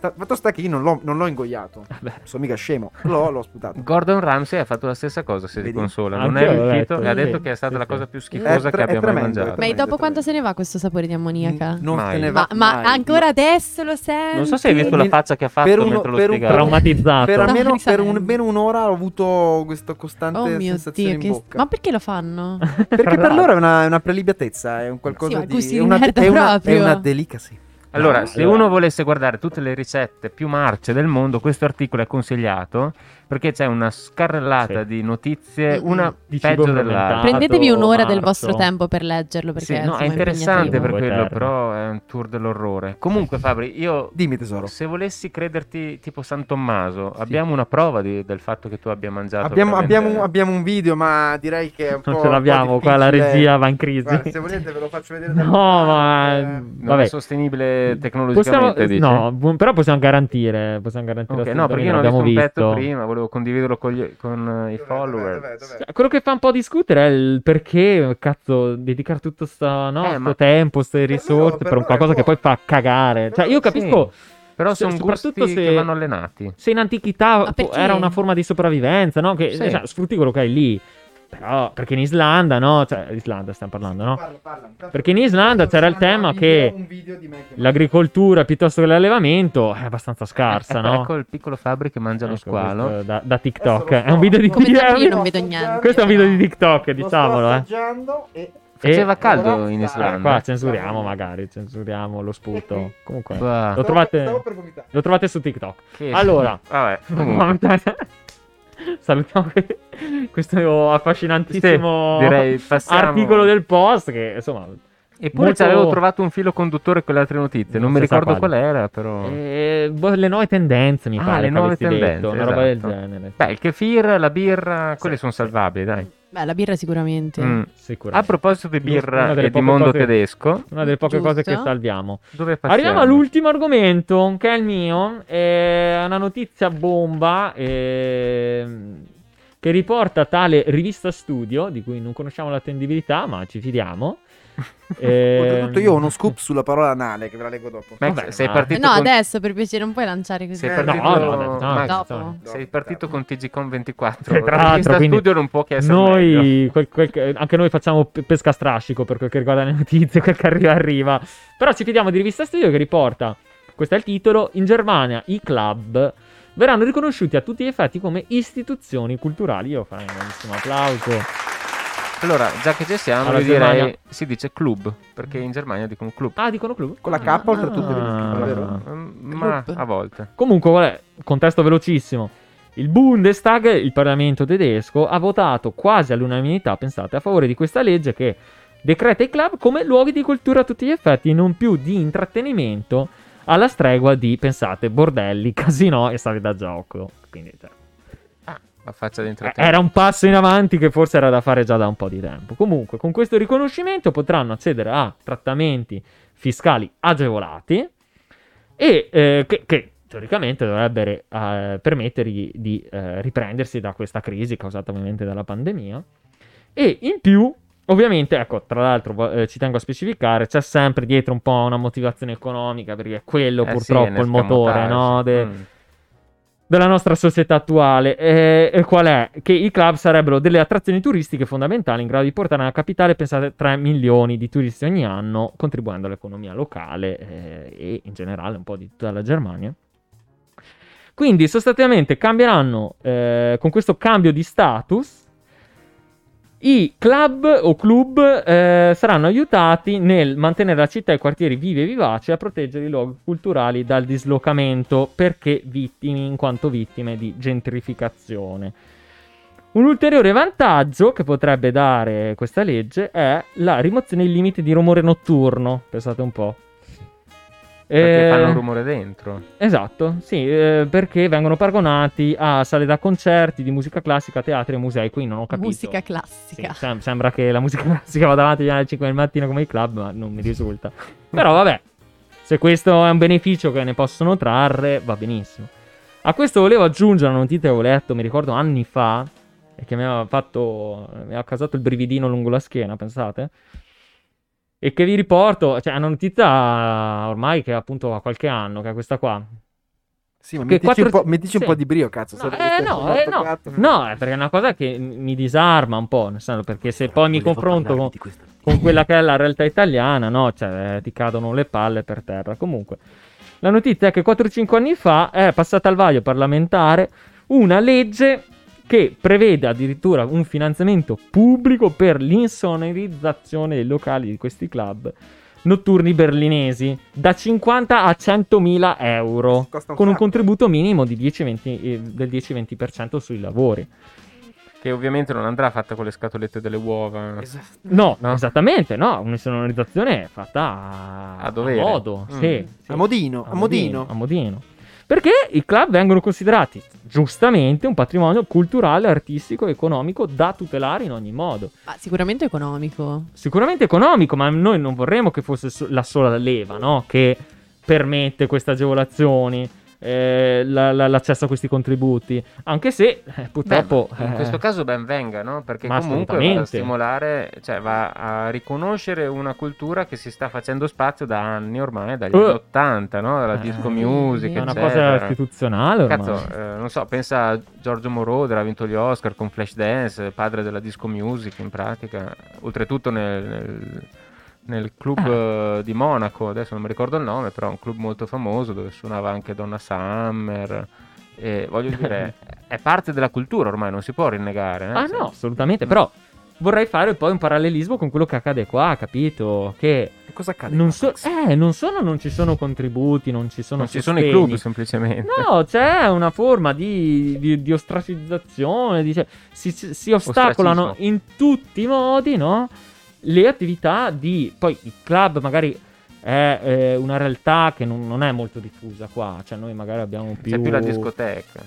F: Ta- Fatto sta che io non l'ho, non l'ho ingoiato,
B: Vabbè.
F: sono mica scemo, l'ho, l'ho sputato.
E: Gordon Ramsay ha fatto la stessa cosa, se ti
F: Vedi?
E: consola.
B: Anch'io
E: Non è
B: l'ho
E: riuscito
B: letto,
E: e ha
B: sì,
E: detto che è stata
B: sì,
E: la
B: sì.
E: cosa più schifosa
F: È tre-
E: che abbia
F: è
E: mai
F: tremendo, è
E: mangiato.
A: Ma e dopo
F: Veramente,
A: quanto se ne va questo sapore di ammoniaca?
F: Mm, Non
E: Mai.
F: se ne
A: ma,
F: va
A: ma
F: mai.
A: ancora adesso lo senti?
I: Non so se hai visto la faccia che ha fatto
F: Per uno-
I: mentre lo
F: per un-
I: spiegava.
B: Traumatizzato.
F: Per,
A: No,
F: almeno,
A: risale.
F: per un- almeno un'ora ho avuto questa costante
A: Oh mio dio,
F: sensazione in
A: che...
F: bocca.
A: ma perché lo fanno?
F: Perché per
B: Tra
F: loro è una, è una prelibatezza, è un qualcosa
A: Sì, ma
F: di...
A: gusti di
F: È una,
A: merda
F: è una, è
A: proprio.
F: una delicacy.
E: Allora,
B: No,
E: se
B: allora-
E: uno volesse guardare tutte le ricette più marce del mondo, questo articolo è consigliato perché c'è una scarrellata
B: Sì.
E: di notizie,
A: Mm-mm.
E: una
B: Di cibo
E: peggio
B: fermentato.
E: dell'altra.
A: Prendetevi un'ora del
B: marzo.
A: vostro tempo per leggerlo perché
E: Sì, no,
A: insomma,
E: è interessante
B: impegnativo.
E: per quello,
B: Eterno.
E: però è un tour dell'orrore. Comunque, Fabri, io
F: Dimmi tesoro.
E: se volessi crederti tipo San Tommaso, abbiamo una prova di- del fatto che tu abbia mangiato.
F: Abbiamo,
E: veramente-
F: abbiamo, abbiamo un video, ma direi che è un po'...
B: Non
F: un
B: ce
F: po'
B: l'abbiamo, qua la
F: difficile.
B: regia va in crisi.
F: Guarda, se volete ve lo faccio vedere. da-
B: No, ma
F: Eh,
E: Non
B: vabbè.
E: è sostenibile Eh, tecnologicamente,
B: Possiamo-
E: dici?
B: no, bu- però possiamo garantire, possiamo garantire
E: Ok, no, perché
B: assolutamente,
E: io non ho visto un pezzo
B: l'abbiamo visto.
E: prima, volevo condividerlo con, gli- con, eh, i
F: dov'è,
E: follower.
F: dov'è, dov'è, dov'è?
B: Cioè, Quello che fa un po' discutere è il perché, cazzo, dedicare tutto sta, no,
E: Eh,
B: sto
E: ma-
B: tempo, queste
F: loro-
B: risorse
F: per
B: per, un
F: loro è
B: qualcosa che poi
F: buono.
B: fa cagare. Cioè, io
E: Per loro sì.
B: capisco
E: Però
B: Se-
E: sono gusti
B: soprattutto se-
E: che vanno allenati.
B: se in antichità
A: Ma
B: fu-
A: perché?
B: era una forma di sopravvivenza, no? Che
E: Sì.
B: cioè, sfrutti quello che hai lì. Però, perché in Islanda, no? Cioè, Islanda stiamo parlando, no?
F: Parla, parla. Intanto-
B: Perché in Islanda c'era il tema che
F: Un video di me che-
B: l'agricoltura piuttosto che l'allevamento è abbastanza scarsa, no?
E: Ecco il piccolo Fabri che mangia lo
B: Ecco,
E: squalo.
B: questo da, da
F: Adesso
B: TikTok.
F: lo
B: È un video di
A: Come
B: TikTok.
A: tanto io non vedo niente.
B: Questo è un video di
A: però.
B: TikTok,
F: Lo
B: diciamolo,
F: sto
B: eh.
F: assaggiando e...
E: Faceva caldo
F: Ora-
E: in
B: Allora,
E: Islanda.
B: Eh, qua censuriamo magari, censuriamo lo sputo. Comunque,
E: Bah,
B: Lo
F: Stavo-
B: trovate-
F: Stavo per vomitare.
B: lo trovate su TikTok.
E: che-
B: Allora.
E: Vabbè, comunque.
B: Salutiamo que- questo affascinantissimo
E: Sì, direi passiamo. Oh.
B: articolo del post che, insomma,
E: Eppure
B: molto-
E: ci avevo trovato un filo conduttore con le altre notizie. Non,
B: Non
E: mi
B: si sa
E: ricordo qual
B: quale.
E: era, però.
B: eh, boh, le nuove tendenze mi
E: Ah,
B: pare
E: le
B: che
E: nuove
B: avessi
E: tendenze,
B: detto, una roba del
E: esatto.
B: genere.
E: Beh, il kefir, la birra, quelle
B: Sì,
E: sono
B: sì.
E: salvabili, dai.
A: Beh, la birra sicuramente.
E: Mm. A
B: Sicuramente.
E: proposito di birra
B: Una delle
E: e di
B: poche
E: mondo
B: cose-
E: tedesco,
B: Una delle poche cose che
A: Giusto.
B: salviamo.
E: dove passiamo?
B: Arriviamo all'ultimo argomento, che è il mio. È una notizia bomba ehm, che riporta tale rivista studio, di cui non conosciamo l'attendibilità, ma ci fidiamo. Ehm,
F: Oltretutto io ho uno scoop sulla parola anale che ve la leggo dopo.
E: Max,
B: Vabbè,
E: sei
B: ma-
A: Eh,
E: partito
A: no,
E: con-
A: adesso per piacere non puoi lanciare così.
E: Sei
F: Eh,
E: partito,
B: no, no, no, no,
E: Max,
A: dopo.
B: insomma.
E: sei partito con TGCon 24.
B: Che tra l'altro,
E: Rivista
B: quindi,
E: studio non può che essere meglio.
B: noi, quel- quel che- anche noi facciamo pe- pesca a strascico per quel che riguarda le notizie, quel che arriva arriva. Però ci fidiamo di Rivista Studio che riporta, questo è il titolo, in Germania i club verranno riconosciuti a tutti gli effetti come istituzioni culturali. Io farei un grandissimo applauso.
E: Allora, già che ci siamo,
B: Alla
E: io direi
B: Germania.
E: si dice club, perché in Germania dicono club.
B: Ah, dicono club?
F: Con la K
B: Ah.
F: oltretutto viene scritto, vero?
E: Mm, Ma
A: Club.
E: a volte.
B: Comunque, qual è? contesto velocissimo. Il Bundestag, il Parlamento tedesco, ha votato quasi all'unanimità, pensate, a favore di questa legge che decreta i club come luoghi di cultura a tutti gli effetti, non più di intrattenimento alla stregua di, pensate, bordelli, casino e sale da gioco. Quindi, cioè,
E: La faccia di
B: Eh, era
E: intrattenimento.
B: un passo in avanti che forse era da fare già da un po' di tempo. Comunque, con questo riconoscimento potranno accedere a trattamenti fiscali agevolati e eh, che, che teoricamente dovrebbero eh, permettergli di eh, riprendersi da questa crisi causata ovviamente dalla pandemia. E in più, ovviamente, ecco, tra l'altro vo- eh, ci tengo a specificare, c'è sempre dietro un po' una motivazione economica, perché è quello
E: Eh sì,
B: purtroppo
E: è
B: il motore,
E: l'escamotage.
B: no? de-
E: Mm.
B: della nostra società attuale. E, e qual è? Che i club sarebbero delle attrazioni turistiche fondamentali in grado di portare alla capitale, pensate, 3 milioni di turisti ogni anno, contribuendo all'economia locale eh, e in generale un po' di tutta la Germania. Quindi sostanzialmente cambieranno eh, con questo cambio di status I club o club eh, saranno aiutati nel mantenere la città e i quartieri vivi e vivaci e a proteggere i luoghi culturali dal dislocamento perché vittimi in quanto vittime di gentrificazione. Un ulteriore vantaggio che potrebbe dare questa legge è la rimozione dei limiti di rumore notturno, pensate un po'.
E: Perché
B: Eh,
E: fanno rumore dentro.
B: Esatto, sì, eh, perché vengono paragonati a sale da concerti, di musica classica, teatri e musei, qui non ho capito.
A: Musica
B: Sì,
A: classica.
B: sem- sembra che la musica classica vada avanti alle 5 del mattino come i club, ma non mi risulta. Però vabbè, se questo è un beneficio che ne possono trarre, va benissimo. A questo volevo aggiungere una notizia che avevo letto, mi ricordo anni fa, e che mi aveva fatto, mi aveva causato il brividino lungo la schiena, pensate? E che vi riporto, cioè è una notizia ormai che appunto ha qualche anno, che è questa qua.
F: Sì, ma
B: Che
F: mettici, un,
B: quattro-
F: po', mettici un
B: sì.
F: po' di brio, cazzo.
B: No,
F: se-
B: eh,
F: se-
B: no,
F: se-
B: eh, no.
F: cazzo.
B: No, è perché è una cosa che mi disarma un po', nel senso, perché se poi mi
H: Volevo
B: confronto
H: parlarvi
B: con,
H: di questo.
B: con quella che è la realtà italiana, no? Cioè, eh, ti cadono le palle per terra. Comunque, la notizia è che 4-5 anni fa è passata al vaglio parlamentare una legge che prevede addirittura un finanziamento pubblico per l'insonorizzazione dei locali di questi club notturni berlinesi da 50 a 100.000 euro
F: Costa un
B: con un
F: sacco.
B: contributo minimo di 10-20, eh, del 10-20% sui lavori.
E: Che ovviamente non andrà fatta con le scatolette delle uova.
F: Esatto.
B: No,
E: No?
B: esattamente, no, un'insonorizzazione fatta a,
E: A dovere.
B: modo,
E: Mm.
B: sì, sì.
F: A modino, a modino.
B: a modino. Perché i club vengono considerati giustamente un patrimonio culturale, artistico, economico da tutelare in ogni modo.
A: Ma sicuramente economico.
B: Sicuramente economico, ma noi non vorremmo che fosse so- la sola leva, no? Che permette queste agevolazioni, eh, la- la- l'accesso a questi contributi. Anche se, eh,
E: Beh,
B: purtroppo...
E: ma in
B: eh,
E: questo caso ben venga, no? Perché
B: ma
E: comunque va a
B: assolutamente.
E: stimolare, cioè va a riconoscere una cultura che si sta facendo spazio da anni ormai, dagli
B: Eh.
E: anni 80, no? La
B: Eh,
E: disco
B: sì,
E: music,
B: è una
E: eccetera.
B: cosa istituzionale ormai.
E: Cazzo, eh, non so, pensa a Giorgio Moroder, ha vinto gli Oscar con Flashdance, padre della disco music in pratica, oltretutto nel, nel- nel club
B: Ah.
E: eh, di Monaco, adesso non mi ricordo il nome, però è un club molto famoso dove suonava anche Donna Summer, e voglio dire, è parte della cultura ormai, non si può rinnegare. eh.
B: Ah
E: Cioè,
B: no, assolutamente, però vorrei fare poi un parallelismo con quello che accade qua, capito? Che
F: Che cosa accade?
B: non, so- eh, non solo non ci sono contributi, non ci sono
E: Non ci sono i
B: sostegni.
E: club semplicemente.
B: No, c'è una forma di, di, di ostracizzazione, di- cioè, si, si- si ostacolano
E: Ostracismo.
B: in tutti i modi, no? Le attività di... Poi il club magari è eh, una realtà che non, non è molto diffusa qua, cioè noi magari abbiamo più...
E: C'è più la discoteca.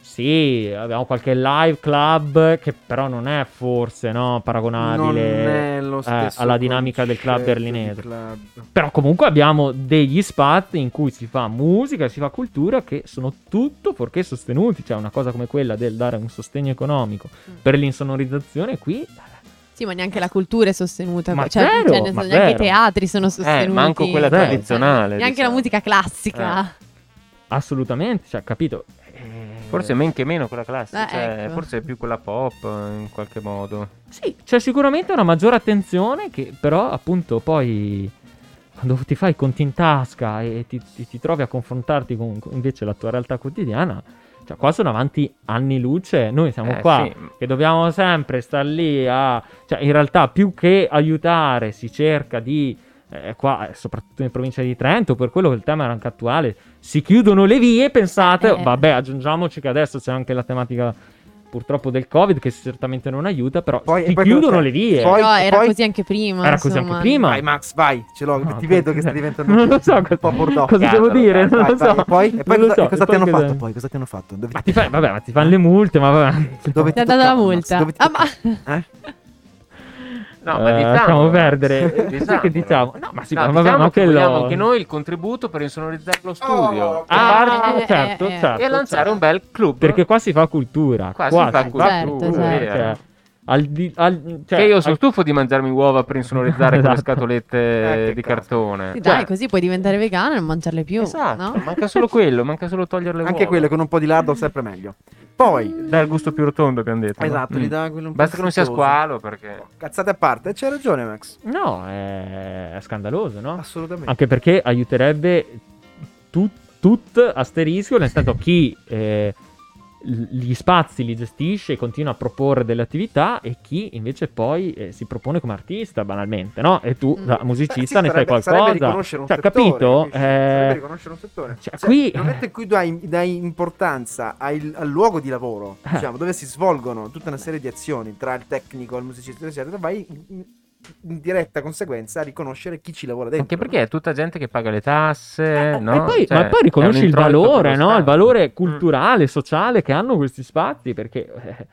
B: Sì, abbiamo qualche live club che però non è forse no,
F: Non
B: paragonabile
F: è lo
B: eh,
F: stesso
B: alla dinamica del club
F: concetto
B: berlinese.
F: di club.
B: Però comunque abbiamo degli spazi in cui si fa musica, si fa cultura che sono tutto fuorché sostenuti. Cioè una cosa come quella del dare un sostegno economico per l'insonorizzazione qui...
A: Sì, ma neanche la cultura è sostenuta.
B: Ma
A: cioè,
B: vero,
A: cioè, nel senso,
B: ma
A: neanche i
B: vero.
A: teatri sono sostenuti.
E: Eh, manco quella
B: Beh.
E: tradizionale.
A: Neanche
E: diciamo.
A: la musica classica.
B: Eh. Assolutamente, cioè capito? Eh,
E: Forse men che meno quella classica,
A: Eh,
E: cioè,
A: ecco.
E: forse più quella pop eh, in qualche modo.
B: Sì, c'è sicuramente una maggiore attenzione che però appunto poi quando ti fai i conti in tasca e ti, ti- ti trovi a confrontarti con con invece la tua realtà quotidiana, cioè qua sono avanti anni luce, noi siamo
E: Eh,
B: qua
E: sì.
B: che dobbiamo sempre star lì a... cioè in realtà più che aiutare si cerca di... eh, qua, eh, soprattutto in provincia di Trento, per quello che il tema era anche attuale, si chiudono le vie, pensate,
A: Eh.
B: vabbè, aggiungiamoci che adesso c'è anche la tematica purtroppo del Covid che certamente non aiuta, però
F: Poi-
B: si
F: e poi
B: chiudono
F: cosa-
B: le vie.
F: poi-
A: Però era
F: poi-
A: così anche prima.
B: era così anche
A: insomma.
B: prima.
F: Vai Max, vai, ce l'ho,
B: No,
F: ti vedo
B: cosa-
F: che sta diventando
B: non lo so
F: un po'
B: cosa-
F: bordeaux.
B: cosa devo
F: Cazzo,
B: dire, non
F: vai,
B: lo
F: vai,
B: so.
F: E poi, e poi
B: Non lo
F: cosa,
B: so,
F: e cosa ti hanno
B: poi cosa-
F: fatto poi? Cosa ti hanno fatto? Dove
B: Ma ti fai, vabbè, ma ti fanno le multe, ma vabbè.
F: dove ti
A: Ti ha dato la
F: toccavano, Max?
A: multa.
F: Dove ti
A: Ah, ma-
F: toccavano, eh?
E: No, ma
B: Eh,
E: diciamo,
B: lasciamo perdere. Eh, sai che diciamo? No, ma sì, ma vabbè, ma
E: che
B: quello-
E: vogliamo anche noi il contributo per insonorizzare lo studio
F: Oh,
E: e far-
B: Ah,
A: eh, eh,
B: certo,
A: eh.
B: certo.
E: e lanciare un bel club.
B: Perché qua si fa cultura.
E: Qua si
B: qua
E: fa
A: Certo,
E: cultura,
A: certo.
E: vero.
B: cioè, al di- al- cioè,
E: Che io sono
B: al-
E: stufo di mangiarmi uova per insonorizzare con le
B: Esatto.
E: scatolette
F: Eh, che
E: di
F: cazzo.
E: cartone.
A: Sì,
E: Cioè,
A: dai, così puoi diventare vegana e non mangiarle più.
E: esatto,
A: no?
E: manca solo quello, manca solo togliere le
F: Anche
E: uova.
F: quello con un po' di lardo sempre meglio. Poi,
B: Ecco.
E: Dal gusto più rotondo abbiamo detto. no?
F: esatto,
E: Mm.
F: gli dà quello un po'
E: Basta che non sia
F: schifoso.
E: squalo perché...
F: Cazzate a parte, c'hai ragione Max.
B: No, è, è scandaloso, no?
F: Assolutamente.
B: Anche perché aiuterebbe tut, tut asterisco, nel senso chi eh, l- gli spazi li gestisce e continua a proporre delle attività e chi invece poi eh, si propone come artista banalmente, no? E tu
A: Mm.
B: da musicista
F: Beh,
B: ne
F: sì,
B: fai
F: sarebbe- Sarebbe
B: qualcosa.
F: riconoscere un
B: Cioè,
F: settore,
B: capito?
F: capisci? Sarebbe
B: Eh,
F: riconoscere un settore.
B: cioè,
F: Cioè,
B: qui-
F: Nel momento in cui dai, dai importanza al, al luogo di lavoro,
B: Eh.
F: diciamo, dove si svolgono tutta una serie di azioni tra il tecnico, il musicista, eccetera, vai in, in- in diretta conseguenza a riconoscere chi ci lavora dentro.
E: Anche perché è tutta gente che paga le tasse,
B: Eh,
E: no?
B: e poi-
E: Cioè,
B: ma poi
E: è
B: riconosci
E: un
B: il
E: introito
B: valore,
E: per lo
B: no? il
E: Stato.
B: valore
E: Mm.
B: culturale, sociale che hanno questi spazi, perché eh,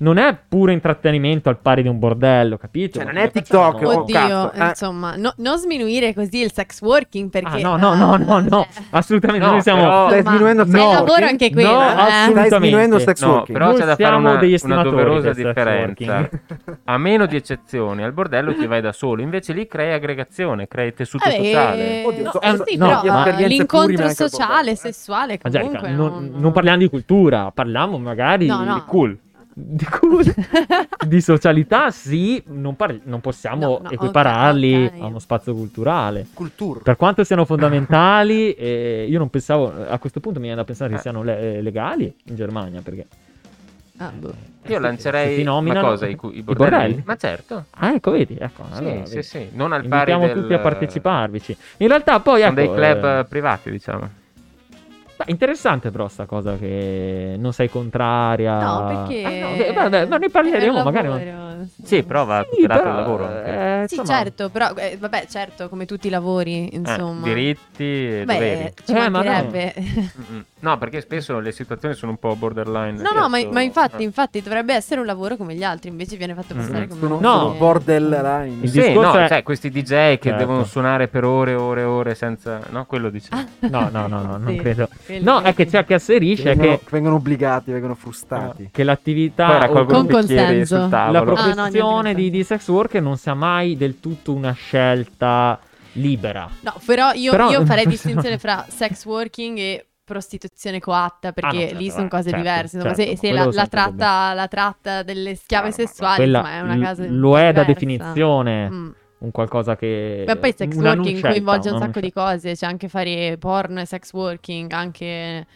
B: non è pure intrattenimento al pari di un bordello, capito?
F: Cioè, non
B: Come
F: è TikTok,
B: facciamo?
F: che oh,
A: Oddio,
F: cazzo, eh.
A: insomma, no- non sminuire così il sex working perché...
B: Ah, no, no, no, no, no,
A: cioè,
B: assolutamente.
E: No,
B: noi siamo...
E: però-
F: Stai
A: ma-
F: sminuendo il
A: ma è
F: sex
A: lavoro
F: working?
A: anche quello,
B: No,
A: eh.
B: assolutamente.
F: Stai sminuendo il sex
E: No,
F: working.
E: però
B: Noi
E: c'è da fare
B: siamo degli
E: una,
B: eh,
E: una
B: estimatori
E: doverosa
B: del sex
E: differenza.
B: working.
E: A meno di eccezioni, al bordello ti vai da solo, invece lì crei aggregazione, crei tessuto
A: Vabbè,
E: sociale.
A: eh,
F: Oddio,
A: no,
F: so-
A: eh,
B: so-
A: sì,
B: no,
A: però
B: ma-
A: eh,
F: esperienze plurime
A: l'incontro
F: anche al
A: sociale,
F: bordello, eh.
A: sessuale,
B: Angelica,
A: comunque...
B: non, non parliamo di cultura, parliamo magari
A: No, no.
B: di cool. Di cool. di socialità sì, non, par- non possiamo
A: No, no,
B: equipararli
A: ok, ok.
B: a uno spazio culturale.
F: Cultura.
B: Per quanto siano fondamentali, eh, io non pensavo, a questo punto mi viene da pensare che
E: Eh.
B: siano le- legali in Germania, perché...
A: Ah, boh.
E: Io
B: Se
E: lancerei
B: ti
E: una
B: nominano-
E: cosa, i, cu- i
B: i
E: bordelli.
B: bordelli?
E: Ma certo,
B: Ah, ecco, vedi, ecco. allora,
E: sì,
B: vedi.
E: sì, sì, non al pari
B: Invitiamo
E: del-
B: tutti a parteciparvici. In realtà poi... Ecco,
E: Sono dei club
B: eh,
E: eh, privati, diciamo.
B: Beh, interessante però sta cosa che non sei contraria.
A: No, perché...
B: Ah, no, beh, beh, beh, ma ne parleremo
A: è un
B: magari. ma-
A: lavoro,
E: Sì, però va
B: Sì,
E: tutelato
B: però,
E: il lavoro. anche.
B: eh,
A: Sì,
B: insomma,
A: certo, però eh, vabbè, certo, come tutti i lavori,
E: Eh,
A: insomma.
E: diritti e doveri.
A: Beh, ci
B: Eh, ma no.
A: mancherebbe.
E: Mm-mm. No, perché spesso le situazioni sono un po' borderline.
A: No, no, ma,
E: Spesso-
A: ma infatti,
E: eh.
A: infatti dovrebbe essere un lavoro come gli altri, invece viene fatto passare
E: Mm.
A: come
F: Sono,
A: un
B: No.
F: sono borderline.
B: Il
E: Sì, no,
B: discorso è-
E: cioè questi DJ che
B: Certo.
E: devono suonare per ore e ore e ore senza... No, quello
A: Ah,
E: dicevo.
B: No, no, no, no, non
A: Sì,
B: credo.
A: quelli
B: No, è che c'è chi asserisce
F: vengono,
B: che, Eh.
F: vengono obbligati, vengono frustati.
B: che
E: Poi
B: l'attività o
E: raccolgono
A: Con
E: i bicchieri
A: consenso.
E: sul
B: la
E: tavolo.
A: Ah, no, niente,
B: professione
A: niente.
B: di, di sex worker non sia mai del tutto una scelta libera.
A: No, però io,
B: Però-
A: io farei distinzione fra sex working e prostituzione coatta perché
B: Ah, no, certo,
A: lì sono
B: eh,
A: cose
B: certo,
A: diverse insomma, se-
B: certo,
A: se,
B: quello
A: la, la
B: senza
A: tratta, la tratta delle schiave
E: Chiaro, ma
A: sessuali
B: Quella
A: insomma, è una
B: l-
A: cosa
B: lo è da
A: diversa.
B: definizione,
A: Mm.
B: un qualcosa che...
A: Beh, poi il sex
B: Eh, una non
A: working
B: scelta,
A: coinvolge un
B: una non
A: sacco di cose, cioè anche fare porno e sex working, anche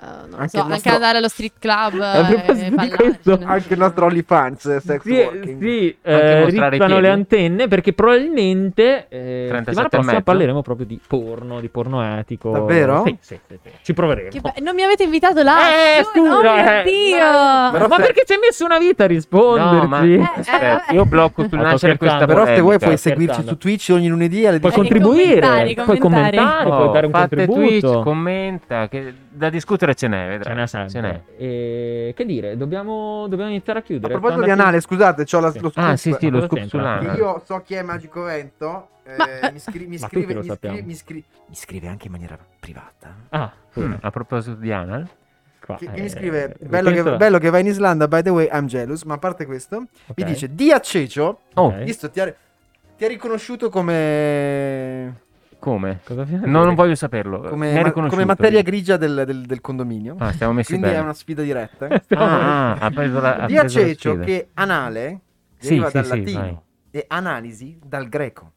A: eh, non lo
F: Anche
A: so,
F: il
A: anche
F: nostro-
A: andare allo street club
B: A proposito
A: eh,
B: di
A: ballare,
B: questo,
A: cioè,
F: Anche il nostro OnlyFans è sex
B: Sì,
F: working.
B: sì
E: Anche
B: eh,
E: mostrare i
B: rizzano
E: piedi.
B: le antenne perché probabilmente eh,
E: 37
B: settimana
E: e mezzo.
B: prossima parleremo proprio di porno, di porno etico.
F: Davvero?
B: Sì, sì, sì, sì. ci proveremo.
A: che be- non mi avete invitato là.
B: Eh,
A: Scusa,
B: scusa,
A: oh mio
B: eh.
A: Dio.
B: Ma perché ci hai messo una vita a risponderci?
E: Ah, No, ma aspetta,
A: eh,
E: io blocco sul
B: Sto
E: nascere questa
B: scherzando.
F: Però se vuoi
E: polemica.
F: puoi
B: scherzando.
F: seguirci su Twitch ogni lunedì alle
B: Puoi
F: 10.
B: contribuire,
A: commentare,
B: puoi
A: commentare.
B: commentare, puoi
E: Oh,
B: dare un
E: fate
B: contributo.
E: Twitch, commenta, che da discutere ce n'è,
B: Ce
E: vedrai.
B: n'è sempre. E che dire, dobbiamo, dobbiamo iniziare a
F: A
B: chiudere.
F: proposito di
B: Tornati-
F: anale, scusate, c'ho la,
B: Sì.
F: lo scoop.
E: Ah, sì, sì, lo
B: Cosa
E: scoop
B: c'entra?
E: sull'ana.
F: Che Io so chi è Magico Vento. eh,
A: Ma-
F: mi, scri- mi
B: Ma tutti
F: scrive,
B: lo
F: mi, scri-
B: sappiamo.
F: mi scri- mi scrive anche in maniera privata.
B: Ah, scusa,
E: Mm, A proposito di Anal,
B: qua,
F: Che, che
B: eh,
F: mi scrive:
B: eh,
F: bello che,
B: penso-
F: bello che vai in Islanda, by the way, I'm jealous. Ma a parte questo,
B: ok,
F: mi dice: Di Acecio,
E: Oh,
B: ok.
F: visto, ti ha, ti ha riconosciuto come,
E: come?
B: Cosa viene a
E: No, non
B: dire?
E: voglio saperlo.
F: come,
E: Mi hai
F: ma-
E: riconosciuto.
F: come materia grigia del, del- del condominio.
E: Ah, stiamo messi
F: Quindi
E: bene.
F: è una sfida diretta.
E: Ah, ah, ha preso la ha
F: Di
E: preso la
F: Acecio,
E: sfida.
F: che anale
E: Sì,
F: deriva
E: sì,
F: dal
E: sì,
F: latino
E: vai.
F: e analisi dal greco.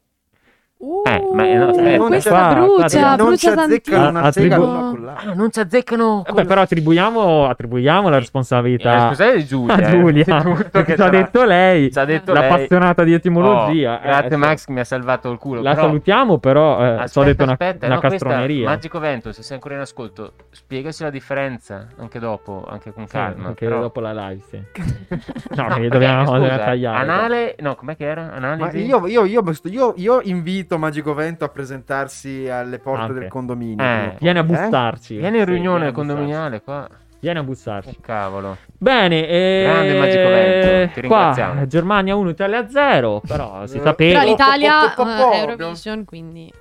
E: Eh, ma- no,
A: Uh,
E: aspetta.
A: questa
B: Qua-
A: brucia,
B: qua-
F: non ci
A: brucia
F: azzeccano
A: tantissimo.
F: una sega
B: Attribu-
F: con una collana.
E: Ah, non ci azzeccano.
B: Vabbè, Eh, però attribuiamo, attribuiamo la responsabilità
E: Eh, scusate Giulia.
B: a
E: eh,
B: Giulia,
E: tutto
B: perché
E: che
B: ci ha
E: sarà-
B: detto lei,
E: ci ha detto lei.
B: l'appassionata di etimologia.
E: Oh,
B: eh,
E: grazie
B: cioè,
E: Max che mi ha salvato il culo.
B: La
E: però-
B: salutiamo, però eh, ci ho
E: Aspetta,
B: detto una,
E: aspetta,
B: una
E: no, questa,
B: castroneria.
E: Magico Vento, se sei ancora in ascolto, spiegaci la differenza anche dopo, anche con
B: Sì,
E: calma.
B: anche
E: però-
B: dopo la live, sì. No,
E: perché,
B: che dobbiamo
E: scusa, eh,
B: dobbiamo tagliare.
E: Anale, no, com'è che era?
F: Ma
E: Analisi.
F: io, io- io- io- io invito Magico Vento a presentarsi alle porte
B: Anche.
F: del condominio.
E: Eh,
F: prima o poi,
B: Vieni a
F: eh?
B: bussarci.
E: Vieni in
B: Sì,
E: riunione
B: vieni a
E: condominiale qua.
B: bussarci. Vieni a bussarci.
E: Che cavolo.
B: Bene, eh,
E: Grande Magico Vento, ti ringraziamo. Eh.
B: Qua, Germania 1, Italia 0, però si sapeva.
A: Però
B: oh,
A: l'Italia
F: Po, po, po, po, po,
A: eh,
F: abbiamo-
A: Eurovision, quindi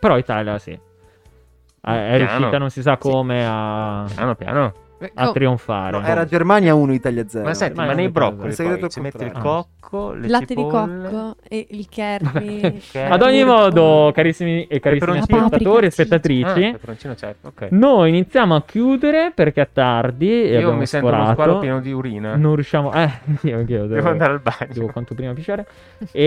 B: Però Italia sì. Eh, È
E: Piano.
B: riuscita non si sa come a,
E: Piano piano.
B: a
A: Oh,
B: trionfare.
F: No, era Germania 1, Italia 0.
E: Ma senti,
B: ormai
E: Eh, ma
B: non
E: nei
B: mi parla.
E: broccoli
F: Il segreto
E: poi,
F: è
E: ci metti il
F: contrario.
E: cocco, le
A: latte di
E: cipolle,
A: cocco e il
B: Vabbè.
A: curry.
E: Che-
B: Ad ogni modo, carissimi e carissimi
E: Peperoncino.
B: spettatori e
E: Ah,
B: spettatrici,
E: peperoncino certo, ok.
B: noi iniziamo a chiudere perché è tardi e
E: Io
B: abbiamo
E: mi sento uno
B: sforato.
E: squalo pieno di urina.
B: Non riusciamo... Eh, anch'io, anch'io.
E: Devo andare al bagno.
B: Devo quanto prima pisciare. E,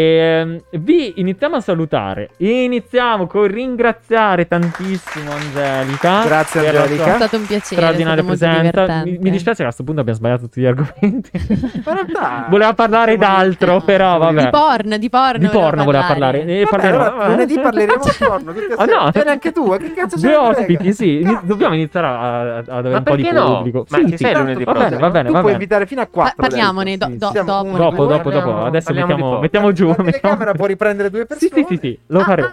B: ehm, vi iniziamo a salutare. Iniziamo con ringraziare tantissimo Angelica.
F: Grazie,
B: per la sua
F: Angelica.
A: È stato un piacere.
B: Straordinaria
A: è stato molto
B: presenza,
A: divertente.
B: Mi, mi dispiace che a questo punto abbiamo sbagliato tutti gli argomenti.
F: Ma in realtà-
B: Voleva parlare d'altro, però vabbè.
A: Di porn, di porn.
B: Di porno voleva parlare. Ne
F: Vabbè,
B: parlerò.
F: allora,
B: Eh,
F: lunedì
B: sì.
F: parleremo di porno. tutti
B: Ah,
F: assieme.
B: no.
F: Bene anche tu, ma che cazzo
B: Due
F: c'è?
B: ospiti, sì. Ni- Dobbiamo iniziare a, a- ad avere
E: Ma
B: un po' di
E: perché no?
B: pubblico.
E: Ma
B: Sì,
E: ci
B: sì.
E: sei lunedì
B: Va bene,
E: prossimo?
B: va bene,
F: certo, tu
B: va
F: puoi
B: bene.
F: invitare fino a 4.
A: Pa- parliamone, do- do-
F: Siamo
A: dopo.
F: uno,
B: Dopo,
F: due,
B: dopo,
F: abbiamo-
B: dopo. Adesso
E: parliamo di
B: mettiamo,
E: porno.
B: mettiamo giù.
F: La
B: mettiamo-
F: telecamera può riprendere due
B: Sì,
F: persone. Ah, eh.
B: sì, sì, sì, lo faremo.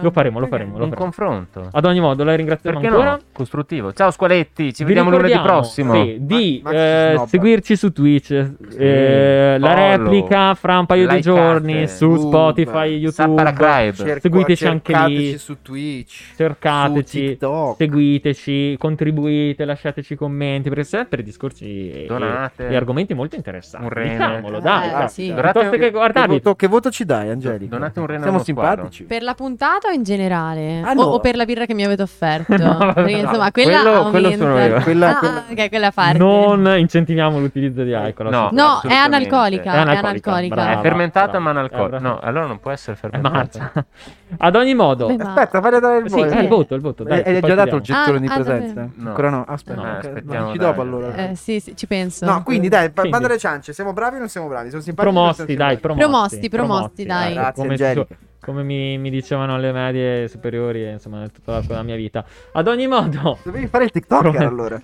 B: Lo faremo, lo faremo, lo
E: Un
B: faremo.
E: confronto.
B: Ad ogni modo, la ringraziamo
E: Perché
B: ancora.
E: no? Costruttivo. Ciao squaletti, ci
B: Vi
E: vediamo lunedì
B: ricordiamo,
E: prossimo.
B: sì, di
F: Ma- ma chi
B: eh,
F: snobba?
B: seguirci su Twitch. eh, la
E: follow,
B: replica fra un paio di
E: likeate,
B: giorni su
F: boom,
B: Spotify, YouTube.
E: Sapparacraib.
F: Cerco-
B: Seguiteci anche lì.
F: cercateci su Twitch. Su
B: Cercateci,
F: TikTok.
B: seguiteci, contribuite, lasciateci commenti perché siete per discorsi e-
E: Donate.
B: e, e argomenti molto interessanti.
E: Un rene.
B: Diciamolo,
E: Eh,
B: dai,
A: eh,
B: cioè,
A: sì.
B: piuttosto che
F: Che
B: guardarli.
F: voto, che voto ci dai, Angelico?
E: Donate un rene
F: Siamo
E: allo squadro.
F: simpatici.
A: Per la puntata o in generale?
F: Ah, no.
A: o, o per la birra che mi avete offerto?
B: No, vabbè,
A: Perché
B: no.
A: insomma, quella
E: Quello- quello
A: aumenta.
E: sono io.
F: Quella-
A: Ah,
F: quella-
A: ok, quella a parte.
B: Non incentiviamo l'utilizzo di alcol.
E: No,
A: No, è
E: assolutamente.
A: analcolica.
B: È
A: È
B: analcolica,
A: analcolica.
B: brava.
E: È fermentata
B: brava,
E: ma analcolica.
B: brava.
E: No, allora non può essere
B: È Eh,
E: fermentata.
B: marcia. Ad ogni modo,
A: Come va?
F: Aspetta, fai dare il
B: sì,
F: voto.
B: eh, il voto, il voto. Dai,
F: Eh, Hai
B: poi
F: già dato il
B: chiudiamo.
F: gettone di
A: Ah, ah,
F: presenza?
A: davvero?
E: No.
F: Ancora no. Aspetta,
E: No,
F: ok,
E: aspettiamo,
F: dici
E: dai.
F: dopo allora.
A: Eh, sì, sì, ci penso.
F: No, quindi dai, pa-
B: Quindi.
F: bando alle ciance, siamo bravi o non siamo bravi? Sono simpatici o non siamo
B: Promosti, dai,
F: simpatici?
B: promotti.
A: Promosti, promosti, dai.
B: ecco,
F: Grazie,
B: come,
F: Angelica.
B: come mi, mi dicevano alle medie superiori, e, insomma, tutta la, la mia vita. Ad ogni modo,
F: Dovevi fare il TikToker
B: Prometti.
F: allora.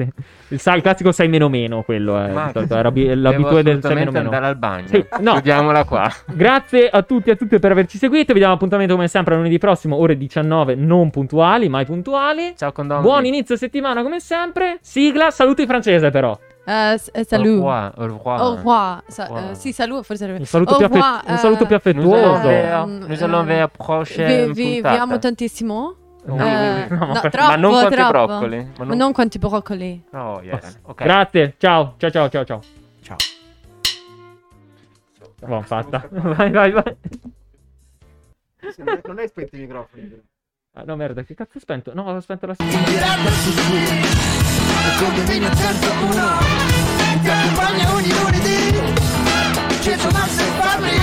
B: Il, sai, il classico 6 meno meno, quello è
E: Ma-
B: di solito, Eh, era bi-
E: Eh, Devo
B: l'abitudine del 6 meno
E: assolutamente
B: meno.
E: andare al bagno.
B: Sì, no.
E: Chiudiamola qua.
B: Grazie a tutti e a tutte per averci seguito. Vi diamo appuntamento come sempre a lunedì prossimo, ore 19, non puntuali, mai puntuali.
E: Ciao condomini.
B: Buon inizio settimana come sempre. Sigla, saluti francese però.
A: Eh, s- eh,
E: Au
A: salut.
E: revoir, au revoir.
A: Au revoir. Sa-
E: Wow.
A: eh, sì, salut, forse
B: Un saluto, più, affe- un saluto più
E: Nous allons
B: affettuoso.
A: eh,
E: vers- nous allons vers prochaine
A: Vi, vi, vi
E: puntata.
A: amo tantissimo.
B: No,
A: Eh,
B: no, ma per-
A: troppo,
E: ma non quanti
A: troppo.
E: broccoli. Ma
A: Ma
E: non-
A: non quanti broccoli.
E: Oh, yes. Ok.
B: Grazie, ciao, ciao, ciao, ciao. Ciao.
F: Ciao.
B: Buon fatta. Vai, vai, vai.
F: Non hai spento i microfoni.
B: Ah, no, merda, che cazzo ho spento? No, ho spento la...
C: in diretta su Twitch Il condominio 101 Ti accompagna ogni lunedì Ciccio Max e Fabri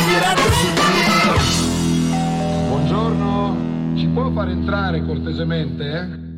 C: In diretta su Twitch
D: Buongiorno, ci può far entrare cortesemente? eh?